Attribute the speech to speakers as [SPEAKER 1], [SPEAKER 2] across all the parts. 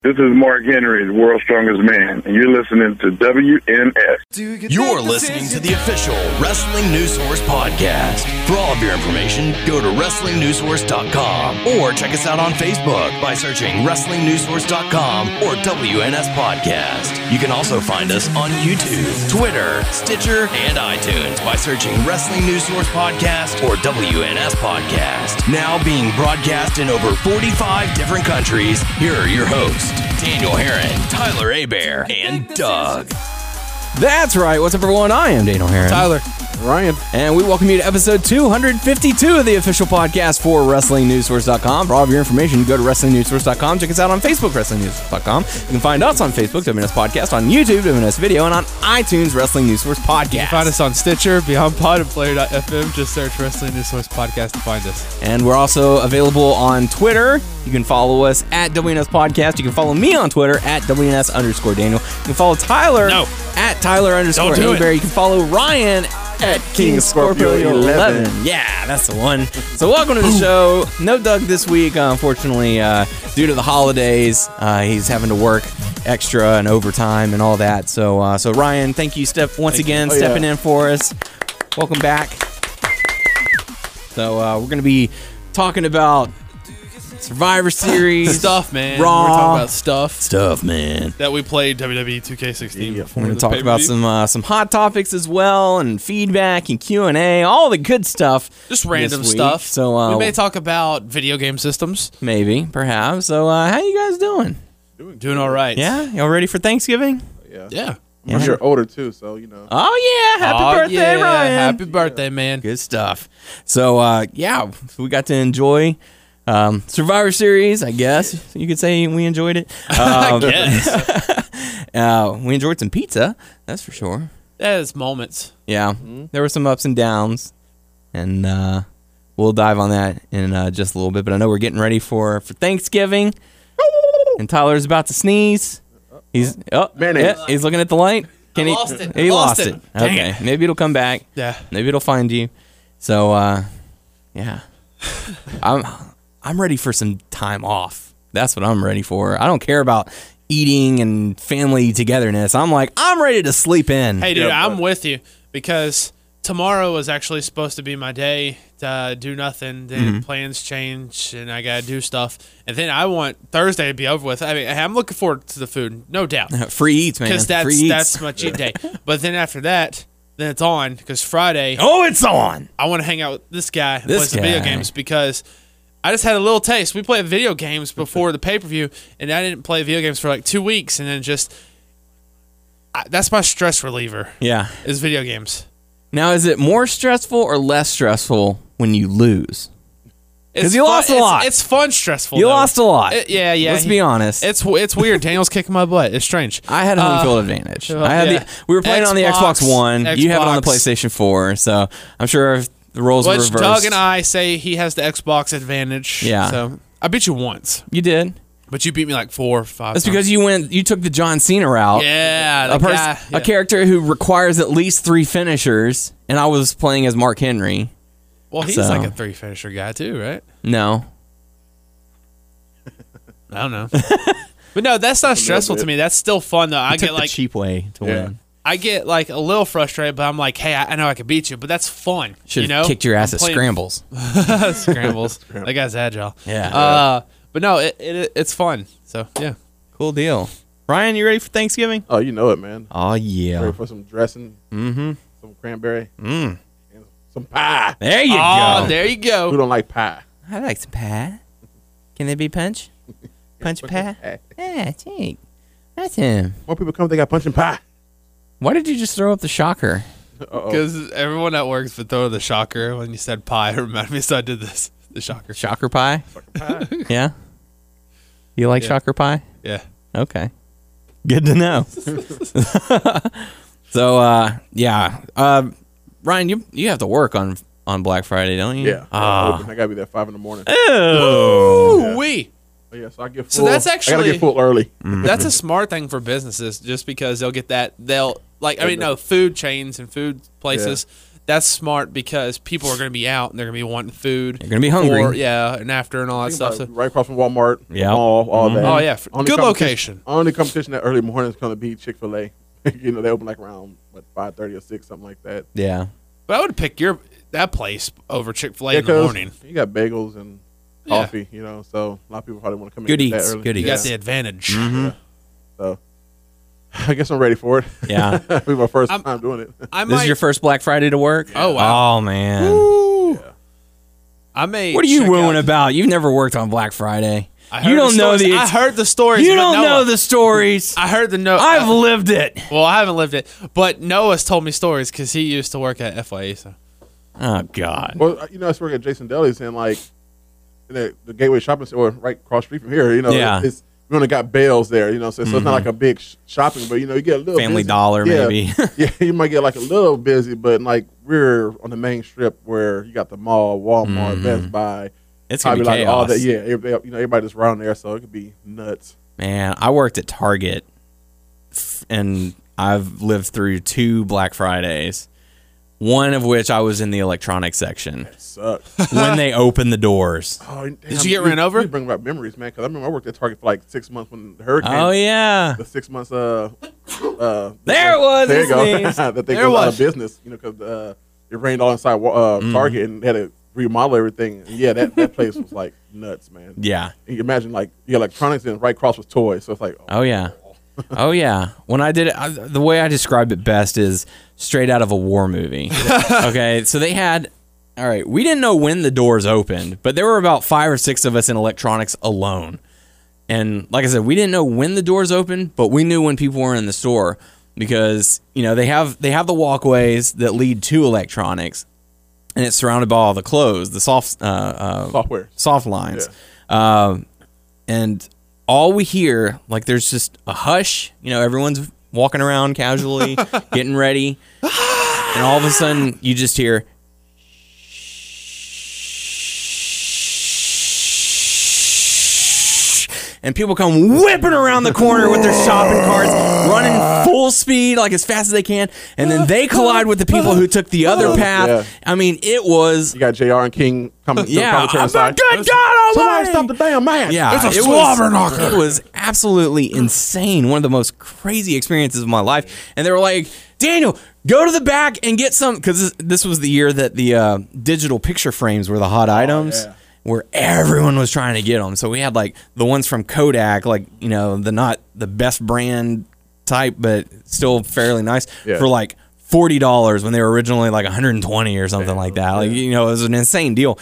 [SPEAKER 1] This is Mark Henry's World's Strongest Man, and you're listening to WNS.
[SPEAKER 2] You're listening to the official Wrestling News Source podcast. For all of your information, go to WrestlingNewsSource.com or check us out on Facebook by searching WrestlingNewsSource.com or WNS Podcast. You can also find us on YouTube, Twitter, Stitcher, and iTunes by searching Wrestling News Source Podcast or WNS Podcast. Now being broadcast in over 45 different countries, here are your hosts, Daniel Herron, Tyler Abear, and Doug.
[SPEAKER 3] That's right. What's up, everyone? I am Daniel Herron.
[SPEAKER 4] Tyler.
[SPEAKER 3] Ryan. And we welcome you to episode 252 of the official podcast for WrestlingNewsSource.com. For all of your information, go to WrestlingNewsSource.com. Check us out on Facebook, WrestlingNewsSource.com. You can find us on Facebook, WNS Podcast, on YouTube, WNS Video, and on iTunes, Wrestling News Source
[SPEAKER 4] You
[SPEAKER 3] Podcast.
[SPEAKER 4] can find us on Stitcher, Beyond Pod, and Player.fm. Just search Wrestling News Source Podcast to find us.
[SPEAKER 3] And we're also available on Twitter. You can follow us at WNS Podcast. You can follow me on Twitter at WNS underscore Daniel. You can follow Tyler
[SPEAKER 4] No.
[SPEAKER 3] at Tyler underscore
[SPEAKER 4] Don't do it.
[SPEAKER 3] Abear. You can follow Ryan at King Scorpio,
[SPEAKER 1] Scorpio
[SPEAKER 3] 11.
[SPEAKER 1] 11.
[SPEAKER 3] Yeah, that's the one. So welcome to the show. No Doug this week, uh, unfortunately, uh, due to the holidays. Uh, he's having to work extra and overtime and all that. So, uh, so Ryan, thank you, Oh, Steph, once again, stepping in for us. Welcome back. So uh, we're gonna be talking about Survivor Series
[SPEAKER 4] Stuff, man.
[SPEAKER 3] Raw.
[SPEAKER 4] We're talking about stuff
[SPEAKER 3] stuff, man.
[SPEAKER 4] that we played E WWE 2K16.
[SPEAKER 3] We're gonna talk about some uh, some hot topics as well, and feedback and Q and A, all the good stuff.
[SPEAKER 4] Just
[SPEAKER 3] this
[SPEAKER 4] random
[SPEAKER 3] week.
[SPEAKER 4] stuff.
[SPEAKER 3] So uh,
[SPEAKER 4] we may talk about video game systems.
[SPEAKER 3] maybe, perhaps. So uh, how you guys doing?
[SPEAKER 4] Doing all right.
[SPEAKER 3] Yeah, y'all ready for Thanksgiving?
[SPEAKER 4] Yeah.
[SPEAKER 3] Yeah.
[SPEAKER 5] Because you're older too, so you know.
[SPEAKER 3] Oh yeah! Happy
[SPEAKER 4] Aw,
[SPEAKER 3] birthday,
[SPEAKER 4] yeah.
[SPEAKER 3] Ryan!
[SPEAKER 4] Happy birthday, man.
[SPEAKER 3] Good stuff. So uh, yeah, we got to enjoy um, Survivor Series. I guess you could say we enjoyed it. Um,
[SPEAKER 4] Yes.
[SPEAKER 3] uh, we enjoyed some pizza, that's for sure.
[SPEAKER 4] that is moments.
[SPEAKER 3] Yeah,
[SPEAKER 4] Mm-hmm.
[SPEAKER 3] there were some ups and downs, and uh, we'll dive on that in uh, just a little bit. But I know we're getting ready for for Thanksgiving, and Tyler's about to sneeze. He's oh,
[SPEAKER 5] Mayonnaise.
[SPEAKER 3] yeah, he's looking at the light. Can he?
[SPEAKER 4] lost it. I
[SPEAKER 3] He
[SPEAKER 4] lost
[SPEAKER 3] lost,
[SPEAKER 4] it.
[SPEAKER 3] it.
[SPEAKER 4] Dang
[SPEAKER 3] Okay, maybe it'll come back.
[SPEAKER 4] Yeah.
[SPEAKER 3] Maybe it'll find you. So uh yeah. I'm I'm ready for some time off. That's what I'm ready for. I don't care about eating and family togetherness. I'm like, I'm ready to sleep in.
[SPEAKER 4] Hey, dude,
[SPEAKER 5] Yeah,
[SPEAKER 4] I'm with you because tomorrow was actually supposed to be my day to uh, do nothing. Then
[SPEAKER 3] Mm-hmm.
[SPEAKER 4] plans change and I got to do stuff. And then I want Thursday to be over with. I mean, I'm looking forward to the food, no doubt.
[SPEAKER 3] Free eats, man.
[SPEAKER 4] because
[SPEAKER 3] Free
[SPEAKER 4] that's
[SPEAKER 3] eats.
[SPEAKER 4] that's my cheat day. But then after that, then it's on because Friday
[SPEAKER 3] oh, it's on.
[SPEAKER 4] I want to hang out with this guy and
[SPEAKER 3] This
[SPEAKER 4] play some video
[SPEAKER 3] guy.
[SPEAKER 4] games because I just had a little taste. We played video games before the pay per view, and I didn't play video games for like two weeks, and then just I, that's my stress reliever
[SPEAKER 3] Yeah.
[SPEAKER 4] is video games.
[SPEAKER 3] Now, is it more stressful or less stressful when you lose?
[SPEAKER 4] It's
[SPEAKER 3] you
[SPEAKER 4] fun-
[SPEAKER 3] lost a
[SPEAKER 4] it's-
[SPEAKER 3] lot.
[SPEAKER 4] It's, fun, stressful.
[SPEAKER 3] You
[SPEAKER 4] though.
[SPEAKER 3] lost a lot.
[SPEAKER 4] It- Uh, yeah, yeah.
[SPEAKER 3] Let's
[SPEAKER 4] he-
[SPEAKER 3] be honest.
[SPEAKER 4] It's it's weird. Daniel's kicking my butt. It's strange.
[SPEAKER 3] I had home
[SPEAKER 4] Uh,
[SPEAKER 3] field advantage.
[SPEAKER 4] uh,
[SPEAKER 3] I had
[SPEAKER 4] yeah.
[SPEAKER 3] the, we were playing on the
[SPEAKER 4] Xbox,
[SPEAKER 3] Xbox One. You have it on the
[SPEAKER 4] Xbox.
[SPEAKER 3] PlayStation Four, so I'm sure if the roles were
[SPEAKER 4] Which
[SPEAKER 3] reversed.
[SPEAKER 4] Doug and I say he has the Xbox advantage.
[SPEAKER 3] Yeah.
[SPEAKER 4] So I beat you once,
[SPEAKER 3] you did.
[SPEAKER 4] but you beat me like four or five.
[SPEAKER 3] That's
[SPEAKER 4] times.
[SPEAKER 3] because you went. You took the John Cena route.
[SPEAKER 4] yeah,
[SPEAKER 3] a
[SPEAKER 4] that
[SPEAKER 3] person,
[SPEAKER 4] guy- yeah.
[SPEAKER 3] a character who requires at least three finishers, and I was playing as Mark Henry.
[SPEAKER 4] Well, he's
[SPEAKER 3] so-
[SPEAKER 4] like a three finisher guy too, right?
[SPEAKER 3] No,
[SPEAKER 4] I don't know. but no, that's not stressful to
[SPEAKER 5] bit.
[SPEAKER 4] me. That's still fun though. I
[SPEAKER 3] took
[SPEAKER 4] get like
[SPEAKER 3] the cheap way to win.
[SPEAKER 4] I get like a little frustrated, but I'm like, hey, I, I know I could beat you, but that's fun.
[SPEAKER 3] Should
[SPEAKER 4] you
[SPEAKER 3] have
[SPEAKER 4] know,
[SPEAKER 3] kicked your ass
[SPEAKER 4] I'm
[SPEAKER 3] at
[SPEAKER 4] playing-
[SPEAKER 3] scrambles.
[SPEAKER 4] scrambles. that guy's agile.
[SPEAKER 3] Yeah.
[SPEAKER 4] Uh, but no, it, it it's fun. So yeah,
[SPEAKER 3] Cool deal. Ryan, you ready for Thanksgiving?
[SPEAKER 5] Oh, you know it, man.
[SPEAKER 3] Oh
[SPEAKER 5] Ready
[SPEAKER 3] yeah.
[SPEAKER 5] for some dressing,
[SPEAKER 3] Mm-hmm.
[SPEAKER 5] some cranberry,
[SPEAKER 3] Mm.
[SPEAKER 5] and some pie.
[SPEAKER 3] There you
[SPEAKER 4] oh,
[SPEAKER 3] go.
[SPEAKER 4] there you
[SPEAKER 5] Who
[SPEAKER 4] go.
[SPEAKER 5] don't like pie?
[SPEAKER 3] I like some pie. Can there be punch? Punch pie.
[SPEAKER 5] Hey,
[SPEAKER 3] Yeah, Jake. That's him.
[SPEAKER 5] More people come, they got punching pie.
[SPEAKER 3] Why did you just throw up the shocker?
[SPEAKER 5] Uh-oh.
[SPEAKER 4] Because everyone at work's been throwing the shocker when you said pie. It reminded me, so I did this. The shocker.
[SPEAKER 3] Shocker pie? yeah. You like shocker pie?
[SPEAKER 4] Yeah.
[SPEAKER 3] Okay. Good to know. so uh yeah. Uh Ryan, you you have to work on on Black Friday, don't you?
[SPEAKER 5] Yeah.
[SPEAKER 3] Ah.
[SPEAKER 5] I gotta be there at five in the morning.
[SPEAKER 3] Ew.
[SPEAKER 4] Ooh wee.
[SPEAKER 5] Oh, yeah, so I get full.
[SPEAKER 4] Eh. So that's
[SPEAKER 5] I
[SPEAKER 4] actually- Mm.
[SPEAKER 5] gotta get full early.
[SPEAKER 4] That's a smart thing for businesses, just because they'll get that they'll like. I mean, no food chains and food places. that's smart because people are going to be out and they're going to be wanting food.
[SPEAKER 3] They're gonna be hungry.
[SPEAKER 4] Or, yeah, and after and all that stuff. So,
[SPEAKER 5] Right across from Walmart.
[SPEAKER 3] Yeah.
[SPEAKER 5] All, all that.
[SPEAKER 4] Oh, yeah. F-
[SPEAKER 5] Only
[SPEAKER 4] good
[SPEAKER 5] competition-
[SPEAKER 4] location.
[SPEAKER 5] Only competition that early morning is going to be Chick fil A. you know, they open like around, what, 5.30 or 6, something like that.
[SPEAKER 3] Yeah.
[SPEAKER 4] but I would pick your that place over Chick Fil A in the
[SPEAKER 5] 'cause
[SPEAKER 4] morning.
[SPEAKER 5] You got bagels and
[SPEAKER 4] Yeah.
[SPEAKER 5] coffee, you know, so a lot of people probably want to come
[SPEAKER 3] Good
[SPEAKER 5] in and get
[SPEAKER 3] eats,
[SPEAKER 5] that early.
[SPEAKER 3] good
[SPEAKER 4] You
[SPEAKER 3] Yeah. Mm-hmm.
[SPEAKER 4] got the advantage.
[SPEAKER 5] So I guess I'm ready for it.
[SPEAKER 3] Yeah.
[SPEAKER 5] It'll be my 1st
[SPEAKER 4] I'm-
[SPEAKER 5] time doing it.
[SPEAKER 4] I
[SPEAKER 3] This
[SPEAKER 4] might.
[SPEAKER 3] is your first Black Friday to work?
[SPEAKER 4] Oh, wow.
[SPEAKER 3] Oh man.
[SPEAKER 4] I may.
[SPEAKER 3] What are you
[SPEAKER 4] check
[SPEAKER 3] wooing
[SPEAKER 4] out-
[SPEAKER 3] about? You've never worked on Black Friday.
[SPEAKER 4] I heard
[SPEAKER 3] You don't know
[SPEAKER 4] stories.
[SPEAKER 3] the
[SPEAKER 4] I
[SPEAKER 3] ex-
[SPEAKER 4] heard the stories.
[SPEAKER 3] You
[SPEAKER 4] but
[SPEAKER 3] don't
[SPEAKER 4] Noah-
[SPEAKER 3] know the stories.
[SPEAKER 4] I heard the no.
[SPEAKER 3] I've lived it.
[SPEAKER 4] well, I haven't lived it, but Noah's told me stories because he used to work at FYE. So
[SPEAKER 3] Oh god.
[SPEAKER 5] Well, uh, you know, I was working at Jason Deli's and like in the, the Gateway Shopping Center, or right across street from here. You know,
[SPEAKER 3] Yeah. Mm-hmm.
[SPEAKER 5] it's we only got Bales there. You know, so, so it's not like a big sh- shopping, but you know, you get a little
[SPEAKER 3] Family
[SPEAKER 5] busy.
[SPEAKER 3] Dollar,
[SPEAKER 5] Yeah.
[SPEAKER 3] maybe.
[SPEAKER 5] yeah, you might get like a little busy, but like we're on the main strip where you got the mall, Walmart, Best Buy.
[SPEAKER 3] Mm-hmm. It's gonna be
[SPEAKER 5] like all
[SPEAKER 3] chaos.
[SPEAKER 5] that. Yeah, everybody, you know, everybody's around there, so it could be nuts.
[SPEAKER 3] Man, I worked at Target f- and I've lived through two Black Fridays. One of which I was in the electronics section
[SPEAKER 5] Sucks.
[SPEAKER 3] when they opened the doors.
[SPEAKER 5] Oh, damn,
[SPEAKER 4] you get ran over?
[SPEAKER 5] You bring back memories, man. Because I remember I worked at Target for like six months when the hurricane.
[SPEAKER 3] Oh yeah.
[SPEAKER 5] The six months. Uh, uh,
[SPEAKER 3] There it was.
[SPEAKER 5] there
[SPEAKER 3] There
[SPEAKER 5] you go.
[SPEAKER 3] it
[SPEAKER 5] that they
[SPEAKER 4] There it
[SPEAKER 5] go out
[SPEAKER 4] was.
[SPEAKER 5] of business, you know, because uh, it rained all inside wa-
[SPEAKER 3] Mm-hmm.
[SPEAKER 5] uh, Target and had to remodel everything. And yeah, that, that place was like nuts, man.
[SPEAKER 3] yeah.
[SPEAKER 5] And you imagine like the electronics and right cross was toys, so it's like oh,
[SPEAKER 3] Oh yeah. Oh yeah. When I did it, I, the way I described it best is straight out of a war movie. okay, so they had. All right, we didn't know when the doors opened, but there were about five or six of us in electronics alone. And like I said, we didn't know when the doors opened, but we knew when people were in the store because you know they have they have the walkways that lead to electronics, and it's surrounded by all the clothes, the soft uh, uh,
[SPEAKER 5] software.
[SPEAKER 3] soft lines. Um, and all we hear, like, there's just a hush. You know, everyone's walking around casually, getting ready. And all of a sudden, you just hear. And people come whipping around the corner with their shopping carts, running full speed, like as fast as they can. And then they collide with the people who took the other path.
[SPEAKER 5] Yeah.
[SPEAKER 3] I mean, it was
[SPEAKER 5] You got Jr. and King coming.
[SPEAKER 3] yeah,
[SPEAKER 5] coming to the
[SPEAKER 3] I'm
[SPEAKER 5] side.
[SPEAKER 3] not good God
[SPEAKER 5] Somebody
[SPEAKER 3] Almighty!
[SPEAKER 5] stop the damn man!
[SPEAKER 3] yeah,
[SPEAKER 4] It's a
[SPEAKER 3] it was-
[SPEAKER 4] slobber knocker.
[SPEAKER 3] It was absolutely insane. One of the most crazy experiences of my life. And they were like, Daniel, go to the back and get some, because this was the year that the uh, digital picture frames were the hot items.
[SPEAKER 5] Oh, yeah.
[SPEAKER 3] Where everyone was trying to get them, so we had like the ones from Kodak, like you know the not the best brand type, but still fairly nice
[SPEAKER 5] Yeah.
[SPEAKER 3] for like forty dollars when they were originally like one hundred and twenty or something like that. Like you know, it was an insane deal.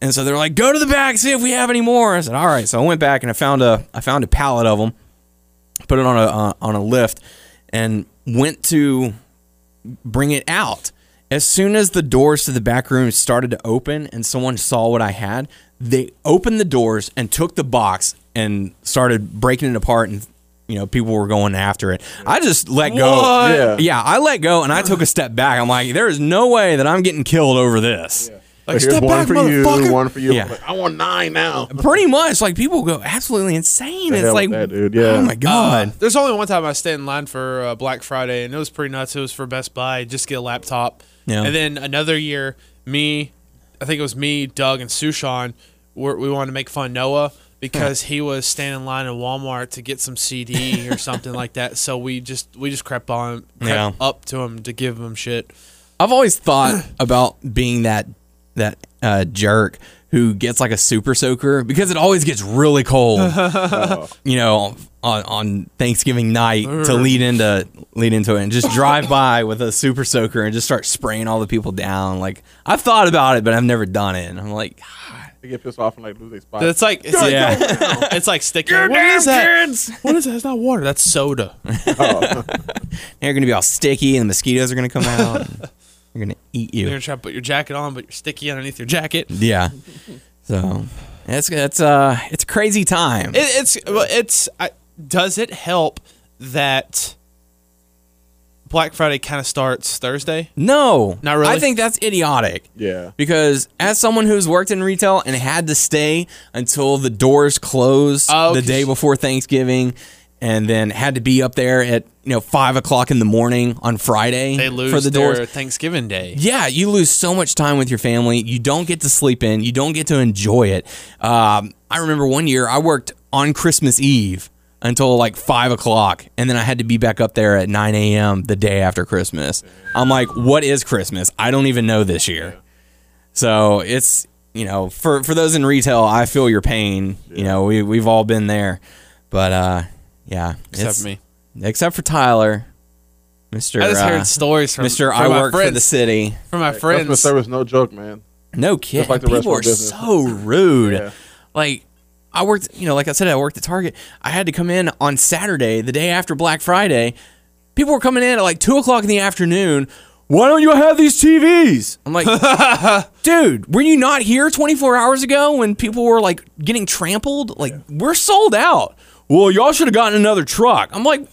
[SPEAKER 3] And so they're like, "Go to the back, see if we have any more." I said, "All right." So I went back and I found a I found a pallet of them, put it on a uh, on a lift, and went to bring it out. As soon as the doors to the back room started to open and someone saw what I had, they opened the doors and took the box and started breaking it apart and you know, people were going after it. I just let go.
[SPEAKER 4] What?
[SPEAKER 5] Yeah.
[SPEAKER 3] yeah, I let go and I took a step back. I'm like, there is no way that I'm getting killed over this.
[SPEAKER 5] Like, here's
[SPEAKER 4] step
[SPEAKER 5] one
[SPEAKER 4] back,
[SPEAKER 5] for
[SPEAKER 4] motherfucker.
[SPEAKER 5] you, one for you.
[SPEAKER 3] Yeah.
[SPEAKER 5] Like, I want nine now.
[SPEAKER 3] Pretty much, like people go absolutely insane.
[SPEAKER 5] hell
[SPEAKER 3] It's
[SPEAKER 5] with
[SPEAKER 3] like,
[SPEAKER 5] that, dude. Yeah.
[SPEAKER 3] oh my god,
[SPEAKER 4] Uh, There's only one time I stayed in line for uh, Black Friday, and it was pretty nuts. It was for Best Buy, just get a laptop.
[SPEAKER 3] Yeah.
[SPEAKER 4] And then another year, me, I think it was me, Doug, and Sushan, were, we wanted to make fun of Noah because he was standing in line at Walmart to get some CD or something like that. So we just we just crept on, crept
[SPEAKER 3] Yeah.
[SPEAKER 4] up to him to give him shit.
[SPEAKER 3] I've always thought about being that that uh, jerk who gets like a super soaker because it always gets really cold. you know, on, on Thanksgiving night to lead into lead into it and just drive by with a super soaker and just start spraying all the people down. Like I've thought about it, but I've never done it. And I'm like,
[SPEAKER 5] They get pissed off and like lose their spot.
[SPEAKER 4] It's like it's,
[SPEAKER 3] Yeah.
[SPEAKER 4] like, it's like sticking. What is that? What is that? It's not water. That's soda.
[SPEAKER 3] they're gonna be all sticky and the mosquitoes are gonna come out. and they're gonna eat you.
[SPEAKER 4] You're gonna try to put your jacket on, but you're sticky underneath your jacket.
[SPEAKER 3] yeah. So that's that's uh it's a crazy time.
[SPEAKER 4] It, it's well, it's. I, does it help that Black Friday kind of starts Thursday?
[SPEAKER 3] Mm-hmm. No,
[SPEAKER 4] Not really?
[SPEAKER 3] I think that's idiotic.
[SPEAKER 5] Yeah.
[SPEAKER 3] Because as someone who's worked in retail and had to stay until the doors close
[SPEAKER 4] Oh,
[SPEAKER 3] the
[SPEAKER 4] 'cause-
[SPEAKER 3] day before Thanksgiving and then had to be up there at you know five o'clock in the morning on Friday
[SPEAKER 4] They lose
[SPEAKER 3] for the
[SPEAKER 4] their
[SPEAKER 3] doors.
[SPEAKER 4] Thanksgiving Day.
[SPEAKER 3] Yeah, you lose so much time with your family. You don't get to sleep in. You don't get to enjoy it. Um, I remember one year I worked on Christmas Eve until like five o'clock, and then I had to be back up there at nine a.m. the day after Christmas. I'm like, what is Christmas? I don't even know this year. So it's you know for for those in retail, I feel your pain. You know we we've all been there, but uh, yeah,
[SPEAKER 4] Except
[SPEAKER 3] it's-
[SPEAKER 4] me.
[SPEAKER 3] except for Tyler, Mister. uh,
[SPEAKER 4] I just heard stories from
[SPEAKER 3] Mister,
[SPEAKER 4] from
[SPEAKER 3] I
[SPEAKER 4] my
[SPEAKER 3] work
[SPEAKER 4] friends,
[SPEAKER 3] for the city.
[SPEAKER 4] from my
[SPEAKER 5] Customer
[SPEAKER 4] friends.
[SPEAKER 5] service, no joke, man.
[SPEAKER 3] No kidding.
[SPEAKER 5] like the
[SPEAKER 3] People
[SPEAKER 5] restaurant
[SPEAKER 3] are
[SPEAKER 5] business.
[SPEAKER 3] so rude.
[SPEAKER 5] Yeah.
[SPEAKER 3] Like I worked, you know, like I said, I worked at Target. I had to come in on Saturday, the day after Black Friday. People were coming in at like two o'clock in the afternoon. Why don't you have these TVs? I'm like, dude, were you not here 24 hours ago when people were like getting trampled? Like, we're sold out. Well, y'all should have gotten another truck. I'm like,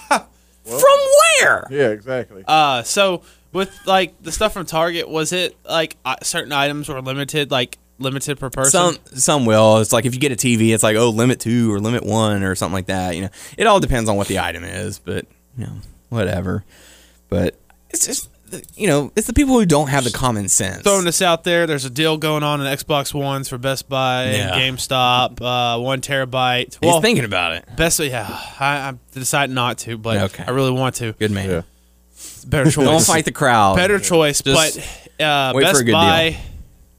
[SPEAKER 3] from where?
[SPEAKER 5] Yeah, exactly.
[SPEAKER 4] Uh, so with like the stuff from Target, was it like uh, certain items were limited, like limited per person?
[SPEAKER 3] Some some will. It's like if you get a TV, it's like oh limit two or limit one or something like that. You know, it all depends on what the item is, but you know, whatever. But it's just you know, it's the people who don't have the common sense.
[SPEAKER 4] throwing this out there. There's a deal going on in Xbox Ones for Best Buy,
[SPEAKER 3] Yeah.
[SPEAKER 4] and GameStop, uh, one terabyte.
[SPEAKER 3] He's
[SPEAKER 4] Well,
[SPEAKER 3] thinking about it.
[SPEAKER 4] Best Buy, yeah, I, I decided not to, but
[SPEAKER 3] Okay.
[SPEAKER 4] I really want to.
[SPEAKER 3] Good man.
[SPEAKER 5] Yeah.
[SPEAKER 4] Better choice.
[SPEAKER 3] Don't fight the crowd.
[SPEAKER 4] Better choice,
[SPEAKER 3] Oh, Just
[SPEAKER 4] but uh,
[SPEAKER 3] wait for a
[SPEAKER 4] Best
[SPEAKER 3] good
[SPEAKER 4] Buy,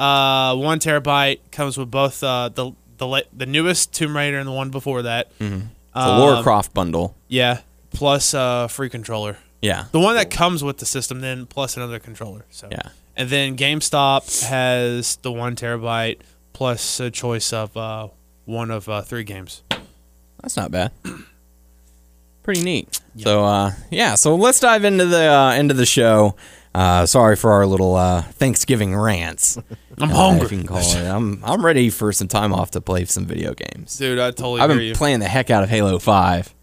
[SPEAKER 4] uh, one terabyte comes with both uh, the the la- the newest Tomb Raider and the one before that. Um,
[SPEAKER 3] the
[SPEAKER 4] uh,
[SPEAKER 3] Lara Croft bundle.
[SPEAKER 4] Yeah, plus uh, free controller.
[SPEAKER 3] Yeah.
[SPEAKER 4] The one that comes with the system, then plus another controller. So
[SPEAKER 3] Yeah.
[SPEAKER 4] and then GameStop has the one terabyte plus a choice of uh, one of uh, three games.
[SPEAKER 3] That's not bad. Pretty neat. So uh, yeah, so let's dive into the uh, end of the show. Uh, sorry for our little uh, Thanksgiving rants.
[SPEAKER 4] I'm
[SPEAKER 3] uh,
[SPEAKER 4] hungry,
[SPEAKER 3] if you can call it. I'm I'm ready for some time off to play some video games.
[SPEAKER 4] dude. I totally
[SPEAKER 3] I've
[SPEAKER 4] hear
[SPEAKER 3] been
[SPEAKER 4] you.
[SPEAKER 3] playing the heck out of Halo Five.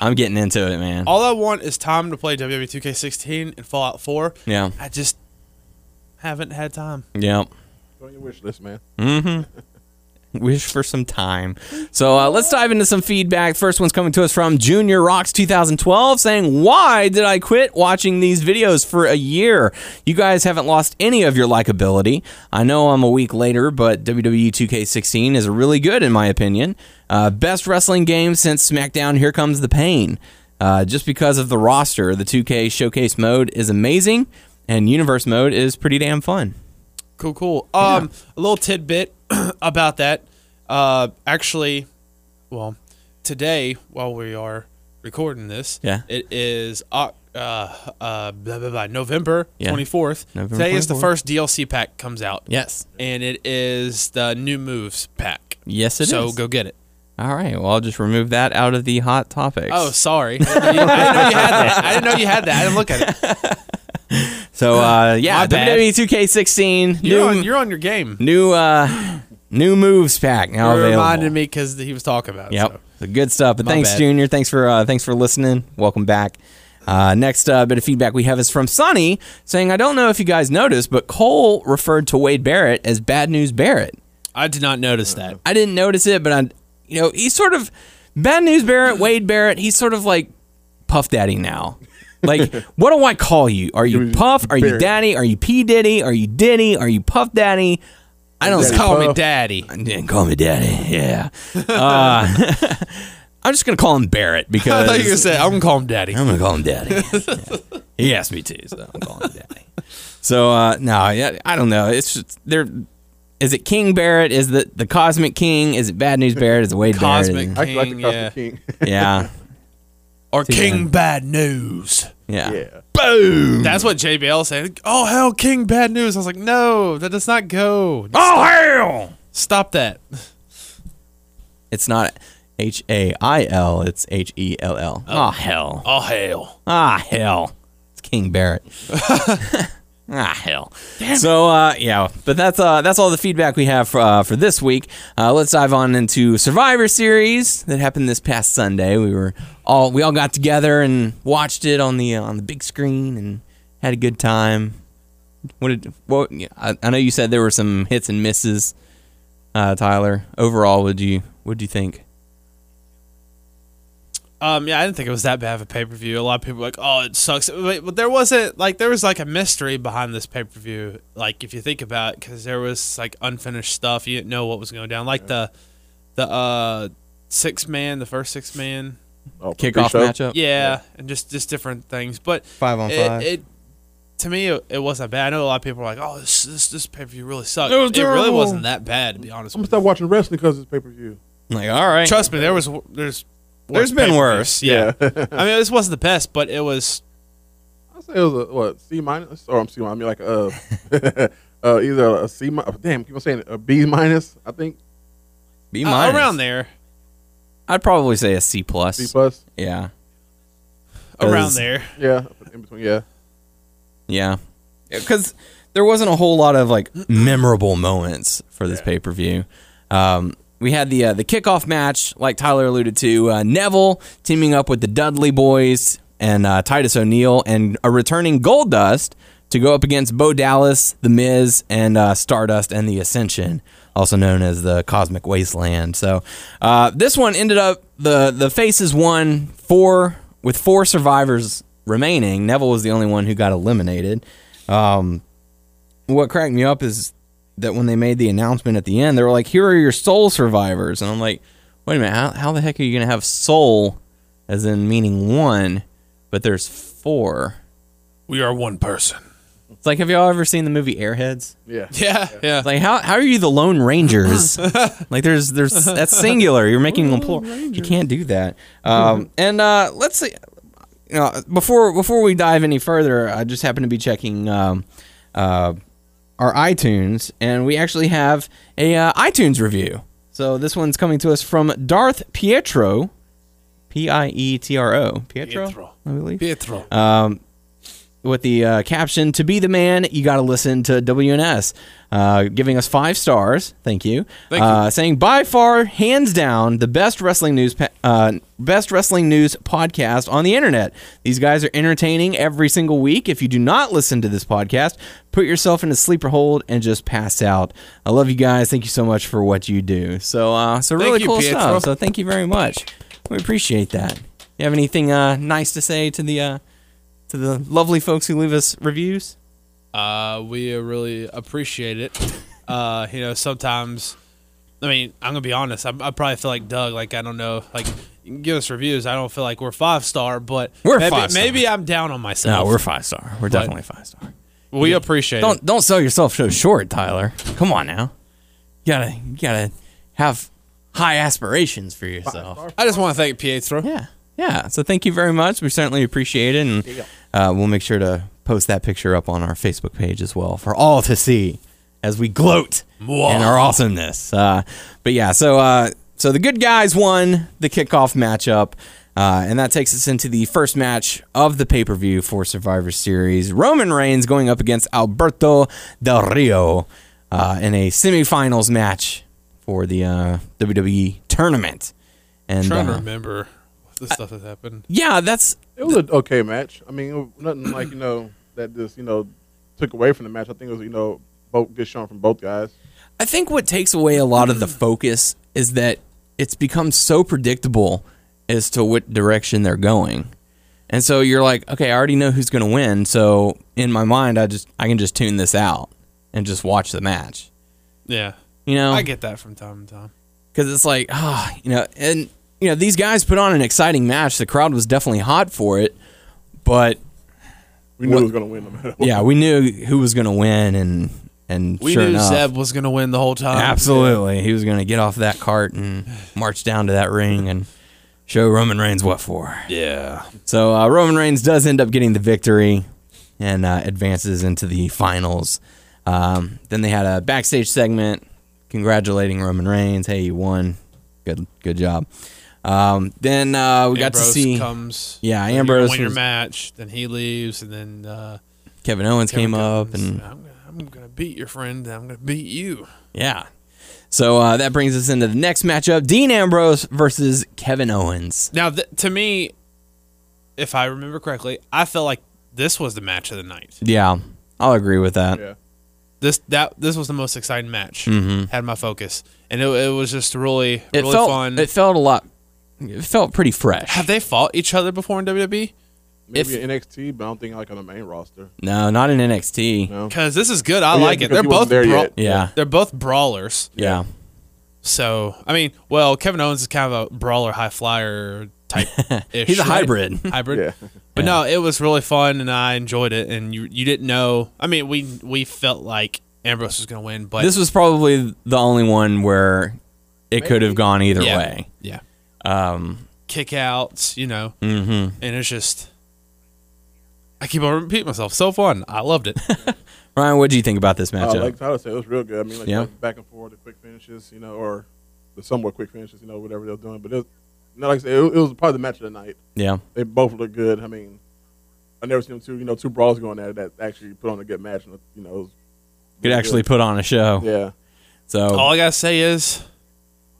[SPEAKER 3] I'm getting into it, man.
[SPEAKER 4] All I want is time to play E WWE 2K16 and Fallout 4.
[SPEAKER 3] Yeah,
[SPEAKER 4] I just haven't had time.
[SPEAKER 3] yeah.
[SPEAKER 5] Put on your wish list, man.
[SPEAKER 3] Wish for some time. So uh, let's dive into some feedback. First one's coming to us from Junior Rocks 2012, saying, "Why did I quit watching these videos for a year? You guys haven't lost any of your likability. I know I'm a week later, but E WWE 2K16 is really good in my opinion. Uh, best wrestling game since SmackDown. Here comes the pain." Uh, just because of the roster, the 2K showcase mode is amazing, and universe mode is pretty damn fun.
[SPEAKER 4] Cool, cool. Um, a little tidbit about that. Uh, actually, well, today while we are recording this,
[SPEAKER 3] Yeah.
[SPEAKER 4] it is Oc- uh, uh, blah, blah, blah, November
[SPEAKER 3] Yeah.
[SPEAKER 4] twenty fourth.
[SPEAKER 3] November
[SPEAKER 4] Today is the
[SPEAKER 3] 24th.
[SPEAKER 4] first DLC pack comes out.
[SPEAKER 3] Yes,
[SPEAKER 4] and it is the new moves pack.
[SPEAKER 3] yes, it is.
[SPEAKER 4] so go get it.
[SPEAKER 3] All right. Well, I'll just remove that out of the hot topics.
[SPEAKER 4] Oh, sorry. I didn't know you had that. I didn't know you had that. I didn't look at it.
[SPEAKER 3] so uh, yeah,
[SPEAKER 4] My bad.
[SPEAKER 3] WWE 2K16
[SPEAKER 4] You're
[SPEAKER 3] new
[SPEAKER 4] on, you're on your game.
[SPEAKER 3] new uh, new moves pack now
[SPEAKER 4] You
[SPEAKER 3] available.
[SPEAKER 4] reminded me because he was talking about it.
[SPEAKER 3] Yep.
[SPEAKER 4] so.
[SPEAKER 3] So good stuff. But
[SPEAKER 4] My
[SPEAKER 3] thanks,
[SPEAKER 4] bad.
[SPEAKER 3] Junior. Thanks for uh, thanks for listening. Welcome back. Uh, next uh, bit of feedback we have is from Sonny saying, "I don't know if you guys noticed, but Cole referred to Wade Barrett as Bad News Barrett.
[SPEAKER 4] I did not notice that.
[SPEAKER 3] I didn't notice it, but I, you know, he's sort of Bad News Barrett, Wade Barrett. He's sort of like Puff Daddy now. Like, what do I call you? Are you Puff? Are you
[SPEAKER 5] Barrett.
[SPEAKER 3] Daddy? Are you P Diddy? Are you Diddy? Are you Puff Daddy? I don't
[SPEAKER 5] Daddy
[SPEAKER 3] call
[SPEAKER 5] Puff.
[SPEAKER 3] me.
[SPEAKER 4] Call me daddy.
[SPEAKER 3] Didn't call me Daddy. Yeah. Uh, I'm just gonna call him Barrett
[SPEAKER 4] I
[SPEAKER 3] because
[SPEAKER 4] thought you were gonna say I'm gonna call him daddy.
[SPEAKER 3] I'm gonna call him Daddy. Yeah. He asked me to, so I'm calling him Daddy. So uh, no, yeah, I don't know. It's just there. Is it King Barrett? Is the the Cosmic King? Is it Bad News Barrett? Is it Wade
[SPEAKER 4] Cosmic
[SPEAKER 3] Barrett?
[SPEAKER 5] I actually like
[SPEAKER 4] King,
[SPEAKER 5] the Cosmic
[SPEAKER 4] yeah.
[SPEAKER 5] King.
[SPEAKER 3] Yeah,
[SPEAKER 4] Or King Bad News.
[SPEAKER 3] yeah.
[SPEAKER 5] yeah.
[SPEAKER 4] Boom. That's what JBL said. Oh hell, King Bad News. I was like, no, that does not go.
[SPEAKER 3] Oh hell!
[SPEAKER 4] Stop that.
[SPEAKER 3] It's not H A I L. It's H E L L. Oh hell!
[SPEAKER 4] Oh hell.
[SPEAKER 3] Ah, hell. It's King Barrett. ah, hell. so, uh, yeah, but that's uh, that's all the feedback we have for, uh, for this week. Uh, let's dive on into Survivor Series that happened this past Sunday. We were all we all got together and watched it on the uh, on the big screen and had a good time. What did what? yeah, I, I know you said there were some hits and misses, uh, Tyler. Overall, would you would you think?
[SPEAKER 4] Um, yeah, I didn't think it was that bad of a pay per view. A lot of people were like, oh, it sucks. But, but there wasn't like there was like a mystery behind this pay per view. Like if you think about, because there was like unfinished stuff. You didn't know what was going down. Like the the uh six man, the first six man.
[SPEAKER 5] Oh, for
[SPEAKER 3] Kickoff
[SPEAKER 5] pre-show?
[SPEAKER 3] matchup.
[SPEAKER 4] Yeah, and just just different things. But
[SPEAKER 3] Five on
[SPEAKER 4] it,
[SPEAKER 3] five.
[SPEAKER 4] it to me it, it wasn't bad. I know a lot of people were like, oh, this this, this pay per view really sucked.
[SPEAKER 3] It was
[SPEAKER 4] really
[SPEAKER 3] terrible.
[SPEAKER 4] wasn't that bad to be honest.
[SPEAKER 5] I'm gonna
[SPEAKER 4] With
[SPEAKER 5] stop
[SPEAKER 4] you.
[SPEAKER 5] watching wrestling because it's pay per view.
[SPEAKER 3] like, all right.
[SPEAKER 4] Trust me, there was there's
[SPEAKER 3] There's been
[SPEAKER 4] pay-per-views.
[SPEAKER 3] worse.
[SPEAKER 4] Yeah, I mean this wasn't the best, but it was
[SPEAKER 5] I say it was a what C minus or I'm C minus. I mean like uh, uh either a C minus. Damn, keep on saying it, a B minus. I think
[SPEAKER 3] Be
[SPEAKER 4] uh,
[SPEAKER 3] minus.
[SPEAKER 4] around there.
[SPEAKER 3] I'd probably say a C plus.
[SPEAKER 5] B plus.
[SPEAKER 3] Yeah.
[SPEAKER 4] around
[SPEAKER 3] 'Cause-
[SPEAKER 4] there.
[SPEAKER 5] Yeah, in between. Yeah,
[SPEAKER 3] Yeah. Because there wasn't a whole lot of like memorable moments for this pay per view. Um, we had the uh, the kickoff match, like Tyler alluded to, uh, Neville teaming up with the Dudley Boys and uh, Titus O'Neil and a returning Gold Dust to go up against Bo Dallas, The Miz, and uh, Stardust and the Ascension, also known as the Cosmic Wasteland. So uh, this one ended up the the faces won four with four survivors remaining. Neville was the only one who got eliminated. Um, what cracked me up is that when they made the announcement at the end, they were like, "Here are your soul survivors," and I'm like, "Wait a minute, how, how the heck are you gonna have soul, as in meaning one, but there's four?
[SPEAKER 4] We are one person.
[SPEAKER 3] It's like, have y'all ever seen the movie Airheads?
[SPEAKER 5] yeah.
[SPEAKER 4] Yeah, yeah.
[SPEAKER 3] It's like, how how are you the Lone Rangers? like, there's there's that's singular. You're making them plural. You can't do that. Um, and uh, let's see. You know, before before we dive any further, I just happened to be checking um, uh, our iTunes, and we actually have a uh, iTunes review. So this one's coming to us from Darth Pietro, P I E T R O, Pietro,
[SPEAKER 4] Pietro.
[SPEAKER 3] I believe
[SPEAKER 4] Pietro.
[SPEAKER 3] with the uh, caption "To be the man, you got to listen to WNS," uh, giving us five stars. Thank you.
[SPEAKER 4] Thank
[SPEAKER 3] uh, Saying by far, hands down, the best wrestling news, pa- uh, best wrestling news podcast on the internet. These guys are entertaining every single week. If you do not listen to this podcast, put yourself in a sleeper hold and just pass out. I love you guys. Thank you so much for what you do. So, uh, so really
[SPEAKER 4] you,
[SPEAKER 3] cool
[SPEAKER 4] Pietro.
[SPEAKER 3] stuff. So thank you very much. We appreciate that. You have anything uh, nice to say to the? Uh, to the lovely folks who leave us reviews.
[SPEAKER 4] Uh, we really appreciate it. Uh, you know, sometimes, I mean, I'm gonna be honest. I, I probably feel like Doug. Like I don't know. Like you can give us reviews. I don't feel like we're five star, but
[SPEAKER 3] We're
[SPEAKER 4] maybe,
[SPEAKER 3] five star.
[SPEAKER 4] maybe I'm down on myself.
[SPEAKER 3] five star. We're
[SPEAKER 4] definitely
[SPEAKER 3] five star.
[SPEAKER 4] we appreciate it.
[SPEAKER 3] Don't don't sell yourself so short, Tyler. Come on now. You gotta you gotta have high aspirations for yourself.
[SPEAKER 4] I just want to thank Pietro.
[SPEAKER 3] Yeah, yeah. So thank you very much. We certainly appreciate it, and uh, we'll make sure to post that picture up on our Facebook page as well for all to see as we gloat in our awesomeness. Uh, but yeah, so uh, so the good guys won the kickoff matchup. Uh, and that takes us into the first match of the pay per view for Survivor Series. Roman Reigns going up against Alberto Del Rio uh, in a semifinals match for the uh, WWE tournament. And
[SPEAKER 4] trying to
[SPEAKER 3] uh,
[SPEAKER 4] remember the stuff that happened.
[SPEAKER 3] yeah, that's
[SPEAKER 5] It was an okay match. I mean, it was nothing like you know that just you know took away from the match. I think it was you know both good showing from both guys.
[SPEAKER 3] I think what takes away a lot of the focus is that it's become so predictable as to what direction they're going. And so you're like, okay, I already know who's going to win, so in my mind I just I can just tune this out and just watch the match.
[SPEAKER 4] Yeah,
[SPEAKER 3] You know?
[SPEAKER 4] I get that from time to time.
[SPEAKER 3] because it's like ah, you know, and you know these guys put on an exciting match. The crowd was definitely hot for it, but
[SPEAKER 5] We knew
[SPEAKER 3] What-
[SPEAKER 5] it was gonna win no matter what.
[SPEAKER 3] yeah, we knew who was going to win, and and
[SPEAKER 4] We
[SPEAKER 3] sure
[SPEAKER 4] knew
[SPEAKER 3] enough,
[SPEAKER 4] Zeb was gonna win the whole time.
[SPEAKER 3] Absolutely. He was going to get off that cart and march down to that ring and show Roman Reigns what for.
[SPEAKER 4] Yeah.
[SPEAKER 3] So uh, Roman Reigns does end up getting the victory and uh, advances into the finals. Um, then they had a backstage segment congratulating Roman Reigns. Hey, you won. Good, good job. Um, then uh, we got to
[SPEAKER 4] Ambrose
[SPEAKER 3] see
[SPEAKER 4] comes.
[SPEAKER 3] Yeah,
[SPEAKER 4] you
[SPEAKER 3] Ambrose
[SPEAKER 4] win your
[SPEAKER 3] was-
[SPEAKER 4] match, then he leaves, and then uh,
[SPEAKER 3] Kevin Owens
[SPEAKER 4] Kevin
[SPEAKER 3] came up
[SPEAKER 4] comes,
[SPEAKER 3] and
[SPEAKER 4] I'm, gonna- I'm gonna beat your friend. and I'm gonna beat you.
[SPEAKER 3] yeah. So uh, that brings us into the next matchup: Dean Ambrose versus Kevin Owens.
[SPEAKER 4] Now, th- to me, if I remember correctly, I felt like this was the match of the night.
[SPEAKER 3] Yeah, I'll agree with that.
[SPEAKER 5] Yeah.
[SPEAKER 4] This that this was the most
[SPEAKER 5] Mm.
[SPEAKER 3] Mm-hmm.
[SPEAKER 4] exciting match. Had my focus, and it, it was just really
[SPEAKER 3] it
[SPEAKER 4] really
[SPEAKER 3] felt
[SPEAKER 4] fun.
[SPEAKER 3] it felt a lot it felt pretty fresh.
[SPEAKER 4] Have they fought each other before in E? WWE?
[SPEAKER 5] Maybe NXT, but I don't think like on the main roster.
[SPEAKER 3] No, not in NXT.
[SPEAKER 5] No.
[SPEAKER 4] Because this is good. I
[SPEAKER 5] Oh. yeah,
[SPEAKER 4] like it.
[SPEAKER 5] because
[SPEAKER 4] They're
[SPEAKER 5] he wasn't
[SPEAKER 4] both
[SPEAKER 5] there
[SPEAKER 4] brawl-
[SPEAKER 5] yet.
[SPEAKER 3] Yeah.
[SPEAKER 4] They're both brawlers.
[SPEAKER 3] Yeah.
[SPEAKER 4] So I mean, well, Kevin Owens is kind of a brawler, high flyer type.
[SPEAKER 3] He's a hybrid.
[SPEAKER 4] Hybrid.
[SPEAKER 5] Yeah.
[SPEAKER 4] But no, it was really fun, and I enjoyed it. And you you didn't know. I mean, we we felt like Ambrose was going to win, but
[SPEAKER 3] This was probably the only one where it could have gone either
[SPEAKER 4] yeah,
[SPEAKER 3] way.
[SPEAKER 4] yeah,
[SPEAKER 3] Um,
[SPEAKER 4] kick outs, you know,
[SPEAKER 3] mhm.
[SPEAKER 4] and it's just. I keep on repeating myself. So fun. I loved it.
[SPEAKER 3] Ryan, what do you think about this
[SPEAKER 5] Uh,
[SPEAKER 3] matchup?
[SPEAKER 5] like Tyler said, it was real good. I mean, like
[SPEAKER 3] Yeah.
[SPEAKER 5] like back and forth, the quick finishes, you know, or the somewhat quick finishes, you know, whatever they're doing. But it was, you know, like I said, it, it was probably the match of the night.
[SPEAKER 3] yeah.
[SPEAKER 5] They both look good. I mean, I never seen them two, you know, two brawls going at it that actually put on a good match. And, you know, it was
[SPEAKER 3] Could actually put on a show.
[SPEAKER 5] yeah.
[SPEAKER 3] So
[SPEAKER 4] All I gotta say is,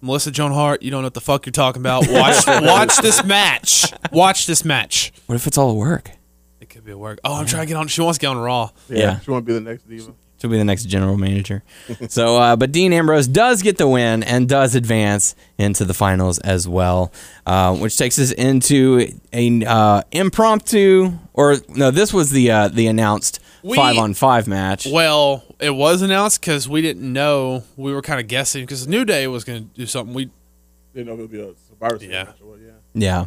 [SPEAKER 4] Melissa Joan Hart, you don't know what the fuck you're talking about. Watch, watch this match. Watch this match.
[SPEAKER 3] what if it's all work?
[SPEAKER 4] It could be a work. Oh, I'm trying to get on. She wants to get on Raw.
[SPEAKER 5] Yeah.
[SPEAKER 3] Yeah.
[SPEAKER 5] She want to be the next diva.
[SPEAKER 3] She'll be the next general manager. so, uh, but Dean Ambrose does get the win and does advance into the finals as well, uh, which takes us into an uh, impromptu or no, this was the uh, the announced
[SPEAKER 4] We-
[SPEAKER 3] five on five match.
[SPEAKER 4] Well, it was announced because we didn't know. We were kind of guessing because New Day was gonna do something. We,
[SPEAKER 5] You know, it'll be a Survivor Series
[SPEAKER 4] Yeah.
[SPEAKER 5] match. Or, what, yeah.
[SPEAKER 3] Yeah,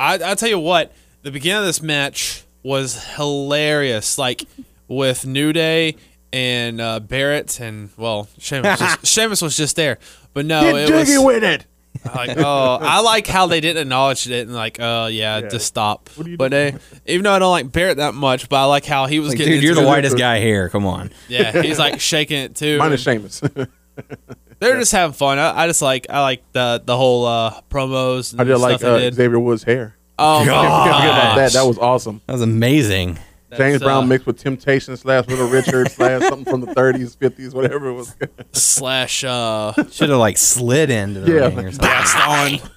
[SPEAKER 4] I, I tell you what, the beginning of this match was hilarious. Like with New Day and uh, Barrett and well, Sheamus. was, Sheamus was just there, but no, it was.
[SPEAKER 5] with it.
[SPEAKER 4] like oh i like how they didn't acknowledge it and like oh yeah, just stop
[SPEAKER 5] are you
[SPEAKER 4] but eh, even though i don't like barrett that much but i like how he was
[SPEAKER 3] Like,
[SPEAKER 4] getting
[SPEAKER 3] dude, you're
[SPEAKER 4] into
[SPEAKER 3] the
[SPEAKER 4] it.
[SPEAKER 3] whitest guy here. Come on.
[SPEAKER 4] yeah he's like shaking it too
[SPEAKER 5] Minus Sheamus.
[SPEAKER 4] they're just having fun I, I just like i like the the whole uh promos and
[SPEAKER 5] I did
[SPEAKER 4] stuff
[SPEAKER 5] like
[SPEAKER 4] they
[SPEAKER 5] uh,
[SPEAKER 4] did.
[SPEAKER 5] Xavier Woods' hair.
[SPEAKER 4] oh
[SPEAKER 5] Can't forget about
[SPEAKER 4] God.
[SPEAKER 5] that. That was awesome.
[SPEAKER 3] That was amazing.
[SPEAKER 5] James
[SPEAKER 4] That's,
[SPEAKER 5] Brown
[SPEAKER 4] uh,
[SPEAKER 5] mixed with Temptation slash Little Richard slash something from the 30s, 50s, whatever it was.
[SPEAKER 4] slash uh
[SPEAKER 3] Should have like slid into the
[SPEAKER 5] Yeah.
[SPEAKER 3] ring or something.
[SPEAKER 4] Gaston.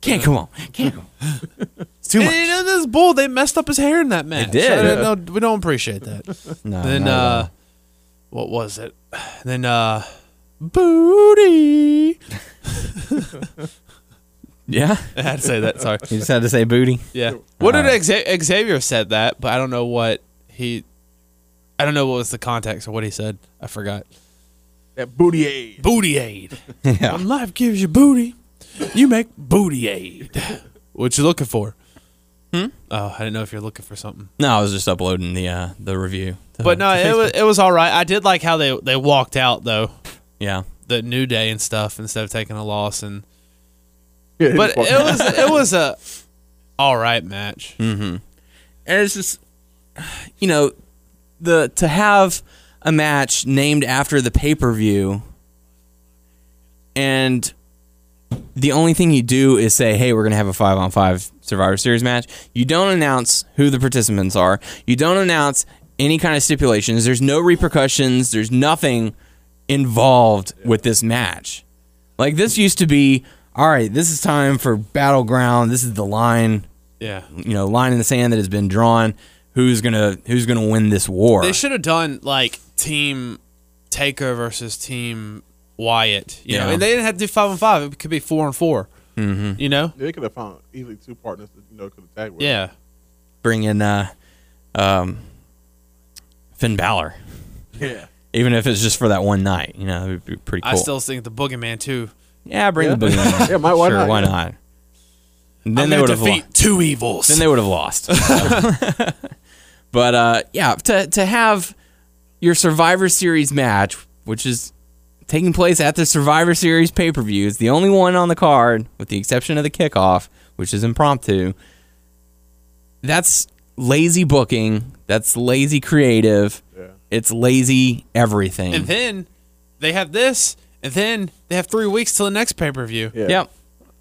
[SPEAKER 3] Can't come on. Can't come. on. It's too
[SPEAKER 4] and,
[SPEAKER 3] much.
[SPEAKER 4] and this bull they messed up his hair in that match
[SPEAKER 3] did.
[SPEAKER 4] I don't know- we don't appreciate that
[SPEAKER 3] No,
[SPEAKER 4] then
[SPEAKER 3] not at all.
[SPEAKER 4] uh what was it then uh booty
[SPEAKER 3] yeah,
[SPEAKER 4] i had to say that sorry
[SPEAKER 3] you just had to say booty.
[SPEAKER 4] yeah what did
[SPEAKER 3] Alright.
[SPEAKER 4] Xa- xavier said that but i don't know what he i don't know what was the context or what he said i forgot
[SPEAKER 5] That booty aid.
[SPEAKER 4] booty aid
[SPEAKER 3] Yeah.
[SPEAKER 4] when life gives you booty you make booty aid what you looking for hmm? oh i didn't know if you're looking for something
[SPEAKER 3] No, I was just uploading the uh, the review. to-
[SPEAKER 4] but no
[SPEAKER 3] to
[SPEAKER 4] it
[SPEAKER 3] Facebook.
[SPEAKER 4] was, it was all right i did like how they they walked out though
[SPEAKER 3] Yeah.
[SPEAKER 4] the new day and stuff instead of taking a loss and
[SPEAKER 5] Yeah, he
[SPEAKER 4] but
[SPEAKER 5] just
[SPEAKER 4] it
[SPEAKER 5] walked-
[SPEAKER 4] was it was a all right match.
[SPEAKER 3] Hmm. and it's just you know the to have a match named after the pay-per-view and the only thing you do is say hey we're going to have a 5 on 5 survivor series match you don't announce who the participants are you don't announce any kind of stipulations there's no repercussions there's nothing involved with this match like this used to be all right this is time for battleground this is the line
[SPEAKER 4] Yeah,
[SPEAKER 3] you know line in the sand that has been drawn. Who's gonna Who's gonna win this war?
[SPEAKER 4] they should have done like team Taker versus team Wyatt. You know,
[SPEAKER 3] Yeah.
[SPEAKER 4] and they didn't have to do five and five. It could be four and 4 Mm-hmm. You know,
[SPEAKER 5] They could have found easily two partners that, you know, could have tagged with.
[SPEAKER 4] yeah.
[SPEAKER 3] Bring in uh, um, Finn Balor,
[SPEAKER 5] Yeah.
[SPEAKER 3] even if it's just for that one night. You know, it'd be pretty cool.
[SPEAKER 4] I still think the Boogeyman too.
[SPEAKER 3] yeah, bring the
[SPEAKER 5] Yeah.
[SPEAKER 3] boogeyman.
[SPEAKER 5] Yeah, why- why
[SPEAKER 3] sure,
[SPEAKER 5] not?
[SPEAKER 3] Why
[SPEAKER 5] Yeah.
[SPEAKER 3] not? And
[SPEAKER 4] I'm
[SPEAKER 3] then they
[SPEAKER 4] gonna
[SPEAKER 3] would have
[SPEAKER 4] defeat two evils.
[SPEAKER 3] then they would have lost. but uh, yeah, to to have your Survivor Series match, which is taking place at the Survivor Series pay per view, it's the only one on the card, with the exception of the kickoff, which is impromptu. That's lazy booking. That's lazy creative.
[SPEAKER 5] Yeah.
[SPEAKER 3] It's lazy everything.
[SPEAKER 4] and then they have this, and then they have three weeks till the next pay per view.
[SPEAKER 5] Yeah.
[SPEAKER 3] yep.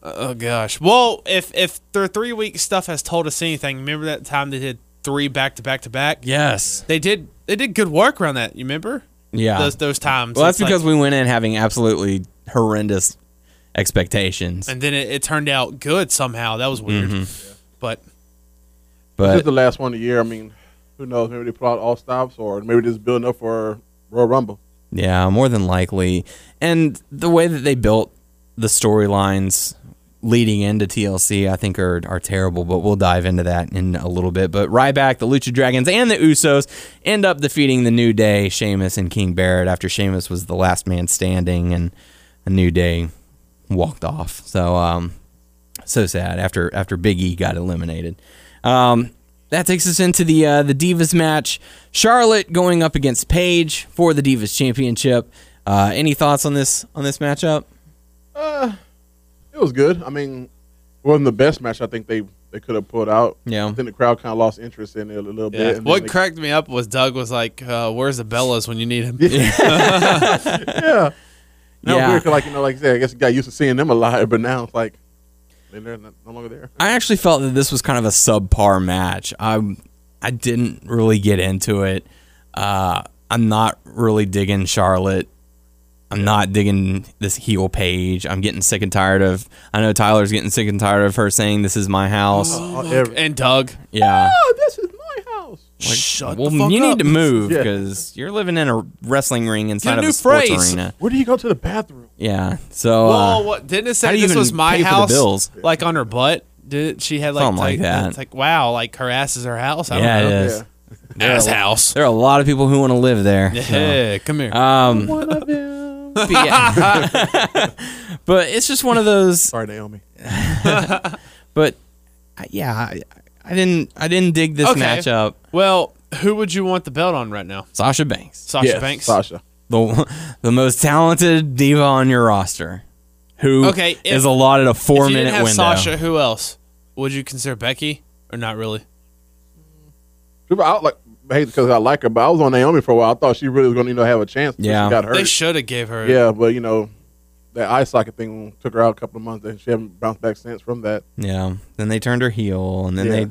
[SPEAKER 4] Oh gosh. Well, if if their three week stuff has told us anything, remember that time they did three back to back to back.
[SPEAKER 3] Yes.
[SPEAKER 4] They did. They did good work around that. You remember?
[SPEAKER 3] Yeah.
[SPEAKER 4] Those those times.
[SPEAKER 3] well, that's
[SPEAKER 4] It's like-
[SPEAKER 3] because we went in having absolutely horrendous expectations.
[SPEAKER 4] and then it, it turned out good somehow. That was weird.
[SPEAKER 3] Mm-hmm.
[SPEAKER 4] But
[SPEAKER 5] This is
[SPEAKER 3] But
[SPEAKER 5] the last one of the year. I mean, who knows? Maybe they pull out all stops or maybe they're just building up for Royal Rumble.
[SPEAKER 3] Yeah, more than likely. And the way that they built the storylines leading into TLC, I think are are terrible, but we'll dive into that in a little bit. But Ryback, the Lucha Dragons, and the Usos end up defeating the New Day, Sheamus and King Barrett after Sheamus was the last man standing, and a New Day walked off. So um, so sad after after Big E got eliminated. Um, that takes us into the uh, the Divas match. Charlotte going up against Paige for the Divas Championship. Uh, any thoughts on this on this matchup?
[SPEAKER 5] It was good. I mean, it wasn't the best match I think they they could have pulled out.
[SPEAKER 3] Yeah.
[SPEAKER 5] I think the crowd kind of lost interest in it a little bit.
[SPEAKER 4] Yeah.
[SPEAKER 5] and
[SPEAKER 4] What
[SPEAKER 5] then
[SPEAKER 4] cracked me up was Doug was like, uh, "Where's the Bellas when you need them?"
[SPEAKER 5] they, yeah. Now
[SPEAKER 3] Yeah.
[SPEAKER 5] weird 'cause, like you know, like I said, I guess you got used to seeing them alive, but now it's like they're no no longer there.
[SPEAKER 3] I actually felt that this was kind of a subpar match. I I didn't really get into it. Uh, I'm not really digging Charlotte. I'm not digging this heel page. I'm getting sick and tired of. I know Tyler's getting sick and tired of her saying this is my house.
[SPEAKER 5] Oh, every-
[SPEAKER 4] And Doug,
[SPEAKER 3] Yeah.
[SPEAKER 5] oh, this is my house.
[SPEAKER 4] shut
[SPEAKER 3] Well,
[SPEAKER 4] the fuck
[SPEAKER 3] you
[SPEAKER 4] up.
[SPEAKER 3] need to move
[SPEAKER 5] Yeah.
[SPEAKER 3] because you're living in a wrestling ring inside
[SPEAKER 4] Get a
[SPEAKER 3] of
[SPEAKER 4] new
[SPEAKER 3] a sports
[SPEAKER 4] phrase.
[SPEAKER 3] arena.
[SPEAKER 5] Where do you go to the bathroom?
[SPEAKER 3] Yeah. So
[SPEAKER 4] Well,
[SPEAKER 3] uh,
[SPEAKER 4] what didn't it
[SPEAKER 3] how
[SPEAKER 4] say
[SPEAKER 3] do you
[SPEAKER 4] this
[SPEAKER 3] even
[SPEAKER 4] was my
[SPEAKER 3] pay for the
[SPEAKER 4] house?
[SPEAKER 3] bills?
[SPEAKER 4] Like on her butt? Did she had like
[SPEAKER 3] Something like
[SPEAKER 4] tight-
[SPEAKER 3] that.
[SPEAKER 4] It's like wow, like her ass is her house. I
[SPEAKER 3] yeah,
[SPEAKER 4] don't
[SPEAKER 3] it
[SPEAKER 4] know.
[SPEAKER 3] is.
[SPEAKER 5] Yeah.
[SPEAKER 4] Ass house.
[SPEAKER 3] There are a lot of people who want to live there.
[SPEAKER 4] Yeah, come here.
[SPEAKER 3] Um,
[SPEAKER 5] One of them.
[SPEAKER 3] but, yeah. But it's just one of those.
[SPEAKER 5] Sorry, Naomi.
[SPEAKER 3] But I- yeah, I, I didn't. I didn't dig this
[SPEAKER 4] Okay.
[SPEAKER 3] matchup.
[SPEAKER 4] well, who would you want the belt on right now?
[SPEAKER 3] Sasha Banks,
[SPEAKER 4] Sasha
[SPEAKER 5] Yes,
[SPEAKER 4] Banks.
[SPEAKER 5] Sasha.
[SPEAKER 3] the the most talented diva on your roster, who is
[SPEAKER 4] Okay, if-
[SPEAKER 3] allotted a
[SPEAKER 4] If
[SPEAKER 3] four
[SPEAKER 4] you
[SPEAKER 3] minute
[SPEAKER 4] didn't have
[SPEAKER 3] window.
[SPEAKER 4] Sasha, who else would you consider Becky or not really?
[SPEAKER 5] People, I like hate because I like her, but I was on Naomi for a while. I thought she really was going to you know have a chance. until
[SPEAKER 3] Yeah.
[SPEAKER 5] she got hurt.
[SPEAKER 4] They should have gave her.
[SPEAKER 5] yeah, but you know that eye socket thing took her out a couple of months, and she haven't bounced back since from that.
[SPEAKER 3] Yeah. Then they turned her heel, and then
[SPEAKER 5] Yeah.
[SPEAKER 3] they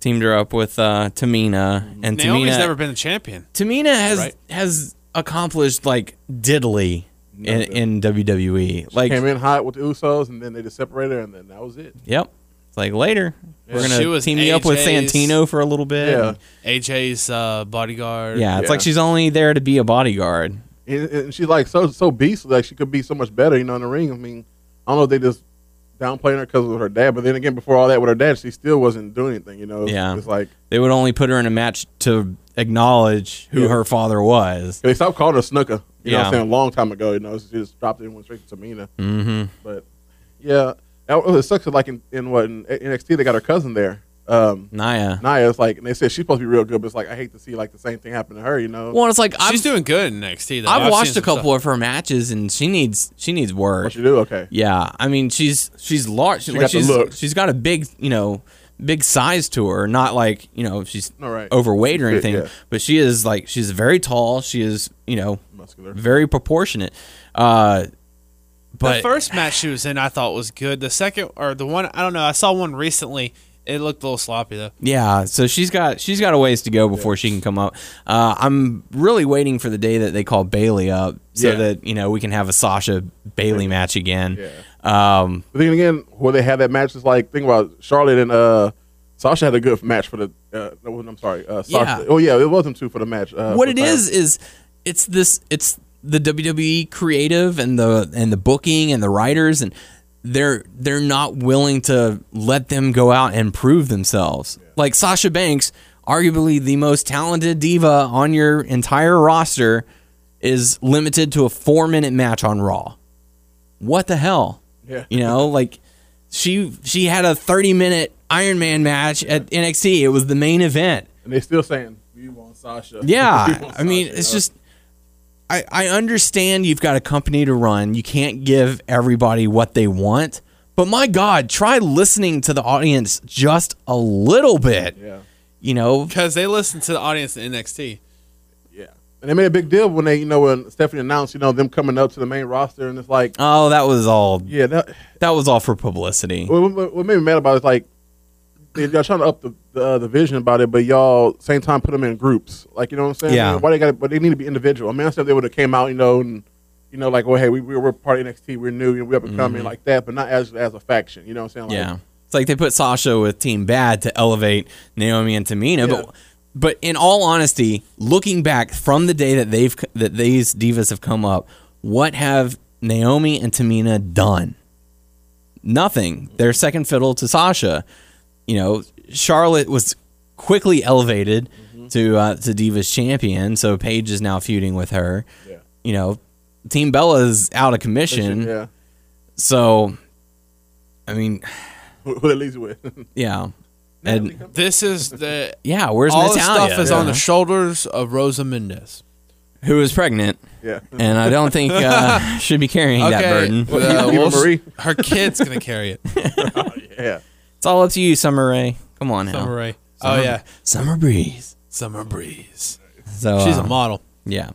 [SPEAKER 3] teamed her up with uh, Tamina, and
[SPEAKER 4] Naomi's
[SPEAKER 3] Tamina
[SPEAKER 4] never been a champion.
[SPEAKER 3] Tamina has
[SPEAKER 4] Right.
[SPEAKER 3] has accomplished like diddly in,
[SPEAKER 5] Nothing.
[SPEAKER 3] in WWE. Like,
[SPEAKER 5] Came in hot with the Usos, and then they just separated, her, and then that was it.
[SPEAKER 3] yep. It's like later we're
[SPEAKER 4] Yeah.
[SPEAKER 3] gonna
[SPEAKER 4] She was
[SPEAKER 3] team you up with
[SPEAKER 4] AJ's
[SPEAKER 3] Santino for a little bit.
[SPEAKER 5] Yeah,
[SPEAKER 4] AJ's uh, bodyguard.
[SPEAKER 3] Yeah, it's
[SPEAKER 5] Yeah.
[SPEAKER 3] like she's only there to be a bodyguard.
[SPEAKER 5] and, and she's like so so beast, like she could be so much better, you know, in the ring. I mean, I don't know if they just downplaying her because of her dad, but then again, before all that with her dad, she still wasn't doing anything, you know. It's-
[SPEAKER 3] Yeah.
[SPEAKER 5] it's like
[SPEAKER 3] They would only put her in a match to acknowledge who
[SPEAKER 5] Yeah.
[SPEAKER 3] her father was.
[SPEAKER 5] they stopped calling her Snooker, you know, what
[SPEAKER 3] Yeah.
[SPEAKER 5] I'm saying a long time ago, you know, she just dropped it and went straight to Tamina.
[SPEAKER 3] Mm-hmm.
[SPEAKER 5] But yeah, that, it sucks. that, Like in, in what in NXT, they got her cousin there. Um,
[SPEAKER 3] Naya.
[SPEAKER 5] Naya, it's like, and they said she's supposed to be real good, but it's like I hate to see like the same thing happen to her, you know.
[SPEAKER 3] Well, it's like I've,
[SPEAKER 4] She's doing good in NXT. Though.
[SPEAKER 3] I've
[SPEAKER 4] seen
[SPEAKER 3] watched a
[SPEAKER 4] some
[SPEAKER 3] couple
[SPEAKER 4] stuff.
[SPEAKER 3] of her matches, and she needs she needs work.
[SPEAKER 5] what you do? Okay.
[SPEAKER 3] Yeah, I mean she's she's large. She
[SPEAKER 5] got the
[SPEAKER 3] she's,
[SPEAKER 5] look.
[SPEAKER 3] She's got a big you know big size to her. Not like you know she's
[SPEAKER 5] All right.
[SPEAKER 3] overweight or
[SPEAKER 5] She's fit,
[SPEAKER 3] anything,
[SPEAKER 5] yeah.
[SPEAKER 3] but she is like she's very tall. She is you know
[SPEAKER 5] Muscular.
[SPEAKER 3] very proportionate. Uh, but
[SPEAKER 4] the first match she was in, I thought was good. The second or the one, I don't know. I saw one recently. It looked a little sloppy though.
[SPEAKER 3] Yeah, so she's got she's got a ways to go before she can come up. Uh, I'm really waiting for the day that they call Bailey up so
[SPEAKER 5] Yeah.
[SPEAKER 3] that you know we can have a Sasha Bailey match again.
[SPEAKER 5] Yeah.
[SPEAKER 3] Um,
[SPEAKER 5] But then again, where they had that match, it's like think about Charlotte and uh, Sasha had a good match for the. Uh, no, I'm sorry, uh, Sasha.
[SPEAKER 3] Yeah.
[SPEAKER 5] Oh yeah, it wasn't two for the match. Uh,
[SPEAKER 3] what
[SPEAKER 5] for
[SPEAKER 3] it
[SPEAKER 5] time.
[SPEAKER 3] is is it's this it's the WWE creative and the and the booking and the writers and they're they're not willing to let them go out and prove themselves. Like Sasha Banks, arguably the most talented diva on your entire roster is limited to a 4-minute match on Raw. What the hell?
[SPEAKER 5] Yeah.
[SPEAKER 3] You know, like she she had a 30-minute Iron Man match at NXT. It was the main event.
[SPEAKER 5] and they're still saying we want Sasha. We
[SPEAKER 3] Yeah,
[SPEAKER 5] want
[SPEAKER 3] I mean,
[SPEAKER 5] Sasha,"
[SPEAKER 3] it's
[SPEAKER 5] you know?
[SPEAKER 3] just I I understand you've got a company to run. You can't give everybody what they want, but my God, try listening to the audience just a little bit.
[SPEAKER 5] yeah,
[SPEAKER 3] You know,
[SPEAKER 4] Because they listened to the audience in NXT.
[SPEAKER 5] yeah. And they made a big deal when they, you know, when Stephanie announced, you know, them coming up to the main roster, and it's like,
[SPEAKER 3] oh, that was all.
[SPEAKER 5] yeah, that,
[SPEAKER 3] That was all for publicity.
[SPEAKER 5] what, what, what made me mad about it is like they- y'all trying to up the the, uh, the vision about it, but y'all same time put them in groups. Like you know what I'm saying?
[SPEAKER 3] Yeah.
[SPEAKER 5] Why they got? But they need to be individual. I mean, I said they would have came out, you know, and you know, like, well, hey, we we- we're part of NXT, we're new, you know, we up and coming, like that, but not as as a faction. You know what I'm saying? Like,
[SPEAKER 3] Mm-hmm. Yeah, it's like they put Sasha with Team Bad to elevate Naomi and Tamina,
[SPEAKER 5] Yeah.
[SPEAKER 3] but. But in all honesty, looking back from the day that they've that these divas have come up, what have Naomi and Tamina done? nothing. They're second fiddle to Sasha. You know, Charlotte was quickly elevated
[SPEAKER 5] Mm-hmm.
[SPEAKER 3] to uh, to Divas champion, so Paige is now feuding with her.
[SPEAKER 5] Yeah.
[SPEAKER 3] You know, Team Bella is out of commission,
[SPEAKER 5] Yeah.
[SPEAKER 3] so I mean,
[SPEAKER 5] Who, who that leaves you with?
[SPEAKER 3] yeah, and
[SPEAKER 4] This is the
[SPEAKER 3] yeah, where's
[SPEAKER 4] all this
[SPEAKER 3] Natalia?
[SPEAKER 4] stuff is on
[SPEAKER 3] Yeah.
[SPEAKER 4] the shoulders of Rosa Mendez.
[SPEAKER 3] who is pregnant,
[SPEAKER 5] yeah.
[SPEAKER 3] and I don't think uh, should be carrying that burden.
[SPEAKER 4] well,
[SPEAKER 5] You- you
[SPEAKER 4] we'll
[SPEAKER 5] and Marie?
[SPEAKER 4] s- her kid's gonna carry it.
[SPEAKER 5] Yeah.
[SPEAKER 3] It's all up to you, Summer Rae. Come on now,
[SPEAKER 4] Summer Rae. Oh yeah,
[SPEAKER 3] Summer Breeze.
[SPEAKER 4] Summer Breeze.
[SPEAKER 3] So
[SPEAKER 4] She's a
[SPEAKER 3] um,
[SPEAKER 4] model.
[SPEAKER 3] Yeah.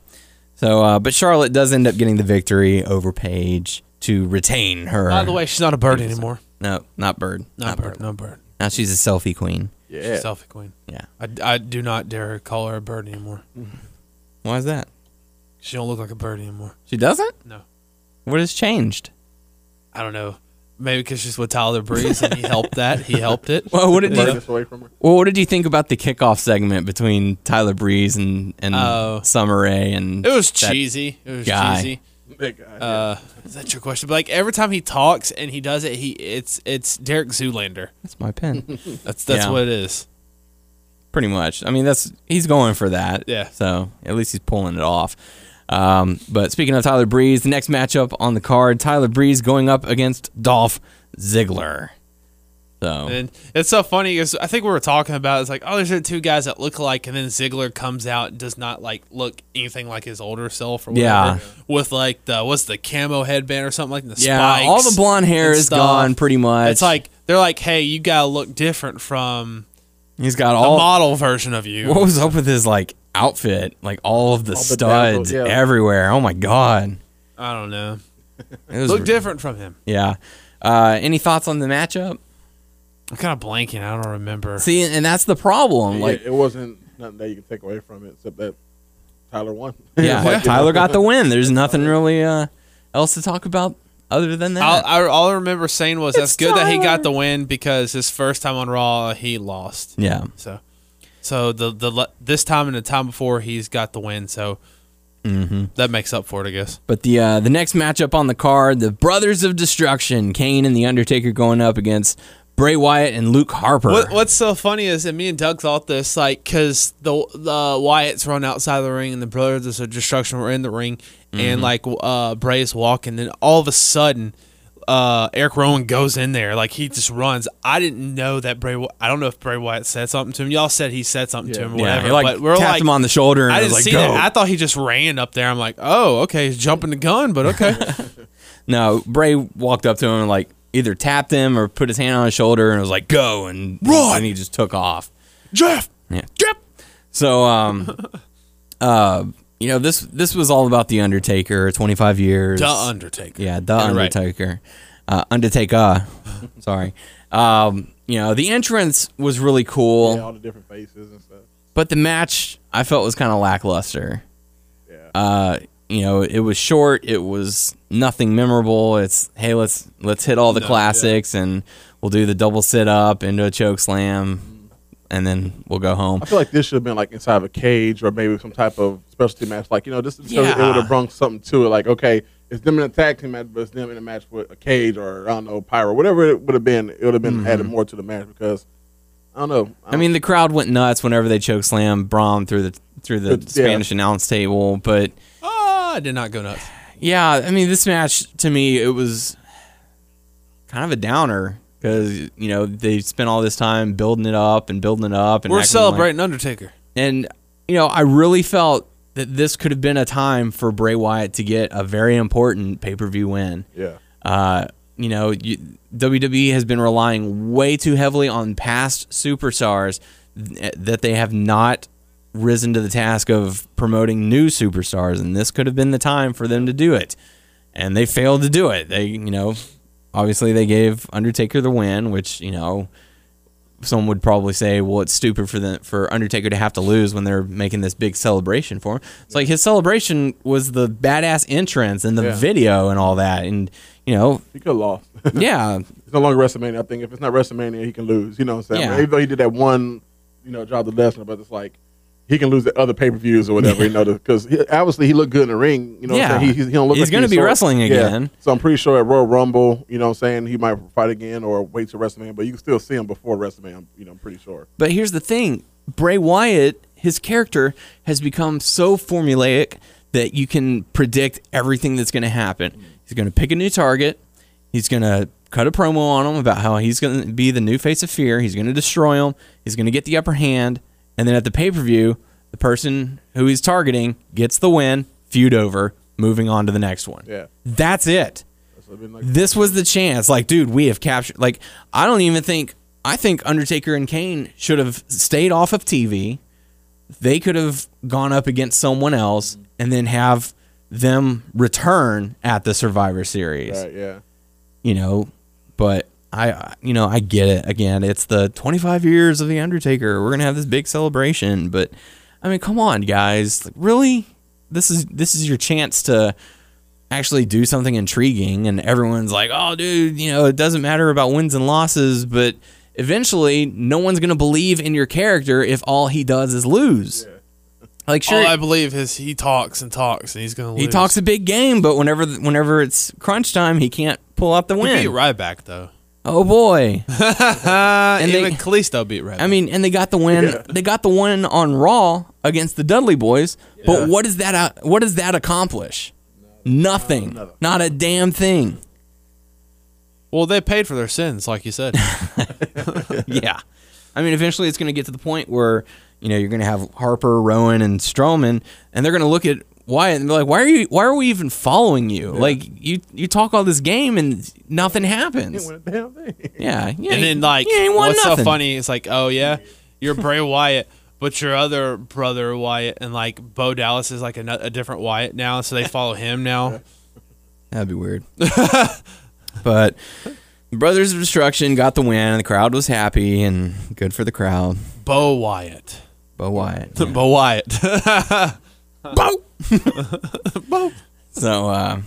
[SPEAKER 3] So, uh, but Charlotte does end up getting the victory over Paige to retain her.
[SPEAKER 4] By the way, she's not a bird anymore.
[SPEAKER 3] no, not Bird.
[SPEAKER 4] Not bird. Not bird.
[SPEAKER 3] Now she's a selfie queen.
[SPEAKER 5] Yeah.
[SPEAKER 4] She's selfie queen.
[SPEAKER 3] Yeah.
[SPEAKER 4] I, I do not dare call her a bird anymore.
[SPEAKER 3] Why is that?
[SPEAKER 4] She don't look like a bird anymore.
[SPEAKER 3] She doesn't.
[SPEAKER 4] No.
[SPEAKER 3] What has changed?
[SPEAKER 4] I don't know. Maybe because she's with Tyler Breeze and he helped that. He helped it.
[SPEAKER 3] Well, what did
[SPEAKER 5] Burn
[SPEAKER 3] you,
[SPEAKER 5] this away from her.
[SPEAKER 3] well, what did you think about the kickoff segment between Tyler Breeze and and
[SPEAKER 4] Oh.
[SPEAKER 3] Summer Rae and
[SPEAKER 4] It was
[SPEAKER 3] that-
[SPEAKER 4] cheesy. It was
[SPEAKER 3] guy.
[SPEAKER 4] cheesy.
[SPEAKER 5] That guy.
[SPEAKER 4] Uh, is that your question? But like every time he talks and he does it, he it's it's Derek Zoolander.
[SPEAKER 3] That's my pen.
[SPEAKER 4] That's that's
[SPEAKER 3] Yeah.
[SPEAKER 4] what it is.
[SPEAKER 3] Pretty much. I mean, that's he's going for that.
[SPEAKER 4] Yeah.
[SPEAKER 3] So at least he's pulling it off. Um, but speaking of Tyler Breeze, the next matchup on the card, Tyler Breeze going up against Dolph Ziggler. So
[SPEAKER 4] And it's so funny because I think we were talking about it's like, oh, there's the two guys that look alike, and then Ziggler comes out and does not like look anything like his older self or whatever.
[SPEAKER 3] Yeah.
[SPEAKER 4] With like the what's the camo headband or something like the
[SPEAKER 3] yeah,
[SPEAKER 4] spikes
[SPEAKER 3] all the blonde hair
[SPEAKER 4] and
[SPEAKER 3] is
[SPEAKER 4] stuff.
[SPEAKER 3] gone pretty much.
[SPEAKER 4] It's like they're like, hey, you gotta look different from
[SPEAKER 3] he's got
[SPEAKER 4] the
[SPEAKER 3] all.
[SPEAKER 4] model version of you.
[SPEAKER 3] What was up with his like outfit? Like all of the
[SPEAKER 5] the
[SPEAKER 3] studs
[SPEAKER 5] dazzle, yeah.
[SPEAKER 3] everywhere. Oh my god,
[SPEAKER 4] I don't know.
[SPEAKER 3] it was
[SPEAKER 4] Look different from him.
[SPEAKER 3] yeah. Uh, any thoughts on the matchup?
[SPEAKER 4] I'm kind of blanking. I don't remember.
[SPEAKER 3] See, and that's the problem.
[SPEAKER 5] Yeah,
[SPEAKER 3] Like,
[SPEAKER 5] it wasn't nothing that you can take away from it except that Tyler won.
[SPEAKER 3] yeah,
[SPEAKER 5] Like, you
[SPEAKER 3] Tyler
[SPEAKER 5] know,
[SPEAKER 3] got the win. There's nothing really uh, else to talk about other than that.
[SPEAKER 4] I'll, I, all I remember saying was that's
[SPEAKER 3] It's
[SPEAKER 4] good that he
[SPEAKER 3] Tyler.
[SPEAKER 4] got the win because his first time on Raw he lost.
[SPEAKER 3] yeah.
[SPEAKER 4] So, so the the le- this time and the time before he's got the win. So
[SPEAKER 3] Mm-hmm.
[SPEAKER 4] that makes up for it, I guess.
[SPEAKER 3] But the uh, the next matchup on the card, the Brothers of Destruction, Kane and the Undertaker going up against Bray Wyatt and Luke Harper.
[SPEAKER 4] What, what's so funny is that me and Doug thought this like because the the Wyatts run outside the ring and the Brothers of Destruction were in the ring
[SPEAKER 3] Mm-hmm.
[SPEAKER 4] and like uh, Bray's walking, then all of a sudden. Uh, Eric Rowan goes in there like he just runs. I didn't know that Bray. Wy- I don't know if Bray Wyatt said something to him. Y'all said he said something to him, or
[SPEAKER 3] Yeah,
[SPEAKER 4] whatever.
[SPEAKER 3] he, like
[SPEAKER 4] but we're
[SPEAKER 3] tapped
[SPEAKER 4] like,
[SPEAKER 3] him on the shoulder and
[SPEAKER 4] I
[SPEAKER 3] was
[SPEAKER 4] didn't
[SPEAKER 3] like,
[SPEAKER 4] see
[SPEAKER 3] "Go!"
[SPEAKER 4] that. I thought he just ran up there. I'm like, oh, okay, he's jumping the gun, but okay.
[SPEAKER 3] No, Bray walked up to him and like either tapped him or put his hand on his shoulder and was like, "Go!" and
[SPEAKER 4] Run!
[SPEAKER 3] and he just took off.
[SPEAKER 4] Jeff,
[SPEAKER 3] Yeah. So, um, uh, you know this this was all about the Undertaker, twenty five years.
[SPEAKER 4] The Undertaker.
[SPEAKER 3] Yeah, the
[SPEAKER 4] You're right.
[SPEAKER 3] Undertaker. Uh, Undertaker. Sorry. Um, you know, the entrance was really cool,
[SPEAKER 5] all the different faces and stuff.
[SPEAKER 3] but the match I felt was kind of lackluster.
[SPEAKER 5] Yeah.
[SPEAKER 3] Uh, you know, it was short, it was nothing memorable. It's hey, let's let's hit all the classics and we'll do the double sit up into a choke slam and then we'll go home.
[SPEAKER 5] I feel like this should have been like inside of a cage or maybe some type of specialty match. Like you know, just so it
[SPEAKER 3] Yeah.
[SPEAKER 5] would have brought something to it. Like okay, it's them in a tag team match, but it's them in a match with a cage or I don't know pyro, whatever it would have been. It would have been added more to the match because I don't know.
[SPEAKER 3] Mm-hmm. I mean, the crowd went nuts whenever they choke slam Braun through the through the
[SPEAKER 5] Uh, Yeah.
[SPEAKER 3] Spanish announce table, but
[SPEAKER 4] Ah, I did not go nuts.
[SPEAKER 3] Yeah, I mean, this match to me it was kind of a downer because you know they spent all this time building it up and building it up, and
[SPEAKER 4] We're
[SPEAKER 3] acting like-
[SPEAKER 4] celebrating Undertaker.
[SPEAKER 3] and you know, I really felt that this could have been a time for Bray Wyatt to get a very important pay per view win.
[SPEAKER 5] yeah,
[SPEAKER 3] Uh, you know, you, WWE has been relying way too heavily on past superstars th- that they have not risen to the task of promoting new superstars, and this could have been the time for them to do it. And they failed to do it. They, you know, obviously they gave Undertaker the win, which you know. Some would probably say, "Well, it's stupid for the for Undertaker to have to lose when they're making this big celebration for him." It's like his celebration was the badass entrance and the
[SPEAKER 5] Yeah.
[SPEAKER 3] video and all that, and you know,
[SPEAKER 5] he could have lost.
[SPEAKER 3] yeah,
[SPEAKER 5] it's no longer WrestleMania. I think if it's not WrestleMania, he can lose. You know what I'm saying?
[SPEAKER 3] Yeah.
[SPEAKER 5] Even though he did that one, you know, job to Lesnar, but it's like he can lose the other pay per views or whatever, you know, because obviously he looked good in the ring. You know, what I'm
[SPEAKER 3] Yeah.
[SPEAKER 5] saying? he, he, he don't look
[SPEAKER 3] He's
[SPEAKER 5] like
[SPEAKER 3] gonna be
[SPEAKER 5] sore.
[SPEAKER 3] wrestling again.
[SPEAKER 5] So I'm pretty sure at Royal Rumble, you know, what I'm saying he might fight again or wait to WrestleMania, but you can still see him before WrestleMania. You know, I'm pretty sure.
[SPEAKER 3] But here's the thing Bray Wyatt, his character has become so formulaic that you can predict everything that's going to happen. He's going to pick a new target. He's going to cut a promo on him about how he's going to be the new face of fear. He's going to destroy him. He's going to get the upper hand. And then at the pay per view, the person who he's targeting gets the win, feud over, moving on to the next one.
[SPEAKER 5] Yeah.
[SPEAKER 3] That's it
[SPEAKER 5] So it'd been like,
[SPEAKER 3] this was the chance. Like, dude, we have captured. Like, I don't even think. I think Undertaker and Kane should have stayed off of TV. They could have gone up against someone else and then have them return at the Survivor Series.
[SPEAKER 5] right, yeah.
[SPEAKER 3] You know, but I, I- you know, I get it. Again, it's the 25 years of the Undertaker. We're gonna have this big celebration, but I mean, come on, guys. Like, really, this is this is your chance to actually do something intriguing and everyone's like oh dude you know it doesn't matter about wins and losses but eventually no one's going to believe in your character if all he does is lose like sure
[SPEAKER 4] All I believe is he talks and talks, and he's gonna. Lose.
[SPEAKER 3] he talks a big game but whenever whenever it's crunch time he can't pull out the
[SPEAKER 4] He beat
[SPEAKER 3] win
[SPEAKER 4] Ryback though.
[SPEAKER 3] oh boy
[SPEAKER 4] Uh,
[SPEAKER 3] And
[SPEAKER 4] and
[SPEAKER 3] they-
[SPEAKER 4] even Kalisto beat Ryback.
[SPEAKER 3] i mean and they got the win they got the win on raw against the dudley boys but what does that uh, what does that accomplish nothing not a damn thing
[SPEAKER 4] well, they paid for their sins, like you said.
[SPEAKER 3] yeah. I mean, eventually it's going to get to the point where you know you're going to have Harper, Rowan, and Strowman, and they're going to look at Wyatt and be like, "Why are you? Why are we even following you? Like you, you talk all this game and nothing happens.
[SPEAKER 5] Win a damn thing.
[SPEAKER 3] Yeah, yeah.
[SPEAKER 4] and then like,
[SPEAKER 3] you ain't won
[SPEAKER 4] what's so
[SPEAKER 3] nothing.
[SPEAKER 4] funny? It's like, oh yeah, you're Bray Wyatt, but your other brother Wyatt and like Bo Dallas is like a, a different Wyatt now, so they follow him now.
[SPEAKER 3] That'd be weird. but the Brothers of Destruction got the win, and the crowd was happy, and good for the crowd.
[SPEAKER 4] Bo Wyatt,
[SPEAKER 3] But Wyatt,
[SPEAKER 4] Bo Wyatt.
[SPEAKER 3] Boop. So, uh,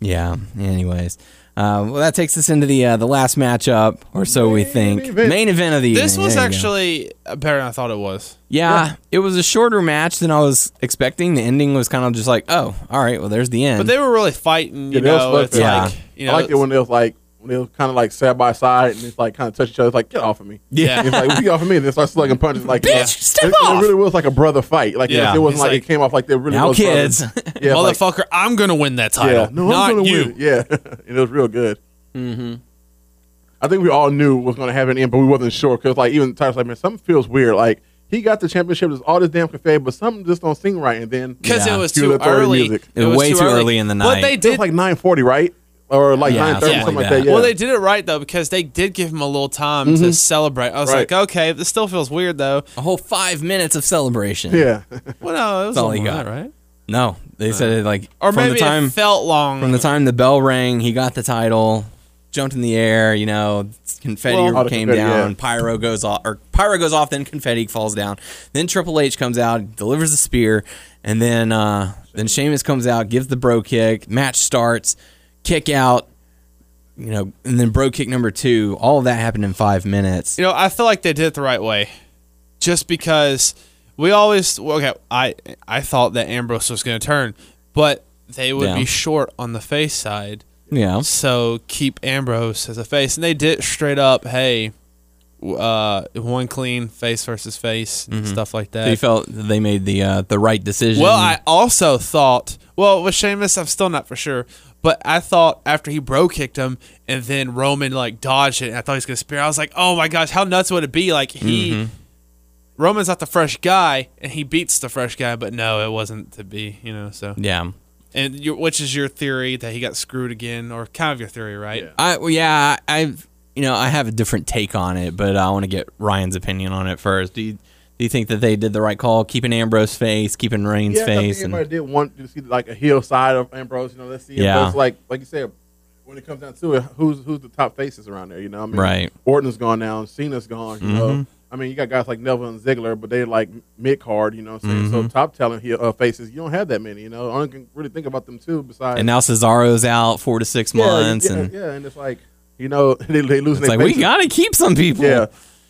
[SPEAKER 3] yeah. Anyways, uh, well, that takes us into the uh, the last matchup, or so we think.
[SPEAKER 5] event.
[SPEAKER 3] Main event of the evening.
[SPEAKER 4] this was
[SPEAKER 3] there you go.
[SPEAKER 4] actually better than I thought it was.
[SPEAKER 3] yeah, It was a shorter match than I was expecting. The ending was kind of just like, oh, all right, well, there's the end.
[SPEAKER 4] But they were really fighting, you
[SPEAKER 5] Yeah, that was
[SPEAKER 4] know.
[SPEAKER 5] fun
[SPEAKER 4] It's
[SPEAKER 5] fair.
[SPEAKER 4] like,
[SPEAKER 3] Yeah.
[SPEAKER 4] you know,
[SPEAKER 5] I like it when they was like when they was kind of like side by side and it's like kind of touch each other. It's like get off of me.
[SPEAKER 4] Yeah.
[SPEAKER 5] it's like "Well, get off of me. And they start slugging punches. Like
[SPEAKER 3] Bitch,
[SPEAKER 5] yeah.
[SPEAKER 3] step
[SPEAKER 5] it,
[SPEAKER 3] off!
[SPEAKER 5] It really was like a brother fight. Like
[SPEAKER 4] Yeah.
[SPEAKER 5] it wasn't
[SPEAKER 4] It's
[SPEAKER 5] like,
[SPEAKER 4] like,
[SPEAKER 5] it came off like they really
[SPEAKER 3] now,
[SPEAKER 5] was brothers.
[SPEAKER 3] kids.
[SPEAKER 5] Yeah, it's
[SPEAKER 4] motherfucker, I'm gonna win that
[SPEAKER 5] Like,
[SPEAKER 4] title,
[SPEAKER 5] yeah, no,
[SPEAKER 4] not
[SPEAKER 5] I'm gonna
[SPEAKER 4] you.
[SPEAKER 5] Win. Yeah, and it was real good. Mm-hmm. I think we all knew what was gonna happen, in, but we wasn't sure because like even Tyler's like, man, something feels weird. Like he got the championship, there's all this damn confetti, but something just don't seem right. And then
[SPEAKER 4] because
[SPEAKER 3] Yeah.
[SPEAKER 4] it was
[SPEAKER 5] Cue
[SPEAKER 4] too
[SPEAKER 5] the third
[SPEAKER 4] early.
[SPEAKER 5] music.
[SPEAKER 3] It was way too early in the
[SPEAKER 4] What
[SPEAKER 3] night.
[SPEAKER 4] they
[SPEAKER 5] it was
[SPEAKER 4] did,
[SPEAKER 5] like nine forty, right? Or like
[SPEAKER 3] Yeah,
[SPEAKER 5] nine thirty,
[SPEAKER 3] something
[SPEAKER 5] something
[SPEAKER 3] like
[SPEAKER 5] like that.
[SPEAKER 3] that.
[SPEAKER 5] Yeah. Mm-hmm.
[SPEAKER 4] well, they did it right though because they did give him a little time to celebrate. I was
[SPEAKER 5] Right.
[SPEAKER 4] like, okay, this still feels weird though.
[SPEAKER 3] a whole five minutes of celebration.
[SPEAKER 5] yeah.
[SPEAKER 4] Well, no, it was
[SPEAKER 3] That's all
[SPEAKER 4] all
[SPEAKER 3] he
[SPEAKER 4] he
[SPEAKER 3] got.
[SPEAKER 4] right?
[SPEAKER 3] No, they said it like
[SPEAKER 4] Or
[SPEAKER 3] from
[SPEAKER 4] maybe
[SPEAKER 3] the time
[SPEAKER 4] it felt long.
[SPEAKER 3] from the time the bell rang, he got the title, jumped in the air, you know, confetti
[SPEAKER 5] Well- Oh, the
[SPEAKER 3] came
[SPEAKER 5] confetti,
[SPEAKER 3] down,
[SPEAKER 5] yeah.
[SPEAKER 3] pyro goes off or pyro goes off, then confetti falls down. Then Triple H comes out, delivers the spear, and then uh then Sheamus comes out, gives the bro kick, match starts, kick out, you know, and then bro kick number two. All of that happened in five minutes.
[SPEAKER 4] you know, I feel like they did it the right way, just because we always well, okay. I I thought that Ambrose was going to turn, but they would
[SPEAKER 3] Yeah.
[SPEAKER 4] be short on the face side,
[SPEAKER 3] Yeah.
[SPEAKER 4] so keep Ambrose as a face, and they did straight up. Hey, w- uh, one clean face versus face and stuff like that.
[SPEAKER 3] Mm-hmm. They felt that they made the uh, the right decision.
[SPEAKER 4] Well, I also thought, well, with Sheamus, I'm still not for sure, but I thought after he bro kicked him and then Roman like dodged it, and I thought he was gonna spear. I was like, oh my gosh, how nuts would it be? Like he,
[SPEAKER 3] Mm-hmm.
[SPEAKER 4] Roman's not the fresh guy, and he beats the fresh guy, but no, it wasn't to be, you know. So,
[SPEAKER 3] yeah.
[SPEAKER 4] and your, which is your theory that he got screwed again, or kind of your theory, right?
[SPEAKER 3] I well, yeah, I you know I have a different take on it, but I want to get Ryan's opinion on it first. Do you do you think that they did the right call, keeping Ambrose face, keeping Reigns
[SPEAKER 5] I think
[SPEAKER 3] face,
[SPEAKER 5] everybody
[SPEAKER 3] and
[SPEAKER 5] did want to see like a heel side of Ambrose. You know, let's see.
[SPEAKER 3] Yeah.
[SPEAKER 5] Ambrose, like like you said, when it comes down to it, who's who's the top faces around there? You know, what I mean,
[SPEAKER 3] Right. Mm-hmm.
[SPEAKER 5] Orton's gone now. Cena's gone. You know, I mean, you got guys like Neville and Ziggler, but they're like mid card. You know, what I'm saying
[SPEAKER 3] Mm-hmm.
[SPEAKER 5] so top talent heel uh, faces. You don't have that many. You know, I don't really think about them too. Besides,
[SPEAKER 3] and now Cesaro's out four to six
[SPEAKER 5] yeah,
[SPEAKER 3] months,
[SPEAKER 5] yeah,
[SPEAKER 3] and
[SPEAKER 5] yeah, and it's like you know they they losing
[SPEAKER 3] it's
[SPEAKER 5] their
[SPEAKER 3] like we
[SPEAKER 5] faces.
[SPEAKER 3] got to keep some people.
[SPEAKER 5] Yeah.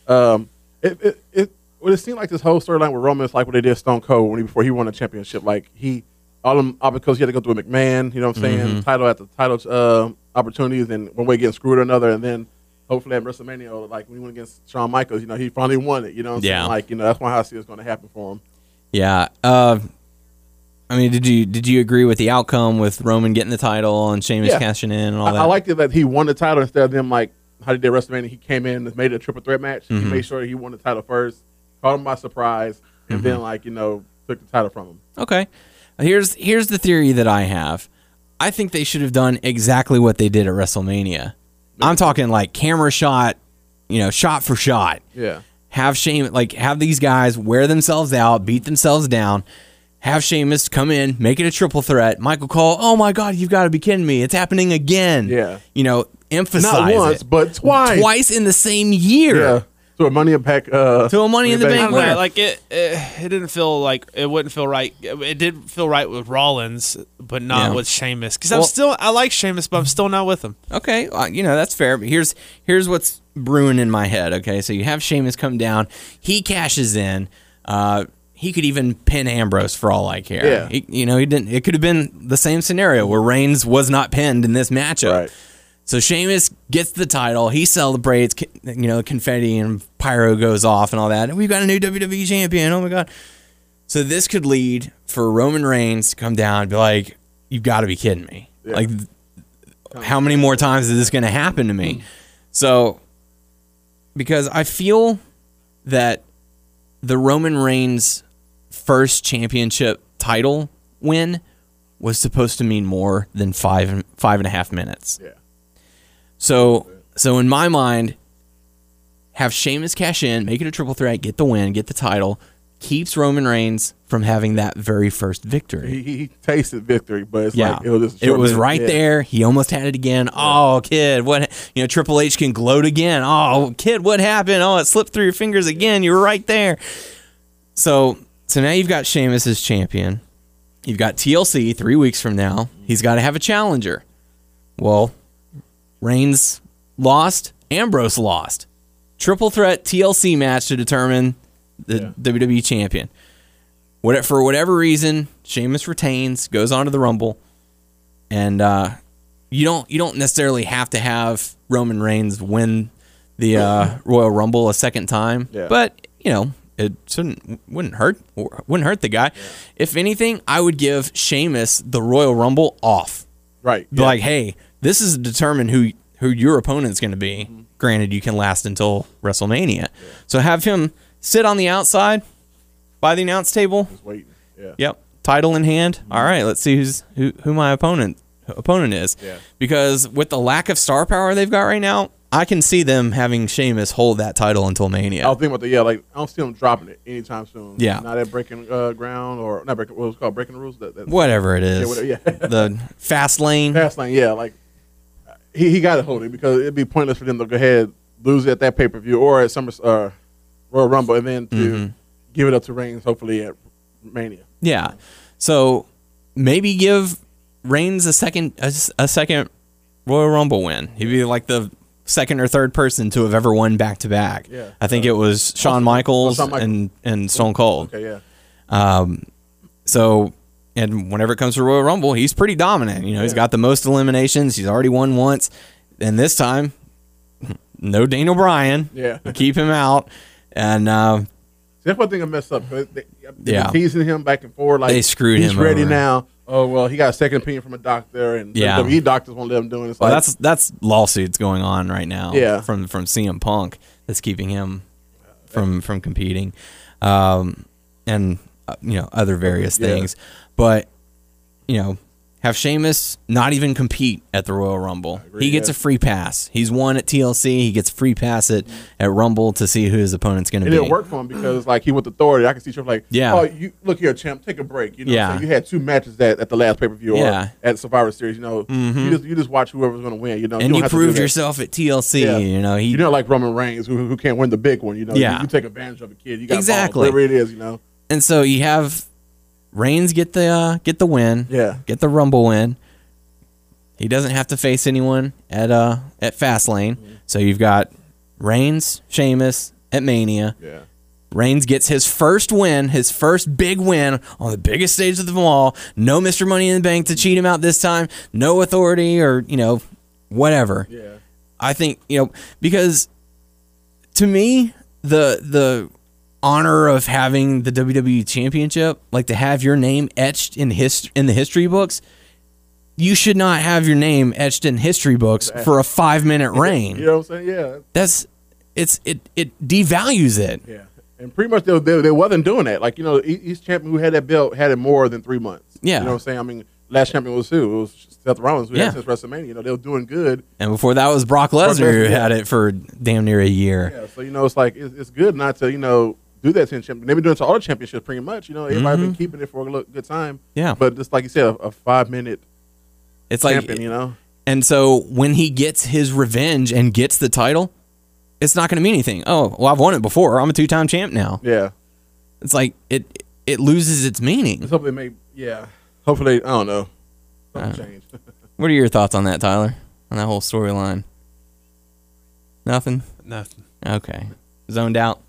[SPEAKER 5] Um, it, it, it, well, it seemed like this whole storyline with Roman is like what they did Stone Cold when he, before he won a championship. Like he, all them obstacles he had to go through with McMahon. You know what I'm saying?
[SPEAKER 3] Mm-hmm.
[SPEAKER 5] Title after title uh, opportunities, and one way getting screwed or another, and then hopefully at WrestleMania, or like when he went against Shawn Michaels, you know he finally won it. You know what I'm
[SPEAKER 3] Yeah.
[SPEAKER 5] saying? Like you know that's why I see it's going to happen for him.
[SPEAKER 3] Yeah. Uh, I mean, did you did you agree with the outcome with Roman getting the title and Sheamus
[SPEAKER 5] Yeah.
[SPEAKER 3] cashing in and all
[SPEAKER 5] I,
[SPEAKER 3] that?
[SPEAKER 5] I liked it that he won the title instead of them like how they did WrestleMania. He came in and made it a triple threat match.
[SPEAKER 3] Mm-hmm.
[SPEAKER 5] He made sure he won the title first, caught him by surprise, and
[SPEAKER 3] Mm-hmm.
[SPEAKER 5] then like you know took the title from him.
[SPEAKER 3] Okay. Here's here's the theory that I have. I think they should have done exactly what they did at WrestleMania. I'm talking like camera shot, you know, shot for shot.
[SPEAKER 5] Yeah.
[SPEAKER 3] Have Shame like have these guys wear themselves out, beat themselves down. Have Sheamus come in, make it a triple threat. Michael Cole, oh my God, you've got to be kidding me! It's happening again.
[SPEAKER 5] Yeah.
[SPEAKER 3] you know, emphasize
[SPEAKER 5] Not once,
[SPEAKER 3] it.
[SPEAKER 5] but twice.
[SPEAKER 3] twice in the same year.
[SPEAKER 5] Yeah. To a money in pack. Uh,
[SPEAKER 3] To a Money in the
[SPEAKER 4] I
[SPEAKER 3] Bank
[SPEAKER 4] don't know,
[SPEAKER 3] winner.
[SPEAKER 4] like it, it, it didn't feel like it wouldn't feel right. It, it did feel right with Rollins, but not
[SPEAKER 3] Yeah.
[SPEAKER 4] with Sheamus. Because I'm
[SPEAKER 3] Well-
[SPEAKER 4] still, I like Sheamus, but I'm still not with him.
[SPEAKER 3] Okay, uh, you know that's fair. But here's here's what's brewing in my head. Okay, so you have Sheamus come down, he cashes in. Uh, he could even pin Ambrose for all I care.
[SPEAKER 5] Yeah.
[SPEAKER 3] He- you know he didn't. It could have been the same scenario where Reigns was not pinned in this matchup.
[SPEAKER 5] Right.
[SPEAKER 3] So Sheamus gets the title. He celebrates. c- You know, confetti and pyro goes off and all that. And we've got a new WWE champion. Oh my god! So this could lead for Roman Reigns to come down and be like, "You've got to be kidding me!
[SPEAKER 5] Yeah.
[SPEAKER 3] Like, th- how many more times is this going to happen to me?" So, because I feel that the Roman Reigns first championship title win was supposed to mean more than five five and a half minutes.
[SPEAKER 5] Yeah.
[SPEAKER 3] So so in my mind, have Sheamus cash in, make it a triple threat, get the win, get the title, keeps Roman Reigns from having that very first victory.
[SPEAKER 5] He, he, he tasted victory, but it's
[SPEAKER 3] Yeah,
[SPEAKER 5] like it was just a
[SPEAKER 3] it
[SPEAKER 5] short
[SPEAKER 3] was
[SPEAKER 5] lived-
[SPEAKER 3] right
[SPEAKER 5] yeah.
[SPEAKER 3] there. He almost had it again. Oh, kid, what? You know, Triple H can gloat again. Oh, kid, what happened? Oh, it slipped through your fingers again. You were right there. So, so now you've got Sheamus as champion. You've got TLC three weeks from now. He's got to have a challenger. Well, Reigns lost. Ambrose lost. Triple threat TLC match to determine the WWE champion. What for whatever reason, Sheamus retains, goes on to the Rumble and uh, you don't you don't necessarily have to have Roman Reigns win the uh, Royal Rumble a second time,
[SPEAKER 5] Yeah.
[SPEAKER 3] but you know it shouldn't wouldn't hurt wouldn't hurt the guy. If anything, I would give Sheamus the Royal Rumble off.
[SPEAKER 5] Right.
[SPEAKER 3] Be
[SPEAKER 5] yeah.
[SPEAKER 3] Like, hey, this is determine who who your opponent's going to be.
[SPEAKER 5] Mm-hmm.
[SPEAKER 3] Granted, you can last until WrestleMania, so have him sit on the outside by the announce table.
[SPEAKER 5] Just waiting. Yeah.
[SPEAKER 3] Yep. Title in hand.
[SPEAKER 5] Mm-hmm.
[SPEAKER 3] All right, let's see who's who, who my opponent opponent is.
[SPEAKER 5] Yeah.
[SPEAKER 3] Because with the lack of star power they've got right now, I can see them having Sheamus hold that title until Mania.
[SPEAKER 5] I was thinking about the yeah, like I don't see him dropping it anytime soon.
[SPEAKER 3] Yeah.
[SPEAKER 5] Not at breaking uh, ground or not breaking what was it called breaking the rules. That, that
[SPEAKER 3] Whatever it is.
[SPEAKER 5] whatever, yeah.
[SPEAKER 3] the fast lane.
[SPEAKER 5] Fast lane, yeah, like he, he got to hold it because it'd be pointless for them to go ahead lose it at that pay per view or at Summer uh, Royal Rumble and then to
[SPEAKER 3] Mm-hmm.
[SPEAKER 5] give it up to Reigns hopefully at Mania.
[SPEAKER 3] Yeah. So maybe give Reigns a second a, s- a second Royal Rumble win. He'd be like the second or third person to have ever won back to back.
[SPEAKER 5] Yeah.
[SPEAKER 3] I think it was Shawn Michaels
[SPEAKER 5] Shawn Michaels.
[SPEAKER 3] and and Stone Cold.
[SPEAKER 5] Okay, yeah,
[SPEAKER 3] So, and whenever it comes to Royal Rumble, he's pretty dominant. You know, he's got the most eliminations. He's already won once, and this time, no Dane O'Brien.
[SPEAKER 5] Yeah.
[SPEAKER 3] keep him out. And uh,
[SPEAKER 5] See, that's one thing I messed up. 'cause They, they
[SPEAKER 3] Yeah.
[SPEAKER 5] yeah. teasing him back and forth. Like
[SPEAKER 3] They screwed
[SPEAKER 5] he's
[SPEAKER 3] him
[SPEAKER 5] ready
[SPEAKER 3] over.
[SPEAKER 5] now. Oh well, he got a second opinion from a doctor, and
[SPEAKER 3] Yeah.
[SPEAKER 5] WWE doctors won't let him do it. It's
[SPEAKER 3] well,
[SPEAKER 5] like
[SPEAKER 3] that's that's lawsuits going on right now.
[SPEAKER 5] Yeah.
[SPEAKER 3] from from CM Punk that's keeping him from from competing, um, and uh, you know other various
[SPEAKER 5] Yeah.
[SPEAKER 3] things. But you know, have Sheamus not even compete at the Royal Rumble. he gets a free pass. He's won at TLC. He gets free pass at, at Rumble to see who his opponent's going to
[SPEAKER 5] it
[SPEAKER 3] be.
[SPEAKER 5] didn't work for him because like he went authority. I could see Triple like,
[SPEAKER 3] Yeah.
[SPEAKER 5] oh, you look here, champ, take a break. You know,
[SPEAKER 3] Yeah.
[SPEAKER 5] so you had two matches that at the last pay per view
[SPEAKER 3] Yeah. Mm-hmm.
[SPEAKER 5] or at Survivor Series. You know, you just you just watch whoever's going to win. You know,
[SPEAKER 3] And
[SPEAKER 5] don't
[SPEAKER 3] you
[SPEAKER 5] have to do
[SPEAKER 3] proved
[SPEAKER 5] that.
[SPEAKER 3] yourself at TLC.
[SPEAKER 5] Yeah.
[SPEAKER 3] You know he.
[SPEAKER 5] You're not like Roman Reigns who, who can't win the big one. You know, You-
[SPEAKER 3] Yeah.
[SPEAKER 5] you, take advantage of a kid. You got
[SPEAKER 3] Exactly.
[SPEAKER 5] whatever it is. You know,
[SPEAKER 3] and so you have Reigns get the uh, get the win.
[SPEAKER 5] Yeah.
[SPEAKER 3] Get the Rumble win. He doesn't have to face anyone at uh at Fastlane. So you've got Reigns, Sheamus at Mania.
[SPEAKER 5] yeah.
[SPEAKER 3] Reigns gets his first win, his first big win on the biggest stage of them all. No Mr. Money in the Bank to cheat him out this time. No authority or, you know, whatever. Yeah. I think, you know, because to me, the the honor of having the WWE championship, like to have your name etched in hist- in the history books, you should not have your name etched in history books for a 5-minute reign
[SPEAKER 5] You know what I'm saying? Yeah.
[SPEAKER 3] that's it's it it devalues it.
[SPEAKER 5] Yeah. And pretty much they, they, they wasn't doing that. Like, you know, e- each champion who had that belt had it more than three months.
[SPEAKER 3] Yeah.
[SPEAKER 5] You know what I'm saying? I mean, last champion was who? It was Seth Rollins. We
[SPEAKER 3] Yeah.
[SPEAKER 5] had since WrestleMania. You know, they were doing good.
[SPEAKER 3] And before that was Brock Lesnar
[SPEAKER 5] Lesnar,
[SPEAKER 3] who
[SPEAKER 5] yeah.
[SPEAKER 3] had it for damn near a year.
[SPEAKER 5] Yeah. So, you know, it's like, it's, it's good not to, you know, do that to the champion. They've been doing it to all the championships pretty much. You know, everybody's been keeping it for a lo- good time.
[SPEAKER 3] Mm-hmm. Yeah.
[SPEAKER 5] But just like you said, a, a five minute
[SPEAKER 3] It's like
[SPEAKER 5] champion, you know?
[SPEAKER 3] and so when he gets his revenge and gets the title, it's not going to mean anything. Oh, well I've won it before. I'm a two-time champ now.
[SPEAKER 5] Yeah.
[SPEAKER 3] It's like it it loses its meaning.
[SPEAKER 5] Let's hope they make, yeah. Hopefully, I don't know.
[SPEAKER 3] Uh.
[SPEAKER 5] Something change.
[SPEAKER 3] What are your thoughts on that, Tyler? On that whole storyline? Nothing.
[SPEAKER 4] Nothing.
[SPEAKER 3] Okay. Zoned out.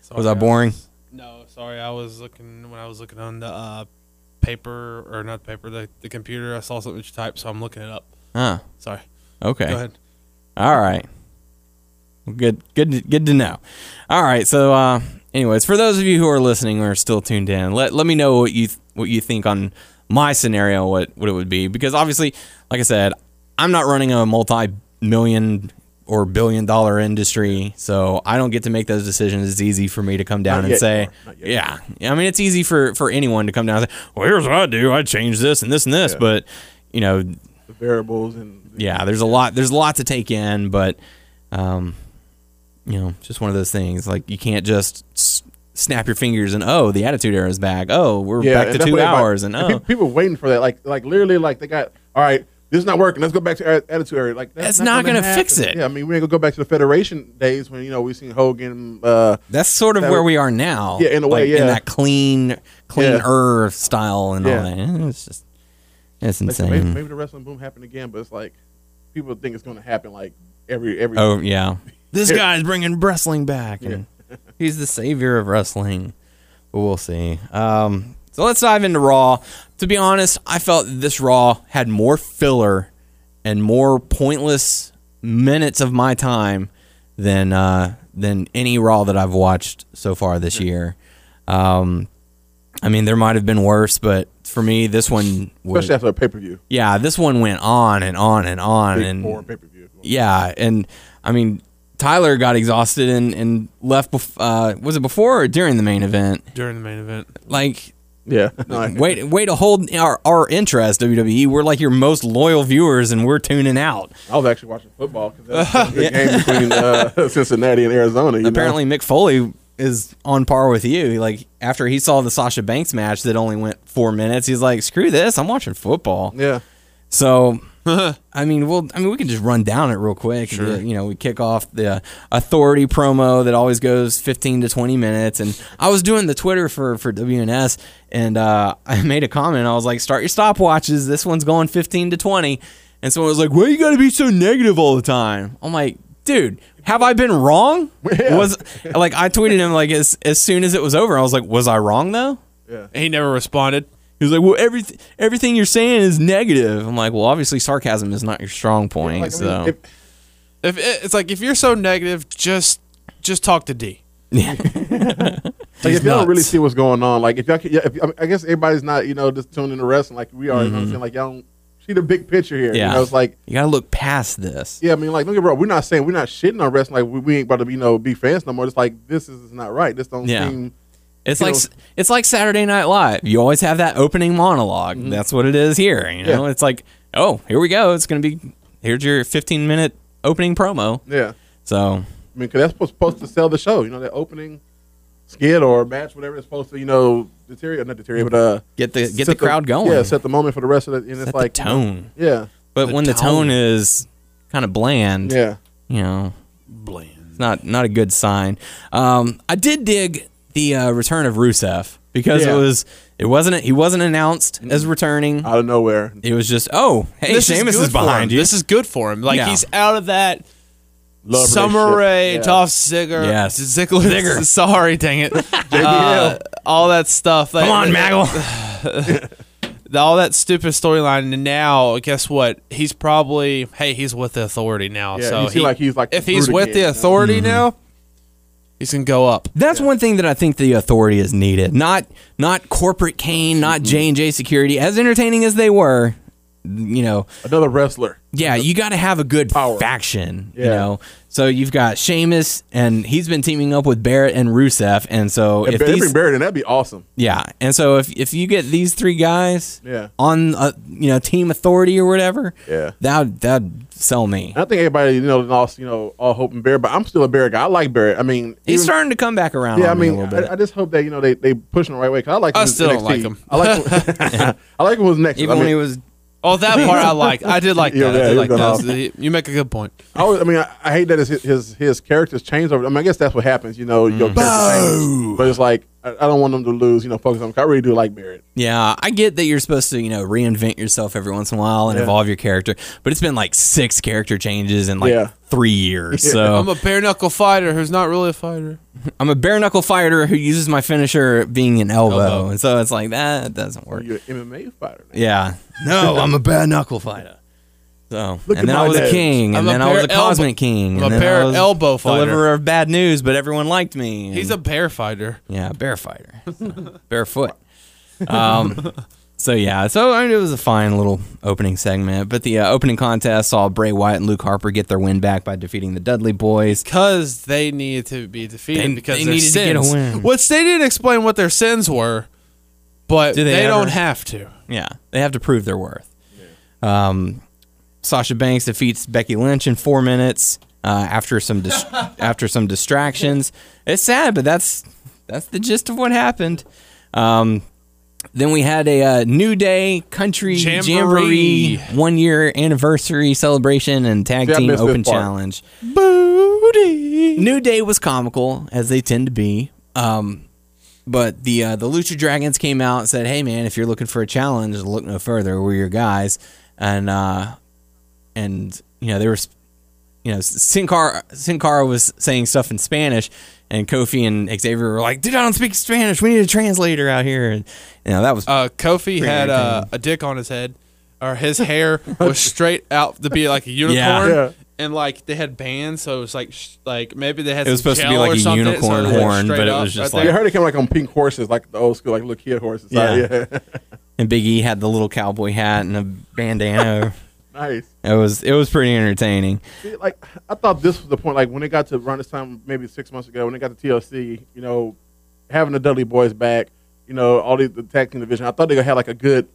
[SPEAKER 4] Sorry,
[SPEAKER 3] Was I boring?
[SPEAKER 4] No, sorry. I was looking when I was looking on the uh, paper or not paper, the, the computer. I saw something that you typed, so I'm looking it up.
[SPEAKER 3] Huh.
[SPEAKER 4] Sorry.
[SPEAKER 3] Okay.
[SPEAKER 4] Go ahead.
[SPEAKER 3] All right. Well, Good, good, good to know. All right. So, uh, anyways, for those of you who are listening or are still tuned in, let let me know what you th- what you think on my scenario, what what it would be, because obviously, like I said, I'm not running a multi-million or billion-dollar industry, so I don't get to make those decisions. It's easy for me to come down
[SPEAKER 5] Not
[SPEAKER 3] and
[SPEAKER 5] yet,
[SPEAKER 3] say,
[SPEAKER 5] you are. Not yet.
[SPEAKER 3] yeah. I mean, it's easy for for anyone to come down and say, well, here's what I do. I change this and this and this, but you know,
[SPEAKER 5] the variables and
[SPEAKER 3] yeah, there's a lot there's a lot to take in, but um, you know, just one of those things. Like you can't just s- snap your fingers and oh, the attitude era is back. Oh, we're back
[SPEAKER 5] and
[SPEAKER 3] to
[SPEAKER 5] that's
[SPEAKER 3] two
[SPEAKER 5] what everybody-
[SPEAKER 3] hours and
[SPEAKER 5] pe-
[SPEAKER 3] oh,
[SPEAKER 5] people waiting for that. Like, like literally, like they got all right. This is not working. Let's go back to our attitude area. Like
[SPEAKER 3] That's not gonna
[SPEAKER 5] happen.
[SPEAKER 3] fix it.
[SPEAKER 5] Yeah, I mean, we ain't gonna go back to the Federation days when you know we seen Hogan. Uh,
[SPEAKER 3] that's sort of
[SPEAKER 5] that
[SPEAKER 3] where
[SPEAKER 5] would-
[SPEAKER 3] we are now.
[SPEAKER 5] Yeah, in a way,
[SPEAKER 3] Like, in
[SPEAKER 5] yeah.
[SPEAKER 3] that clean, cleaner style and
[SPEAKER 5] Yeah.
[SPEAKER 3] all that. Eh, It's just it's
[SPEAKER 5] like, maybe,
[SPEAKER 3] insane.
[SPEAKER 5] maybe the wrestling boom happened again, but it's like people think it's gonna happen like every every.
[SPEAKER 3] Oh yeah, this guy's bringing wrestling back, and he's the savior of wrestling. But we'll see. Um, so let's dive into Raw. To be honest, I felt that this Raw had more filler and more pointless minutes of my time than uh, than any Raw that I've watched so far this year. Um, I mean, there might have been worse, but for me, this one, was,
[SPEAKER 5] Especially after a pay per view,
[SPEAKER 3] yeah, this one went on and on and on,
[SPEAKER 5] big
[SPEAKER 3] and
[SPEAKER 5] four pay per view.
[SPEAKER 3] yeah, and I mean Tyler got exhausted and and left. Bef- uh, was it before or during the main event?
[SPEAKER 4] During the main event.
[SPEAKER 3] Like.
[SPEAKER 5] Yeah, No, I-
[SPEAKER 3] Wait, wait to hold our, our interest, WWE. We're like your most loyal viewers, and we're tuning out.
[SPEAKER 5] I was actually watching football because that was the game between uh, Cincinnati and Arizona. You know?
[SPEAKER 3] Apparently, Mick Foley is on par with you. Like after he saw the Sasha Banks match that only went four minutes, he's like, "Screw this! I'm watching football."
[SPEAKER 5] yeah.
[SPEAKER 3] So, I mean, we'll, I mean, we can just run down it real quick. Sure. You know, we kick off the uh, authority promo that always goes 15 to 20 minutes. And I was doing the Twitter for, for WNS and, uh, I made a comment. I was like, start your stopwatches. This one's going 15 to 20. And someone was like, well, you gotta be so negative all the time. I'm like, dude, have I been wrong? Was like, I tweeted him like, as, as soon as it was over, I was like, was I wrong though?
[SPEAKER 4] He never responded.
[SPEAKER 3] He was like, "Well, everything everything you're saying is negative." I'm like, "Well, obviously sarcasm is not your strong point."
[SPEAKER 5] Like, I
[SPEAKER 3] so
[SPEAKER 5] mean, if-
[SPEAKER 4] If it, it's like if you're so negative, just just talk to D.
[SPEAKER 5] Like
[SPEAKER 3] He's
[SPEAKER 5] if y'all don't
[SPEAKER 3] nuts.
[SPEAKER 5] really see what's going on, like if y'all, can, yeah, if, I, mean, I guess everybody's not, you know, just tuning into wrestling like we are. You know what I'm saying? Like y'all don't see the big picture here.
[SPEAKER 3] Mm-hmm. Yeah.
[SPEAKER 5] You know, it's like,
[SPEAKER 3] you gotta look past this.
[SPEAKER 5] yeah, I mean, like don't get me wrong, we're not saying we're not shitting on wrestling. Like we, we ain't about to, be, you know, be fans no more. It's like this is not right. This don't
[SPEAKER 3] Yeah.
[SPEAKER 5] seem.
[SPEAKER 3] It's
[SPEAKER 5] you
[SPEAKER 3] like
[SPEAKER 5] know-
[SPEAKER 3] s it's like Saturday Night Live. You always have that opening monolog That's what it is here. You know,
[SPEAKER 5] Yeah.
[SPEAKER 3] it's like, oh, here we go. It's gonna be here's your 15 minute opening promo.
[SPEAKER 5] Yeah,
[SPEAKER 3] So
[SPEAKER 5] I mean, because that's supposed- supposed to sell the show. You know, that opening skit or match, whatever, is supposed to, you know, deteriorate, not deteriorate, but uh,
[SPEAKER 3] get the get
[SPEAKER 5] set
[SPEAKER 3] the crowd going.
[SPEAKER 5] Yeah, set the moment for the rest of it. And
[SPEAKER 3] Set
[SPEAKER 5] it's like
[SPEAKER 3] the tone.
[SPEAKER 5] Yeah,
[SPEAKER 3] But when the tone
[SPEAKER 4] tone.
[SPEAKER 3] is kind of bland,
[SPEAKER 5] yeah.
[SPEAKER 3] you know, bland. Not not a good sign. Um, I did dig the uh, return of Rusev because
[SPEAKER 5] Yeah.
[SPEAKER 3] it was it wasn't he wasn't announced as returning.
[SPEAKER 5] Out of nowhere.
[SPEAKER 3] It was just oh hey Seamus is,
[SPEAKER 4] good for
[SPEAKER 3] behind
[SPEAKER 4] him.
[SPEAKER 3] you.
[SPEAKER 4] This is good for him. Like
[SPEAKER 3] Yeah.
[SPEAKER 4] he's out of that
[SPEAKER 5] Love
[SPEAKER 4] Summer
[SPEAKER 5] relationship.
[SPEAKER 4] Rae,
[SPEAKER 5] Yeah.
[SPEAKER 4] Dolph Ziggler,
[SPEAKER 3] Yes.
[SPEAKER 4] Ziggler,
[SPEAKER 3] Ziggler.
[SPEAKER 4] sorry, dang it,
[SPEAKER 5] JBL.
[SPEAKER 4] Uh, all that stuff. Like,
[SPEAKER 3] Come on, Maggle.
[SPEAKER 4] the- all that stupid storyline. And now, guess what? He's probably hey, he's with the authority now.
[SPEAKER 5] Yeah,
[SPEAKER 4] so
[SPEAKER 5] you see, like, he's, like,
[SPEAKER 4] if
[SPEAKER 5] the
[SPEAKER 4] he's
[SPEAKER 5] brute
[SPEAKER 4] with the
[SPEAKER 5] again.
[SPEAKER 4] authority
[SPEAKER 3] Mm-hmm.
[SPEAKER 4] now, he's gonna go up.
[SPEAKER 3] That's one thing that I think the authority is needed. Not not corporate Kane, not
[SPEAKER 5] Mm-hmm.
[SPEAKER 3] J and J security. As entertaining as they were, you know,
[SPEAKER 5] Another wrestler.
[SPEAKER 3] yeah, you got to have a good
[SPEAKER 5] Power.
[SPEAKER 3] faction. You
[SPEAKER 5] Yeah.
[SPEAKER 3] know, so you've got Sheamus, and he's been teaming up with Barrett and Rusev, and so
[SPEAKER 5] If
[SPEAKER 3] if
[SPEAKER 5] they
[SPEAKER 3] these,
[SPEAKER 5] been buried in, that'd be awesome.
[SPEAKER 3] yeah, and so if if you get these three guys,
[SPEAKER 5] Yeah.
[SPEAKER 3] on a, you know team authority or whatever,
[SPEAKER 5] Yeah.
[SPEAKER 3] that that sell me.
[SPEAKER 5] And I think everybody, you know, lost, you know, all hope in Barrett, but I'm still a Barrett guy. I like Barrett. I mean,
[SPEAKER 3] He's
[SPEAKER 5] even-
[SPEAKER 3] starting to come back around.
[SPEAKER 5] Yeah, I
[SPEAKER 3] on me
[SPEAKER 5] mean,
[SPEAKER 3] Oh, a little bit.
[SPEAKER 5] I, I just hope that you know they they push him the right way. Cause I like
[SPEAKER 4] I
[SPEAKER 5] him in
[SPEAKER 4] still don't
[SPEAKER 5] NXT.
[SPEAKER 4] like him.
[SPEAKER 5] I like him. I like him was next.
[SPEAKER 3] even
[SPEAKER 5] I mean,
[SPEAKER 3] when he was
[SPEAKER 4] Oh, that part I like. I did like that.
[SPEAKER 5] Yeah,
[SPEAKER 4] I did
[SPEAKER 5] yeah,
[SPEAKER 4] like
[SPEAKER 5] you're
[SPEAKER 4] that.
[SPEAKER 5] gonna-
[SPEAKER 4] He- You make a good point.
[SPEAKER 5] I, always, I mean, I, I hate that his, his his characters change over. I mean, I guess that's what happens. You know,
[SPEAKER 4] Mm.
[SPEAKER 5] your character change. But it's like I, I don't want them to lose. You know, focus on. 'cause I really do like Barrett.
[SPEAKER 3] Yeah, I get that you're supposed to, you know, reinvent yourself every once in a while and evolve your character, but it's been like six character changes in like
[SPEAKER 5] Yeah.
[SPEAKER 3] three years. So
[SPEAKER 4] I'm a bare knuckle fighter who's not really a fighter.
[SPEAKER 3] I'm a bare knuckle fighter who uses my finisher being an elbow,
[SPEAKER 4] Elbow.
[SPEAKER 3] and so it's like that doesn't work.
[SPEAKER 5] You're an MMA fighter. Now.
[SPEAKER 3] Yeah, no, I'm a bare knuckle fighter. So
[SPEAKER 5] Look at
[SPEAKER 3] and then
[SPEAKER 5] my
[SPEAKER 3] I was a
[SPEAKER 5] legs.
[SPEAKER 3] king,
[SPEAKER 4] I'm
[SPEAKER 3] and
[SPEAKER 4] a
[SPEAKER 3] then I
[SPEAKER 4] bare
[SPEAKER 3] was a
[SPEAKER 4] elbow-
[SPEAKER 3] cosmic king,
[SPEAKER 4] I'm
[SPEAKER 3] and then
[SPEAKER 4] a
[SPEAKER 3] I
[SPEAKER 4] bare
[SPEAKER 3] was
[SPEAKER 4] elbow
[SPEAKER 3] deliverer of bad news, but everyone liked me. and-
[SPEAKER 4] He's a bear fighter.
[SPEAKER 3] Yeah, bear fighter, barefoot. Um, so yeah, so I mean, it was a fine little opening segment, but the uh, opening contest saw Bray Wyatt and Luke Harper get their win back by defeating the Dudley Boys.
[SPEAKER 4] because they needed to be defeated
[SPEAKER 3] They-
[SPEAKER 4] because
[SPEAKER 3] they
[SPEAKER 4] their
[SPEAKER 3] needed to
[SPEAKER 4] sins.
[SPEAKER 3] get a win.
[SPEAKER 4] Which they didn't explain what their sins were, but
[SPEAKER 3] Do
[SPEAKER 4] they,
[SPEAKER 3] they ever?
[SPEAKER 4] don't have to.
[SPEAKER 3] Yeah, they have to prove their worth. Um, Sasha Banks defeats Becky Lynch in four minutes uh, after some dis- after some distractions. It's sad, but that's that's the gist of what happened. Um, then we had a uh, New Day Country
[SPEAKER 4] Jamboree.
[SPEAKER 3] Jamboree, one year anniversary celebration and tag
[SPEAKER 5] See, I
[SPEAKER 3] team
[SPEAKER 5] missed
[SPEAKER 3] open
[SPEAKER 5] this part.
[SPEAKER 3] challenge. Booty. New Day was comical as they tend to be. Um, but the uh, the Lucha Dragons came out and said, "Hey man, if you're looking for a challenge, look no further. We're your guys." And uh, and you know they were, sp- you know, Sin Cara, Sin Cara was saying stuff in Spanish, and Kofi and Xavier were like, "Dude, I don't speak Spanish. We need a translator out here." And you know that was
[SPEAKER 4] Uh, Kofi had uh,
[SPEAKER 3] entertaining.
[SPEAKER 4] a dick on his head, or his hair was straight out to be like a unicorn.
[SPEAKER 5] Yeah.
[SPEAKER 4] And like they had bands, so it was like sh- like maybe they had
[SPEAKER 3] It was
[SPEAKER 4] some
[SPEAKER 3] supposed to be
[SPEAKER 4] gel
[SPEAKER 3] like
[SPEAKER 4] or
[SPEAKER 3] a
[SPEAKER 4] something, so
[SPEAKER 3] unicorn
[SPEAKER 4] it was, like,
[SPEAKER 3] horn, but
[SPEAKER 4] straight
[SPEAKER 3] it
[SPEAKER 4] up
[SPEAKER 3] was just
[SPEAKER 4] right
[SPEAKER 5] You
[SPEAKER 4] there.
[SPEAKER 5] heard it came like on pink horses, like the old school, like little kid horses. Yeah,
[SPEAKER 3] Yeah.
[SPEAKER 5] yeah.
[SPEAKER 3] and Big E had the little cowboy hat and a bandana.
[SPEAKER 5] nice.
[SPEAKER 3] it was it was pretty entertaining.
[SPEAKER 5] See, like I thought this was the point. Like when it got to around this time, maybe six months ago, when it got to TLC, you know, having the Dudley Boys back, you know, all these the tag team division. I thought they had like a good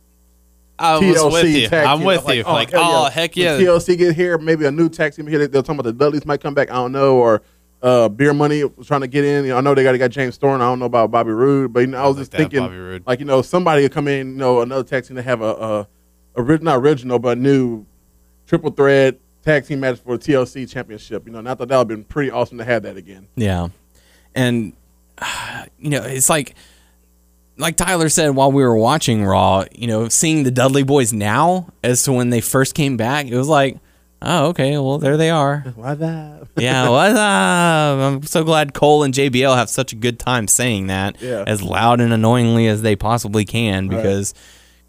[SPEAKER 4] I was
[SPEAKER 5] TLC
[SPEAKER 4] with you.
[SPEAKER 5] tag
[SPEAKER 4] I'm
[SPEAKER 5] team.
[SPEAKER 4] with you. Like, oh, heck
[SPEAKER 5] When
[SPEAKER 4] yeah.
[SPEAKER 5] TLC get here, maybe a new tag team here. They- They're talking about the Dudleys might come back. I don't know. Or uh, Beer Money was trying to get in. You know, I know they got, they got James Storm. I don't know about Bobby Roode, but you know, I was
[SPEAKER 4] like
[SPEAKER 5] just
[SPEAKER 4] that, Bobby
[SPEAKER 5] thinking,
[SPEAKER 4] Roode.
[SPEAKER 5] like you know, somebody will come in. You know, another tag team to have a, a original, not original, but a new triple threat tag team match for the TLC championship. You know, and I thought that would have been pretty awesome to have that again.
[SPEAKER 3] Yeah. And you know, it's like like Tyler said while we were watching Raw, you know, seeing the Dudley Boys now as to when they first came back, it was like, oh, okay, well there they are.
[SPEAKER 5] Why that?
[SPEAKER 3] Yeah, what's up? I'm so glad Cole and JBL have such a good time saying that
[SPEAKER 5] Yeah.
[SPEAKER 3] as loud and annoyingly as they possibly can because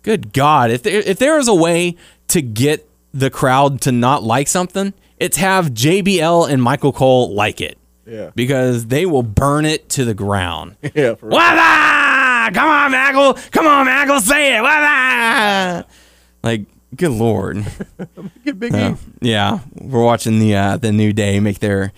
[SPEAKER 3] good god, if there if there is a way to get the crowd to not like something, it's have JBL and Michael Cole like it
[SPEAKER 5] Yeah,
[SPEAKER 3] because they will burn it to the ground.
[SPEAKER 5] yeah. For real.
[SPEAKER 3] Wada! Come on, Maggle! Come on, Maggle! Say it! Wada! Like, good lord.
[SPEAKER 5] Get Big E.
[SPEAKER 3] Uh, yeah, we're watching the uh, the new day make their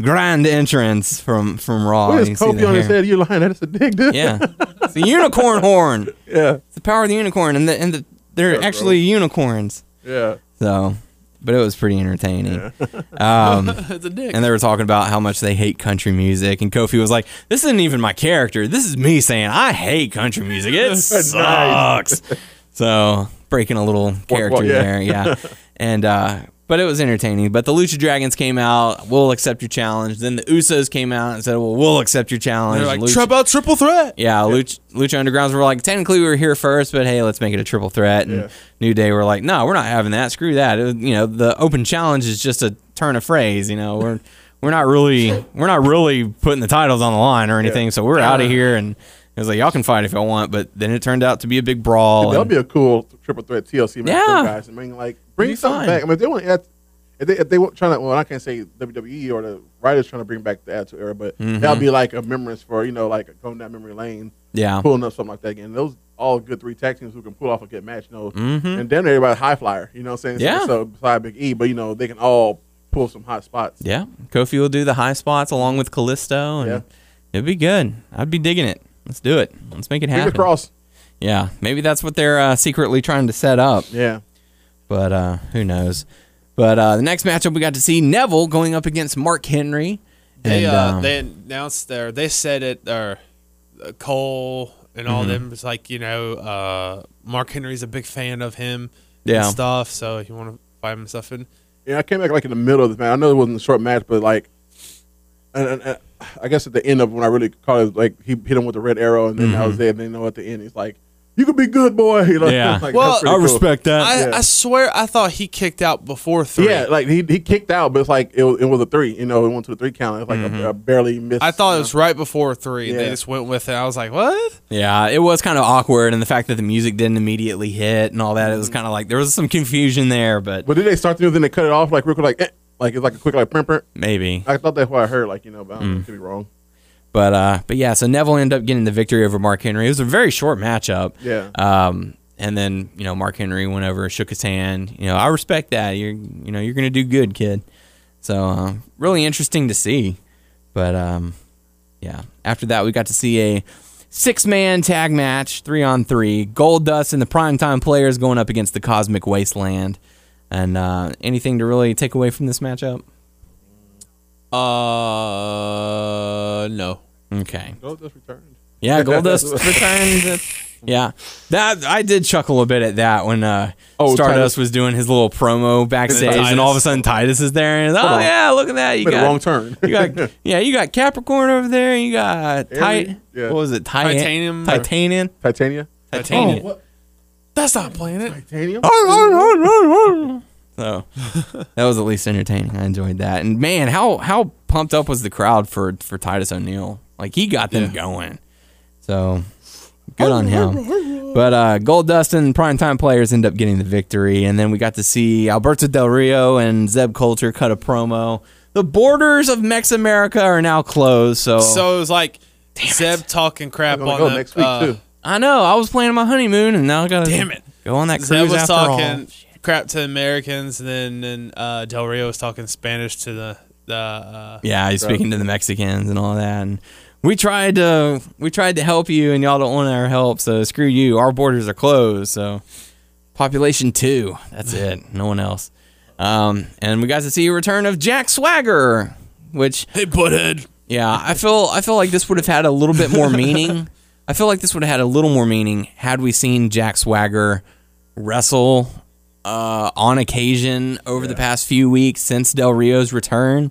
[SPEAKER 3] grand entrance from from Raw.
[SPEAKER 5] What
[SPEAKER 3] You
[SPEAKER 5] is
[SPEAKER 3] see the
[SPEAKER 5] Kofi on his
[SPEAKER 3] hair.
[SPEAKER 5] head? You lying? That's a dick, dude.
[SPEAKER 3] Yeah, it's a unicorn horn. It's
[SPEAKER 5] yeah,
[SPEAKER 3] the power of the unicorn, and the, and the, they're
[SPEAKER 5] Yeah, bro.
[SPEAKER 3] actually unicorns.
[SPEAKER 5] yeah.
[SPEAKER 3] So, but it was pretty entertaining. Um,
[SPEAKER 4] it's a dick.
[SPEAKER 3] and they were talking about how much they hate country music. And Kofi was like, "This isn't even my character. This is me saying I hate country music. It sucks." so breaking a little character
[SPEAKER 5] yeah.
[SPEAKER 3] there, yeah. and uh, but it was entertaining. But the Lucha Dragons came out. We'll accept your challenge. Then the Usos came out and said, "Well, we'll accept your challenge."
[SPEAKER 4] They're like
[SPEAKER 3] Lucha-
[SPEAKER 4] "Trip out triple threat.
[SPEAKER 3] yeah, Lucha, Lucha Undergrounds were like, technically we were here first, but hey, let's make it a triple threat. And
[SPEAKER 5] Yeah.
[SPEAKER 3] New Day were like, no, we're not having that. Screw that. It was- you know, the open challenge is just a turn of phrase. You know, we're we're not really we're not really putting the titles on the line or anything. So we're out of here, and it was like y'all can fight if y'all want. But then it turned out to be a big brawl.
[SPEAKER 5] That'll
[SPEAKER 3] and-
[SPEAKER 5] be a cool triple threat TLC match,
[SPEAKER 3] Yeah.
[SPEAKER 5] yeah. guys. I mean, like bring
[SPEAKER 3] be
[SPEAKER 5] something
[SPEAKER 3] fun.
[SPEAKER 5] back. I mean, if they want to add, if they if they want trying to, well, I can't say WWE or the writers trying to bring back the Attitude Era, but
[SPEAKER 3] Mm-hmm.
[SPEAKER 5] that'll be like a remembrance for you know, like going down memory lane,
[SPEAKER 3] yeah.
[SPEAKER 5] pulling up something like that again. Those all good three tag teams who can pull off a good match, you know,
[SPEAKER 4] Mm-hmm.
[SPEAKER 5] and then everybody high flyer, you know, what I'm saying
[SPEAKER 3] Yeah.
[SPEAKER 5] So beside Big E, but you know they can all pull some hot spots.
[SPEAKER 3] Yeah, Kofi will do the high spots along with Callisto, and
[SPEAKER 5] Yeah.
[SPEAKER 3] it'd be good. I'd be digging it. Let's do it. Let's make it
[SPEAKER 5] Fingers
[SPEAKER 3] happen.
[SPEAKER 5] crossed.
[SPEAKER 3] Yeah, maybe that's what they're uh, secretly trying to set up,
[SPEAKER 5] Yeah.
[SPEAKER 3] but uh, who knows? But uh, the next matchup we got to see Neville going up against Mark Henry.
[SPEAKER 4] They
[SPEAKER 3] and,
[SPEAKER 4] uh,
[SPEAKER 3] um,
[SPEAKER 4] they announced their they said it or uh, Cole and
[SPEAKER 3] Mm-hmm.
[SPEAKER 4] all them was like you know uh, Mark Henry's a big fan of him
[SPEAKER 3] Yeah.
[SPEAKER 4] and stuff so he want to buy him stuff in
[SPEAKER 5] Yeah, I came back like in the middle of the match. I know it wasn't a short match, but like, and, and, and I guess at the end of when I really caught it, like he hit him with the red arrow, and then I
[SPEAKER 4] Mm-hmm.
[SPEAKER 5] was there. And then you know, at the end, he's like, "You could be good, boy." You know,
[SPEAKER 3] Yeah.
[SPEAKER 5] like,
[SPEAKER 4] Well,
[SPEAKER 5] that's pretty
[SPEAKER 4] I
[SPEAKER 5] cool.
[SPEAKER 4] I,
[SPEAKER 5] Yeah.
[SPEAKER 4] I swear I thought he kicked out before three
[SPEAKER 5] Yeah, like he, he kicked out, but it's like it was, it was a three. You know, it went to the three count. It's like a, a barely missed.
[SPEAKER 4] Mm-hmm. I thought it was right before three they
[SPEAKER 5] Yeah.
[SPEAKER 4] just went with it I was like what
[SPEAKER 3] Yeah, it was kind of awkward, and the fact that the music didn't immediately hit and all that,
[SPEAKER 4] Mm.
[SPEAKER 3] it was kind of like there was some confusion there, but
[SPEAKER 5] But did they start the then they cut it off like real quick, like eh, like it's like a quick like print print.
[SPEAKER 3] maybe.
[SPEAKER 5] I thought that's what I heard, like you know, but I don't know, could be wrong.
[SPEAKER 3] But uh, but yeah, so Neville ended up getting the victory over Mark Henry. It was a very short matchup.
[SPEAKER 5] Yeah.
[SPEAKER 3] Um, and then you know Mark Henry went over, shook his hand. You know, I respect that. You're you know you're gonna do good, kid. So uh, really interesting to see. But um, yeah. After that, we got to see a six man tag match, three on three. Gold Dust and the Primetime Players going up against the Cosmic Wasteland. And uh, anything to really take away from this matchup?
[SPEAKER 4] uh no
[SPEAKER 3] Okay.
[SPEAKER 5] Gold just returned.
[SPEAKER 3] Yeah, Goldust returned. Yeah, that I did chuckle a bit at that when uh,
[SPEAKER 5] Oh,
[SPEAKER 3] Stardust
[SPEAKER 5] Titus.
[SPEAKER 3] was doing his little promo backstage, and all of a sudden Titus is there, and oh
[SPEAKER 5] on.
[SPEAKER 3] yeah, look at that, you
[SPEAKER 5] Made
[SPEAKER 3] got
[SPEAKER 5] a wrong turn.
[SPEAKER 3] you got yeah, you got Capricorn over there, you got
[SPEAKER 5] Aries,
[SPEAKER 3] Titan.
[SPEAKER 5] yeah.
[SPEAKER 3] What was it? Titan-
[SPEAKER 4] Titanium or-
[SPEAKER 3] Titanium.
[SPEAKER 5] Titania.
[SPEAKER 3] Titanium.
[SPEAKER 4] that's not playing it
[SPEAKER 5] Titanium.
[SPEAKER 3] So that was at least entertaining. I enjoyed that. And man, how how pumped up was the crowd for for Titus O'Neil? Like he got them going. So good on him. But uh, Gold Dust and primetime players end up getting the victory, and then we got to see Alberto Del Rio and Zeb Coulter cut a promo. The borders of Mex America are now closed, so,
[SPEAKER 4] so it was like Zeb talking crap
[SPEAKER 5] I'm gonna
[SPEAKER 4] on
[SPEAKER 5] go
[SPEAKER 4] the
[SPEAKER 5] next week
[SPEAKER 4] uh,
[SPEAKER 5] too.
[SPEAKER 3] I know I was planning my honeymoon, and now I gotta
[SPEAKER 4] Damn it.
[SPEAKER 3] go on that
[SPEAKER 4] Zeb
[SPEAKER 3] cruise
[SPEAKER 4] was
[SPEAKER 3] after
[SPEAKER 4] talking
[SPEAKER 3] all.
[SPEAKER 4] crap to Americans, and then and, uh, Del Rio was talking Spanish to the the. Uh,
[SPEAKER 3] Yeah, he's speaking to the Mexicans and all that. And we tried to we tried to help you, and y'all don't want our help. So screw you. Our borders are closed. So population two. That's it. No one else. Um, and we got to see a return of Jack Swagger, which
[SPEAKER 4] hey, butthead.
[SPEAKER 3] yeah, I feel I feel like this would have had a little bit more meaning. I feel like this would have had a little more meaning had we seen Jack Swagger wrestle uh, on occasion over the past few weeks since Del Rio's return.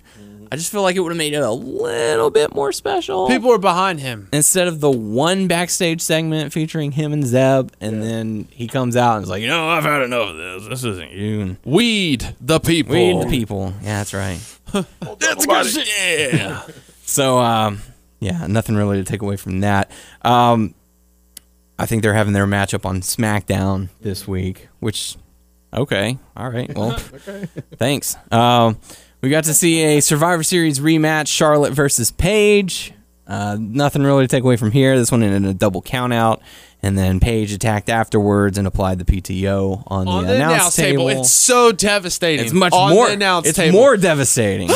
[SPEAKER 3] I just feel like it would have made it a little bit more special.
[SPEAKER 4] People were behind him.
[SPEAKER 3] Instead of the one backstage segment featuring him and Zeb, and then he comes out and is like, you know, I've had enough of this. This isn't you. And
[SPEAKER 4] Weed the people.
[SPEAKER 3] we the people. Yeah, that's right.
[SPEAKER 4] That's good shit. Yeah.
[SPEAKER 3] So um, yeah, nothing really to take away from that. Um, I think they're having their matchup on SmackDown this week, which okay, all right, well, thanks. Um, we got to see a Survivor Series rematch: Charlotte versus Paige. Uh, nothing really to take away from here. This one ended in a double countout, and then Paige attacked afterwards and applied the PTO on,
[SPEAKER 4] On
[SPEAKER 3] the, announce, table.
[SPEAKER 4] It's so devastating.
[SPEAKER 3] It's much
[SPEAKER 4] on
[SPEAKER 3] more.
[SPEAKER 4] The announce
[SPEAKER 3] it's
[SPEAKER 4] table.
[SPEAKER 3] more devastating.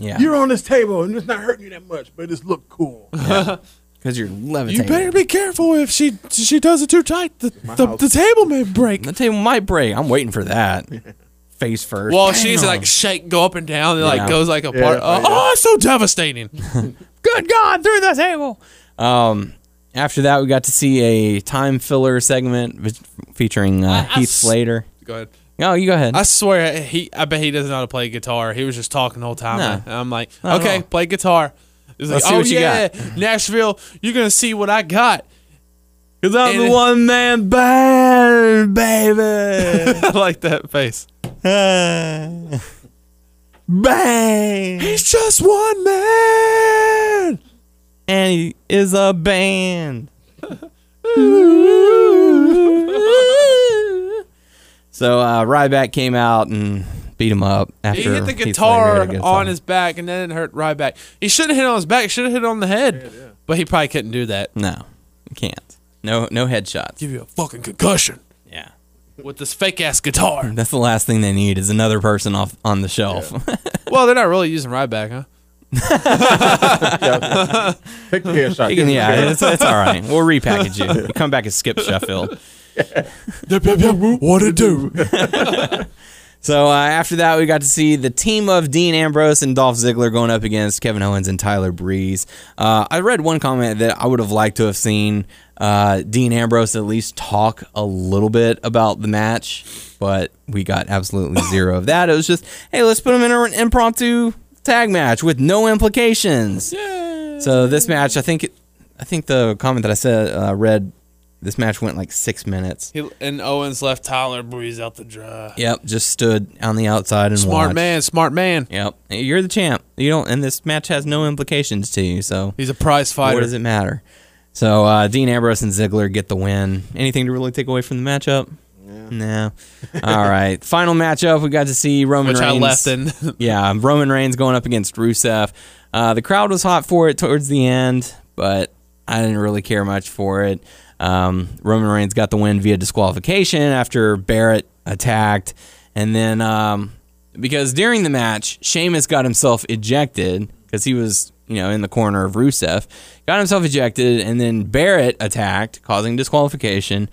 [SPEAKER 3] yeah,
[SPEAKER 5] You're on this table, and it's not hurting you that much, but it's look cool.
[SPEAKER 3] because you're
[SPEAKER 4] You
[SPEAKER 3] levitating.
[SPEAKER 4] better be careful if she she does it too tight. The, the,
[SPEAKER 5] house.
[SPEAKER 4] the table may break.
[SPEAKER 3] The table might break. I'm waiting for that. Face first.
[SPEAKER 4] Well, she's like shake, go up and down, and
[SPEAKER 3] Yeah.
[SPEAKER 4] like goes like a
[SPEAKER 5] Yeah,
[SPEAKER 4] part.
[SPEAKER 5] yeah.
[SPEAKER 4] Oh, it's so devastating.
[SPEAKER 3] good God, through the table. Um, after that, we got to see a time filler segment ve- featuring uh,
[SPEAKER 4] I- I
[SPEAKER 3] Heath
[SPEAKER 4] s-
[SPEAKER 3] Slater.
[SPEAKER 4] go ahead.
[SPEAKER 3] Oh, you go ahead.
[SPEAKER 4] I swear he I bet he doesn't know how to play guitar. He was just talking the whole time.
[SPEAKER 3] Nah.
[SPEAKER 4] And I'm like,
[SPEAKER 3] Not at all.
[SPEAKER 4] okay, play guitar. He's like,
[SPEAKER 3] Let's see
[SPEAKER 4] oh
[SPEAKER 3] what you
[SPEAKER 4] yeah, Nashville, you're gonna see what I got.
[SPEAKER 3] Cause I'm
[SPEAKER 4] and-
[SPEAKER 3] the one man band, baby.
[SPEAKER 4] I like that face.
[SPEAKER 3] bang. He's just one man, and he is a band. so uh, Ryback came out and beat him up after
[SPEAKER 4] He hit the
[SPEAKER 3] Heath Slater
[SPEAKER 4] guitar
[SPEAKER 3] had a good
[SPEAKER 4] on
[SPEAKER 3] time.
[SPEAKER 4] his back, and then it hurt Ryback. He should have hit on his back. Should have hit on the head, but he probably couldn't do that.
[SPEAKER 3] No, you can't. No, no headshots.
[SPEAKER 4] Give you a fucking concussion
[SPEAKER 3] Yeah,
[SPEAKER 4] with this fake ass guitar.
[SPEAKER 3] that's the last thing they need is another person off on the shelf.
[SPEAKER 4] well, they're not really using Ryback, huh?
[SPEAKER 5] Take the headshot.
[SPEAKER 3] yeah, it's, it's all right. We'll repackage you. You come back as Skip Sheffield.
[SPEAKER 5] What it do?
[SPEAKER 3] So uh, after that, we got to see the team of Dean Ambrose and Dolph Ziggler going up against Kevin Owens and Tyler Breeze. Uh, I read one comment that I would have liked to have seen uh, Dean Ambrose at least talk a little bit about the match, but we got absolutely zero of that. It was just, hey, let's put him in an impromptu tag match with no implications. So this match, I think, it, I think the comment that I said uh, read, this match went like six minutes.
[SPEAKER 4] He, and Owens left Tyler Breeze out the dry.
[SPEAKER 3] Yep, just stood on the outside and
[SPEAKER 4] Smart
[SPEAKER 3] watched.
[SPEAKER 4] man, smart man.
[SPEAKER 3] Yep, you're the champ. You don't, and this match has no implications to you. So
[SPEAKER 4] He's a prize
[SPEAKER 3] what
[SPEAKER 4] fighter.
[SPEAKER 3] does it matter? So uh, Dean Ambrose and Ziggler get the win. Anything to really take away from the matchup? No. All right. Final matchup. We got to see Roman
[SPEAKER 4] Which I
[SPEAKER 3] Reigns.
[SPEAKER 4] left in.
[SPEAKER 3] yeah, Roman Reigns going up against Rusev. Uh, the crowd was hot for it towards the end, but I didn't really care much for it. Um, Roman Reigns got the win via disqualification after Barrett attacked, and then um, because during the match, Sheamus got himself ejected because he was you know in the corner of Rusev, got himself ejected, and then Barrett attacked, causing disqualification.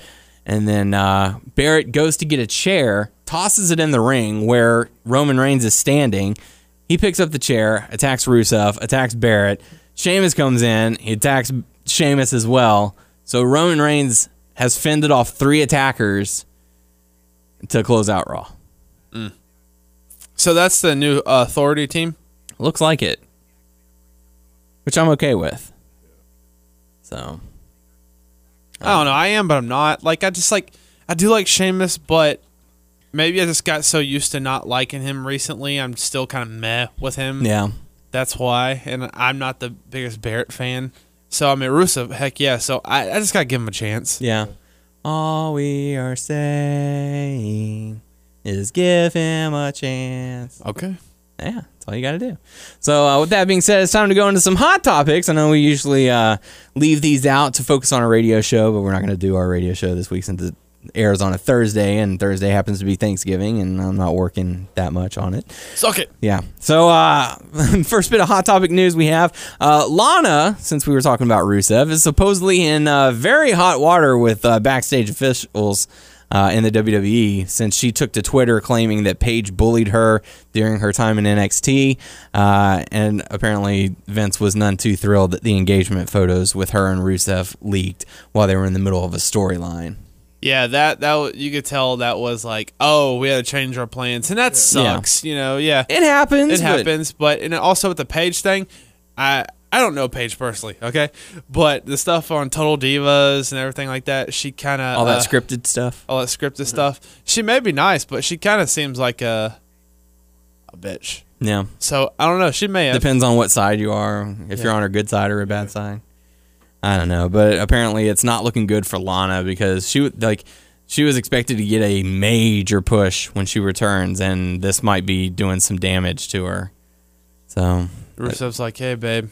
[SPEAKER 3] And then uh, Barrett goes to get a chair, tosses it in the ring where Roman Reigns is standing. He picks up the chair, attacks Rusev, attacks Barrett. Sheamus comes in, he attacks Sheamus as well. So Roman Reigns has fended off three attackers to close out Raw.
[SPEAKER 4] so that's the new uh, authority team.
[SPEAKER 3] Looks like it, which I'm okay with. So
[SPEAKER 4] I don't know. I am, but I'm not. Like I just like I do like Sheamus, but maybe I just got so used to not liking him recently. I'm still kind of meh with him.
[SPEAKER 3] yeah,
[SPEAKER 4] That's why. And I'm not the biggest Barrett fan. So I mean Rusev, heck yeah. So I, I just gotta give him a chance.
[SPEAKER 3] yeah. All we are saying is give him a chance.
[SPEAKER 4] Okay.
[SPEAKER 3] yeah, that's all you got to do. So, uh, with that being said, it's time to go into some hot topics. I know we usually uh, leave these out to focus on a radio show, but we're not going to do our radio show this week since it airs on a Thursday, and Thursday happens to be Thanksgiving, and I'm not working that much on it.
[SPEAKER 4] Suck it.
[SPEAKER 3] Yeah. So, uh, first bit of hot topic news we have uh, Lana, since we were talking about Rusev, is supposedly in uh, very hot water with uh, backstage officials. Uh, in the WWE, since she took to Twitter claiming that Paige bullied her during her time in NXT, uh, and apparently Vince was none too thrilled that the engagement photos with her and Rusev leaked while they were in the middle of a storyline.
[SPEAKER 4] Yeah, that that wa- you could tell that was like, oh, we had to change our plans, and that sucks. You know, yeah,
[SPEAKER 3] It happens. but-
[SPEAKER 4] it happens. But and also with the Paige thing, I I don't know Paige personally, okay, but the stuff on Total Divas and everything like that, she kind of
[SPEAKER 3] all that scripted stuff.
[SPEAKER 4] all that scripted stuff. She may be nice, but she kind of seems like a a bitch.
[SPEAKER 3] Yeah.
[SPEAKER 4] So I don't know. She may have.
[SPEAKER 3] Depends on what side you are. If you're on her good side or a bad side, I don't know. But apparently, it's not looking good for Lana because she would- like she was expected to get a major push when she returns, and this might be doing some damage to her. So
[SPEAKER 4] Rusev's like, hey, babe,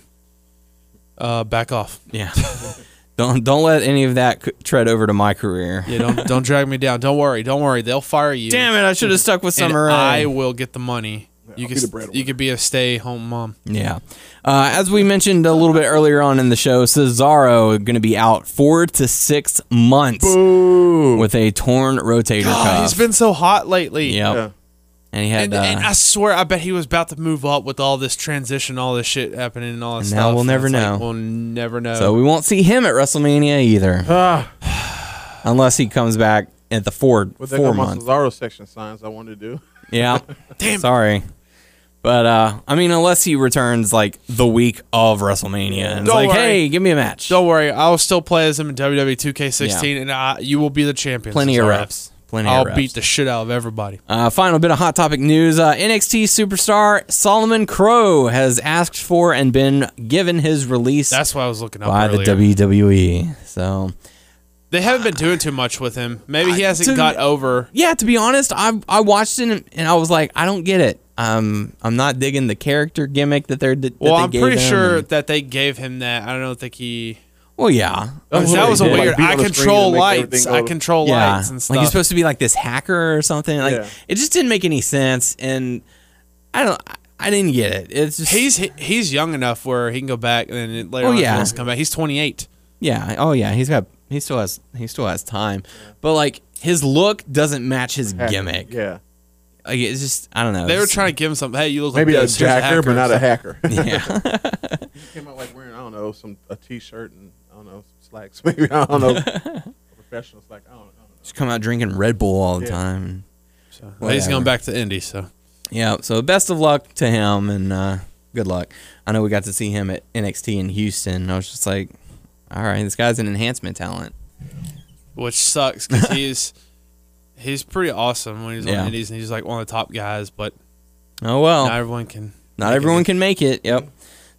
[SPEAKER 4] uh, back off.
[SPEAKER 3] yeah, don't don't let any of that c- tread over to my career.
[SPEAKER 4] Yeah, don't don't drag me down. Don't worry, don't worry. They'll fire you.
[SPEAKER 3] Damn it! I should have stuck with
[SPEAKER 4] and
[SPEAKER 3] Summer.
[SPEAKER 4] I
[SPEAKER 3] Rae.
[SPEAKER 4] will get the money. You
[SPEAKER 5] be
[SPEAKER 4] could
[SPEAKER 5] the breadwinner.
[SPEAKER 4] you could be a stay home mom.
[SPEAKER 3] Yeah. Uh, as we mentioned a little bit earlier on in the show, Cesaro going to be out four to six months with a torn rotator cuff.
[SPEAKER 4] Ah, he's been so hot lately.
[SPEAKER 3] Yep.
[SPEAKER 5] Yeah.
[SPEAKER 3] And he had.
[SPEAKER 4] And,
[SPEAKER 3] uh,
[SPEAKER 4] and I swear, I bet he was about to move up with all this transition, all this shit happening, and all this
[SPEAKER 3] And now
[SPEAKER 4] stuff.
[SPEAKER 3] we'll never
[SPEAKER 4] It's like,
[SPEAKER 3] know.
[SPEAKER 4] we'll never know.
[SPEAKER 3] so we won't see him at WrestleMania either,
[SPEAKER 5] Ah,
[SPEAKER 3] unless he comes back at the four
[SPEAKER 5] what that
[SPEAKER 3] four
[SPEAKER 5] got my
[SPEAKER 3] month.
[SPEAKER 5] Cesaro section signs I wanted to do.
[SPEAKER 3] Yeah. Damn. Sorry. But uh, I mean, unless he returns like the week of WrestleMania and it's
[SPEAKER 4] Don't
[SPEAKER 3] like,
[SPEAKER 4] worry.
[SPEAKER 3] hey, give me a match.
[SPEAKER 4] E don't worry, I'll still play as him in WWE 2K16, and I, you will be the champion.
[SPEAKER 3] Plenty of
[SPEAKER 4] Cesaro.
[SPEAKER 3] reps. plenty
[SPEAKER 4] I'll
[SPEAKER 3] of reps.
[SPEAKER 4] beat the shit out of everybody.
[SPEAKER 3] Uh, final bit of hot topic news: uh, NXT superstar Solomon Crow has asked for and been given his release
[SPEAKER 4] That's what I was looking up
[SPEAKER 3] by
[SPEAKER 4] earlier.
[SPEAKER 3] the WWE. So,
[SPEAKER 4] they haven't been doing too much with him. Maybe he hasn't
[SPEAKER 3] dude.
[SPEAKER 4] got over.
[SPEAKER 3] yeah, to be honest, I I watched it and- and I was like, I don't get it. Um, I'm not digging the character gimmick that they're that
[SPEAKER 4] Well,
[SPEAKER 3] they
[SPEAKER 4] I'm
[SPEAKER 3] gave
[SPEAKER 4] pretty
[SPEAKER 3] him
[SPEAKER 4] sure
[SPEAKER 3] and-
[SPEAKER 4] that they gave him that. I don't think he.
[SPEAKER 3] well, yeah,
[SPEAKER 5] That's
[SPEAKER 4] that
[SPEAKER 5] what
[SPEAKER 4] was
[SPEAKER 5] they
[SPEAKER 4] a
[SPEAKER 5] did, Oh, like,
[SPEAKER 4] weird.
[SPEAKER 5] beat
[SPEAKER 4] I
[SPEAKER 5] on the screen
[SPEAKER 4] control
[SPEAKER 5] and make
[SPEAKER 4] lights.
[SPEAKER 5] everything
[SPEAKER 4] I
[SPEAKER 5] go-
[SPEAKER 4] control
[SPEAKER 3] yeah.
[SPEAKER 4] lights and stuff.
[SPEAKER 3] Like he's supposed to be like this hacker or something. Like
[SPEAKER 5] Yeah.
[SPEAKER 3] it just didn't make any sense, and I don't. I- I didn't get it. It's just
[SPEAKER 4] he's he- he's young enough where he can go back and then later
[SPEAKER 3] Oh,
[SPEAKER 4] on
[SPEAKER 3] yeah.
[SPEAKER 4] he wants to come back. He's 28.
[SPEAKER 3] Yeah. Oh yeah. He's got. He still has. He still has time. But like his look doesn't match his gimmick.
[SPEAKER 5] Yeah.
[SPEAKER 3] Like it's just. I don't know.
[SPEAKER 4] They were
[SPEAKER 3] It's-
[SPEAKER 4] trying to give him something. Hey, you look
[SPEAKER 5] Maybe
[SPEAKER 4] like
[SPEAKER 5] a
[SPEAKER 4] this. Here's
[SPEAKER 5] jacker, but not a hacker.
[SPEAKER 3] Yeah.
[SPEAKER 5] came out like wearing I don't know some a t-shirt and I don't know some slacks maybe I don't know professional slack I don't, I don't know.
[SPEAKER 3] just come out drinking Red Bull all the
[SPEAKER 5] Yeah.
[SPEAKER 3] time.
[SPEAKER 4] So, well, he's
[SPEAKER 3] Whatever.
[SPEAKER 4] going back to Indy. So
[SPEAKER 3] Yeah. So best of luck to him and uh, good luck. I know we got to see him at NXT in Houston. and I was just like, all right, this guy's an enhancement talent.
[SPEAKER 4] which sucks because he's he's pretty awesome when he's
[SPEAKER 3] Yeah.
[SPEAKER 4] on Indies and he's like one of the top guys. But
[SPEAKER 3] Oh well.
[SPEAKER 4] not everyone can.
[SPEAKER 3] Not everyone can make it. Yep.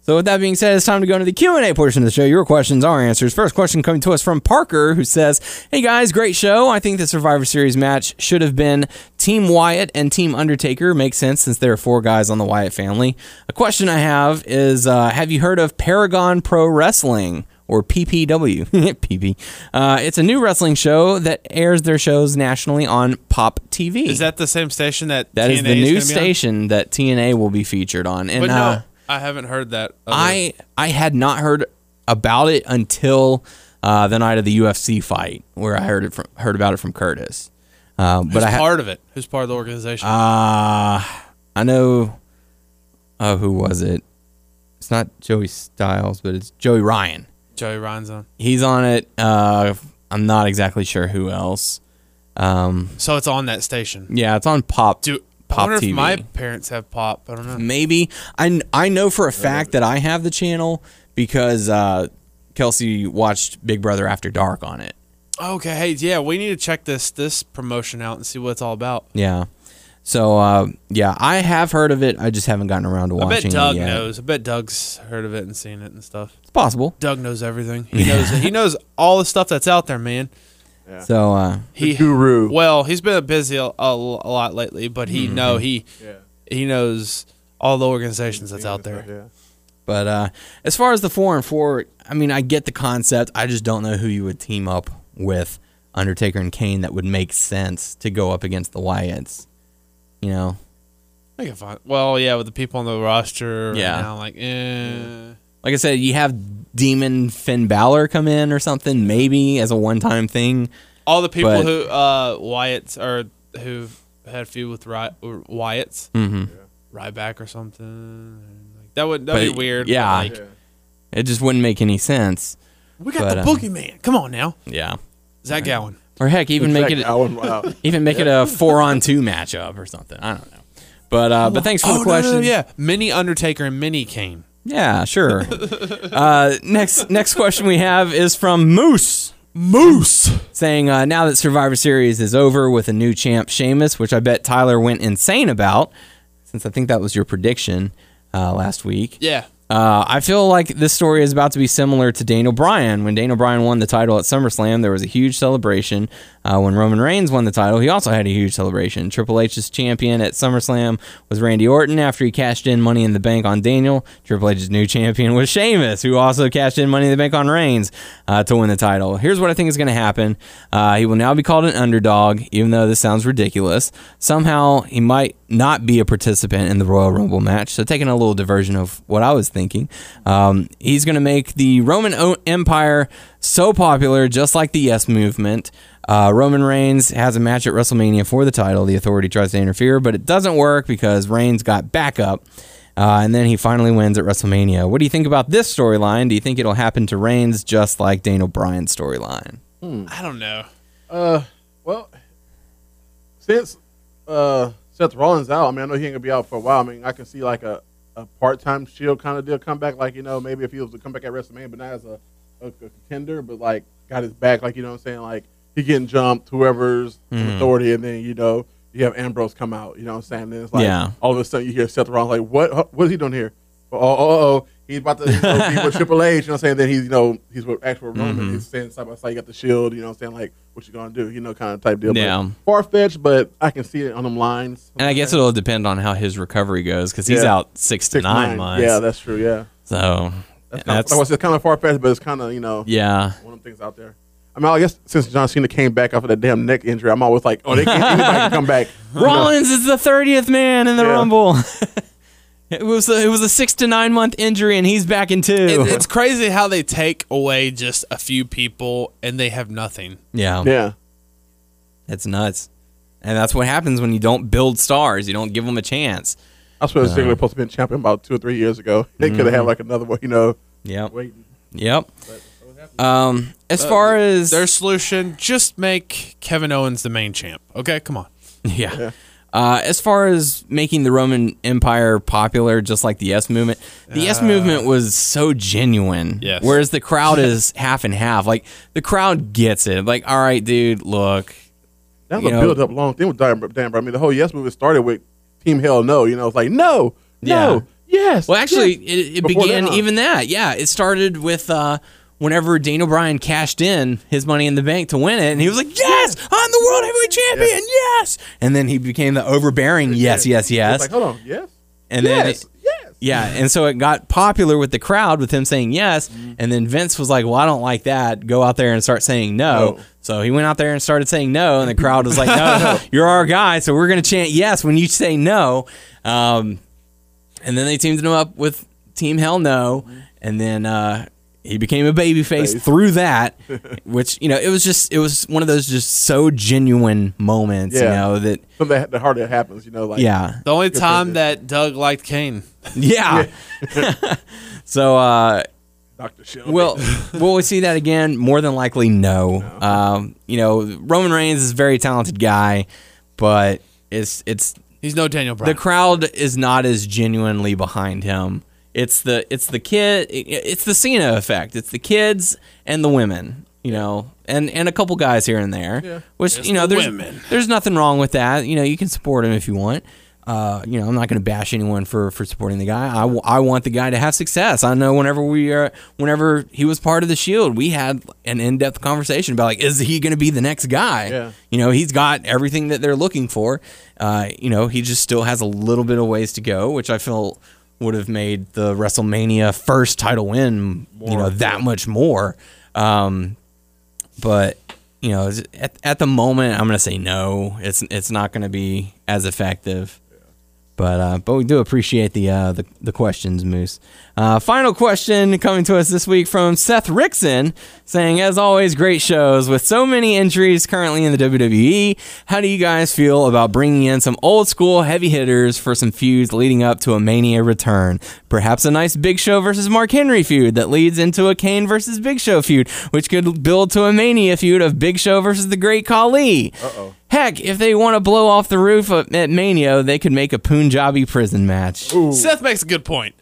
[SPEAKER 3] So with that being said, it's time to go into the Q&A portion of the show. Your questions, our answers. First question coming to us from Parker, who says, "Hey guys, great show. I think the Survivor Series match should have been Team Wyatt and Team Undertaker. Makes sense since there are four guys on the Wyatt family. A question I have is, uh, have you heard of Paragon Pro Wrestling?" or PPW. PP. Uh, it's a new wrestling show that airs their shows nationally on Pop TV.
[SPEAKER 4] Is that the same station that
[SPEAKER 3] that
[SPEAKER 4] TNA
[SPEAKER 3] is the new
[SPEAKER 4] gonna be on?
[SPEAKER 3] station that TNA will be featured on. And
[SPEAKER 4] But
[SPEAKER 3] uh,
[SPEAKER 4] no, I haven't heard that. other-
[SPEAKER 3] I I had not heard about it until uh, the night of the UFC fight, where I heard it from, heard about it from Curtis. Uh, but
[SPEAKER 4] who's
[SPEAKER 3] I ha-
[SPEAKER 4] part of it? Who's part of the organization?
[SPEAKER 3] uh, I know. Oh, who was it? It's not Joey Styles, but it's Joey Ryan.
[SPEAKER 4] Joey Ryan's on.
[SPEAKER 3] He's on it. Uh, I'm not exactly sure who else. Um,
[SPEAKER 4] So it's on that station.
[SPEAKER 3] yeah, it's on Pop.
[SPEAKER 4] Do I
[SPEAKER 3] Pop Mm.
[SPEAKER 4] wonder
[SPEAKER 3] TV.
[SPEAKER 4] if my parents have pop? I don't know.
[SPEAKER 3] maybe I, kn- I know for a fact that I have the channel because uh, Kelsey watched Big Brother After Dark on it.
[SPEAKER 4] Okay, hey, yeah, we need to check this this promotion out and see what it's all about.
[SPEAKER 3] Yeah. So uh, yeah, I have heard of it. I just haven't gotten around to
[SPEAKER 4] I bet
[SPEAKER 3] watching
[SPEAKER 4] Doug
[SPEAKER 3] it yet.
[SPEAKER 4] knows. I bet Doug's heard of it and seen it and stuff.
[SPEAKER 3] It's possible.
[SPEAKER 4] Doug knows everything. He knows he knows all the stuff that's out there, man.
[SPEAKER 3] So uh,
[SPEAKER 5] The
[SPEAKER 4] He
[SPEAKER 5] guru
[SPEAKER 4] well, he's been busy a, a, a lot lately, but
[SPEAKER 3] Mm-hmm.
[SPEAKER 4] he know he
[SPEAKER 5] yeah
[SPEAKER 4] he knows all the organizations that's out there.
[SPEAKER 5] yeah
[SPEAKER 3] but uh, as far as the four and four, I mean, I get the concept. I just don't know who you would team up with Undertaker and Kane that would make sense to go up against the Wyatts. You know,
[SPEAKER 4] I can find. Well, yeah, with the people on the roster, right
[SPEAKER 3] Yeah.
[SPEAKER 4] now, like, eh.
[SPEAKER 3] like I said, you have Demon Finn Balor come in or something, maybe as a one-time thing.
[SPEAKER 4] all the people
[SPEAKER 3] But-
[SPEAKER 4] who uh Wyatt's or who had feud with Ry- or Wyatt's
[SPEAKER 3] Mm-hmm.
[SPEAKER 4] Ryback or something. Like, that would that
[SPEAKER 3] But,
[SPEAKER 4] would be weird. but,
[SPEAKER 3] yeah.
[SPEAKER 4] like,
[SPEAKER 3] It just wouldn't make any sense.
[SPEAKER 4] we got
[SPEAKER 3] But,
[SPEAKER 4] the
[SPEAKER 3] um,
[SPEAKER 4] boogeyman. Come on now,
[SPEAKER 3] Yeah.
[SPEAKER 4] Zach Gowen.
[SPEAKER 3] Or heck, even make it.
[SPEAKER 5] Alan, wow.
[SPEAKER 3] Even make it a four on two matchup or something. I don't know. But uh, but thanks for the
[SPEAKER 4] Oh, no, no, no,
[SPEAKER 3] question.
[SPEAKER 4] yeah, mini Undertaker and mini Kane.
[SPEAKER 3] Yeah, sure. uh, next next question we have is from Moose.
[SPEAKER 4] Moose.
[SPEAKER 3] Saying uh, now that Survivor Series is over with a new champ, Sheamus, which I bet Tyler went insane about, since I think that was your prediction uh, last week.
[SPEAKER 4] Yeah,
[SPEAKER 3] Uh, I feel like this story is about to be similar to Daniel Bryan. When Daniel Bryan won the title at SummerSlam, there was a huge celebration. Uh, when Roman Reigns won the title, he also had a huge celebration. Triple H's champion at SummerSlam was Randy Orton after he cashed in Money in the Bank on Daniel. Triple H's new champion was Sheamus, who also cashed in Money in the Bank on Reigns uh, to win the title. Here's what I think is going to happen uh, he will now be called an underdog, even though this sounds ridiculous. Somehow, he might not be a participant in the Royal Rumble match. So, taking a little diversion of what I was thinking, um, he's going to make the Roman o- Empire so popular, just like the Yes Movement. Uh, Roman Reigns has a match at WrestleMania for the title. The Authority tries to interfere, but it doesn't work because Reigns got backup. Uh, and then he finally wins at WrestleMania. What do you think about this storyline? Do you think it'll happen to Reigns just like Daniel Bryan's storyline?
[SPEAKER 4] I don't know.
[SPEAKER 5] uh well since uh Seth Rollins out I mean I know he ain't gonna be out for a while I mean I can see like a a part time shield kind of deal comeback like you know maybe if he was to come back at WrestleMania but not as a, a, a contender but like got his back like you know what I'm saying like he getting jumped, whoever's in authority, and then you know you have Ambrose come out. You know what I'm saying? Then it's like
[SPEAKER 3] Yeah.
[SPEAKER 5] all of a sudden you hear Seth Rollins like, what? Huh? What is he doing here? Oh, oh, oh, oh, he's about to you know, be with Triple H. You know what I'm saying? Then he's you know he's with actual Roman.
[SPEAKER 3] Mm-hmm.
[SPEAKER 5] He's standing side by side. You got the Shield. You know what I'm saying? Like what you gonna do? You know, kind of type deal.
[SPEAKER 3] Yeah.
[SPEAKER 5] Far fetched, but I can see it on them lines.
[SPEAKER 3] And I guess it'll depend on how his recovery goes because he's
[SPEAKER 5] Yeah.
[SPEAKER 3] out six to
[SPEAKER 5] Six,
[SPEAKER 3] nine, months.
[SPEAKER 5] Yeah, that's true. Yeah.
[SPEAKER 3] so
[SPEAKER 5] That's, kind of,
[SPEAKER 3] that's
[SPEAKER 5] like I said, it's kind of far fetched, but it's kind of you know
[SPEAKER 3] yeah.
[SPEAKER 5] one of them things out there. I mean, I guess since John Cena came back after that damn neck injury, I'm always like, oh, they can't anybody can come back. You know?
[SPEAKER 3] Rollins is the thirtieth man in the
[SPEAKER 5] Yeah.
[SPEAKER 3] Rumble. it was a, it was a six to nine month injury, and he's back in two.
[SPEAKER 4] It, it's crazy how they take away just a few people and they have nothing.
[SPEAKER 3] yeah,
[SPEAKER 5] Yeah,
[SPEAKER 3] it's nuts, and that's what happens when you don't build stars. You don't give them a chance.
[SPEAKER 5] I swear, this Ziggler supposed to be champion about two or three years ago. They could have had like another one, you know.
[SPEAKER 3] Yep.
[SPEAKER 5] Waiting.
[SPEAKER 3] Yep. Um, as far as
[SPEAKER 4] Their solution: just make Kevin Owens the main champ. Okay, come on.
[SPEAKER 3] Yeah. Uh, as far as making the Roman Empire popular, just like the S movement, the
[SPEAKER 5] Uh.
[SPEAKER 3] S movement was so genuine.
[SPEAKER 4] Yes.
[SPEAKER 3] Whereas the crowd is half and half. Like the crowd gets it. Like, all right, dude, look.
[SPEAKER 5] That was
[SPEAKER 3] You
[SPEAKER 5] a
[SPEAKER 3] know-
[SPEAKER 5] build up long thing with Dan, Dan Brown. I mean, the whole Yes movement started with Team Hell No. You know, it's like no,
[SPEAKER 3] Yeah.
[SPEAKER 5] no, yes.
[SPEAKER 3] Well, actually,
[SPEAKER 5] yes.
[SPEAKER 3] it, it
[SPEAKER 5] Before
[SPEAKER 3] began
[SPEAKER 5] that, huh?
[SPEAKER 3] even that. Yeah, it started with uh, whenever Dane O'Brien cashed in his money in the bank to win it, and he was like, "Yes, I'm the world heavyweight champion. Yes!" And then he became the overbearing, "Yes, yes,
[SPEAKER 5] It's
[SPEAKER 3] yes."
[SPEAKER 5] like, hold on, yes,
[SPEAKER 3] and then
[SPEAKER 5] yes, yes.
[SPEAKER 3] Yeah, and so it got popular with the crowd with him saying yes,
[SPEAKER 5] Mm-hmm.
[SPEAKER 3] and then Vince was like, "Well, I don't like that. Go out there and start saying no."
[SPEAKER 5] No.
[SPEAKER 3] So he went out there and started saying no, and the crowd was like, "No, no, you're our guy, so we're gonna chant yes when you say no." Um, and then they teamed him up with Team Hell No,
[SPEAKER 5] Mm-hmm.
[SPEAKER 3] and then uh, he became a babyface through that, which you know it was just it was one of those just so genuine moments, you
[SPEAKER 5] Yeah.
[SPEAKER 3] know that
[SPEAKER 5] From the, the harder it happens, you know, like
[SPEAKER 3] yeah
[SPEAKER 4] The only time that Doug liked Kane.
[SPEAKER 3] yeah. so. uh
[SPEAKER 5] Doctor Shelby.
[SPEAKER 3] Well, will we see that again? More than likely, no. Um, you know, Roman Reigns is a very talented guy, but it's it's
[SPEAKER 4] He's no Daniel
[SPEAKER 3] the
[SPEAKER 4] Bryan.
[SPEAKER 3] crowd is not as genuinely behind him. It's the it's the kid it- it's the Cena effect. It's the kids and the women, you know, and and a couple guys here and there. Which you know,
[SPEAKER 4] the
[SPEAKER 3] there's
[SPEAKER 4] women.
[SPEAKER 3] there's nothing wrong with that. You know, you can support him if you want. Uh, you know, I'm not going to bash anyone for for supporting the guy. I, w- I want the guy to have success. I know whenever we are, whenever he was part of the Shield, we had an in depth conversation about like, is he going to be the next guy?
[SPEAKER 5] Yeah.
[SPEAKER 3] You know, he's got everything that they're looking for. Uh, you know, he just still has a little bit of ways to go, which I feel would have made the WrestleMania first title win, you know, that much more. Um, but you know, it's- at, at the moment, I'm gonna say no. It's it's not gonna be as effective. But uh, but we do appreciate the uh, the, the questions, Moose. Uh, final question coming to us this week from Seth Rickson, saying, as always, great shows with so many injuries currently in the WWE. How do you guys feel about bringing in some old school heavy hitters for some feuds leading up to a Mania return? Perhaps a nice Big Show versus Mark Henry feud that leads into a Kane versus Big Show feud, which could build to a Mania feud of Big Show versus the Great Khali. Uh-oh. Heck, if they want to blow off the roof at at Mania, they could make a Punjabi prison match.
[SPEAKER 4] Seth makes a good point.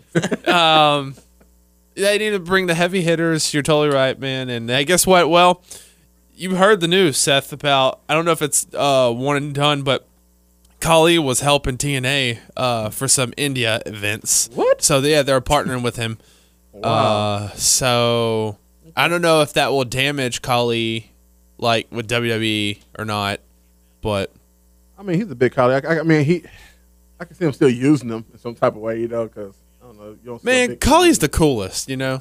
[SPEAKER 4] um, they need to bring the heavy hitters. You're totally right, man. And hey, guess what? Well, you heard the news, Seth, about I don't know if it's uh, one and done, but Kali was helping TNA uh, for some India events. What? So yeah, they're partnering with him. Uh, so I don't know if that will damage Kali, like with WWE or not, but
[SPEAKER 5] I mean, he's a big colleague. I, I mean, he. I can see him still using them in some type of way, you know, because I don't know. You don't see a
[SPEAKER 4] Man,
[SPEAKER 5] big-
[SPEAKER 4] Kali's the coolest, you know.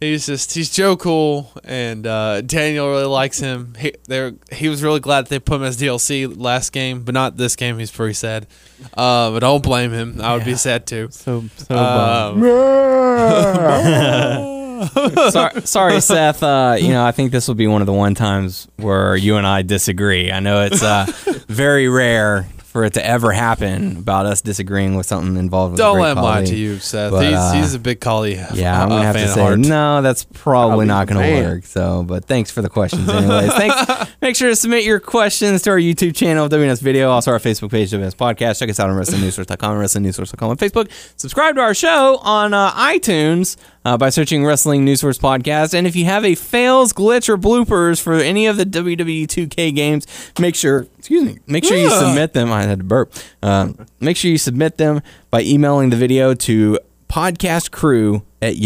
[SPEAKER 4] He's just he's Joe cool, and uh, Daniel really likes him. He they he was really glad that they put him as DLC last game, but not this game. He's pretty sad. Uh, but don't blame him. I would be sad too.
[SPEAKER 3] So, so uh,
[SPEAKER 4] Um,
[SPEAKER 3] sorry, sorry, Seth. Uh, you know, I think this will be one of the one times where you and I disagree. I know it's uh, very rare for it to ever happen about us disagreeing with something involved with. the
[SPEAKER 4] don't
[SPEAKER 3] Great
[SPEAKER 4] let him lie
[SPEAKER 3] Khali.
[SPEAKER 4] to you, Seth.
[SPEAKER 3] But,
[SPEAKER 4] he's,
[SPEAKER 3] uh,
[SPEAKER 4] he's a big Kali.
[SPEAKER 3] Yeah, I'm
[SPEAKER 4] uh,
[SPEAKER 3] gonna have
[SPEAKER 4] fan
[SPEAKER 3] to
[SPEAKER 4] at
[SPEAKER 3] say
[SPEAKER 4] heart.
[SPEAKER 3] no. That's probably
[SPEAKER 5] Probably
[SPEAKER 3] not gonna
[SPEAKER 5] fan.
[SPEAKER 3] work. So, but thanks for the questions, anyways. thanks. Make sure to submit your questions to our YouTube channel, WNS Video, also our Facebook page, WNS Podcast. Check us out on WrestlingNewsSource.com, WrestlingNewsSource.com on Facebook. Subscribe to our show on uh, iTunes. uh, by searching Wrestling News Source Podcast. And if you have a fails, glitch, or bloopers for any of the WWE 2K games, make sure excuse me, make sure you submit them. I had to burp. Uh, make sure you submit them by emailing the video to podcastcrew at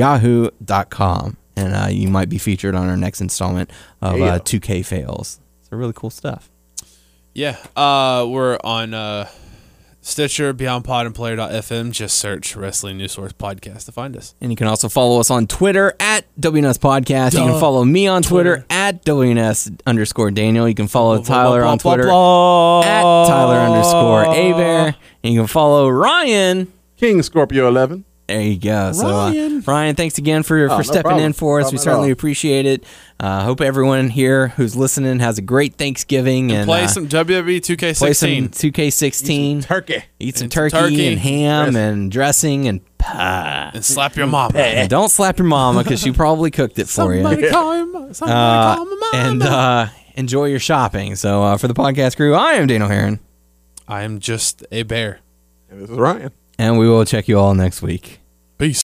[SPEAKER 3] yahoo.com. And uh, you might be featured on our next installment of
[SPEAKER 5] Yeah.
[SPEAKER 3] uh, 2K fails. So really cool stuff.
[SPEAKER 4] Yeah, uh, we're on uh, Stitcher, Beyond Pod, and Player.fm. Just search Wrestling News Source Podcast to find us.
[SPEAKER 3] And you can also follow us on Twitter at WNS Podcast. You can
[SPEAKER 4] Duh.
[SPEAKER 3] follow me on Twitter,
[SPEAKER 4] Twitter.
[SPEAKER 3] at WNS underscore Daniel. You can follow Tyler on
[SPEAKER 4] Blah,
[SPEAKER 3] Twitter
[SPEAKER 4] blah, blah,
[SPEAKER 3] at
[SPEAKER 4] blah.
[SPEAKER 3] Tyler underscore Abear. And you can follow Ryan.
[SPEAKER 5] King Scorpio 11.
[SPEAKER 3] There you go. So, uh,
[SPEAKER 4] Ryan. Oh,
[SPEAKER 3] Ryan, thanks again for, for
[SPEAKER 5] no
[SPEAKER 3] stepping
[SPEAKER 5] problem.
[SPEAKER 3] in for us. we
[SPEAKER 5] Problem at
[SPEAKER 3] certainly
[SPEAKER 5] all.
[SPEAKER 3] appreciate it. Uh, hope everyone here who's listening has a great Thanksgiving and,
[SPEAKER 4] Play
[SPEAKER 3] uh,
[SPEAKER 4] some E WWE 2K16.
[SPEAKER 3] play some 2K16.
[SPEAKER 5] Turkey.
[SPEAKER 3] Eat some
[SPEAKER 4] and some
[SPEAKER 3] turkey,
[SPEAKER 4] turkey.
[SPEAKER 3] and ham and dressing and pie.
[SPEAKER 4] and slap your mom.
[SPEAKER 3] And don't slap your mama because she probably cooked it for you.
[SPEAKER 4] Somebody call him. Somebody
[SPEAKER 3] Uh,
[SPEAKER 4] call him mama.
[SPEAKER 3] and uh, enjoy your shopping. So uh, for the podcast crew, I am Daniel Heron,
[SPEAKER 4] I am just a bear.
[SPEAKER 5] And this is Ryan.
[SPEAKER 3] and we will check you all next week.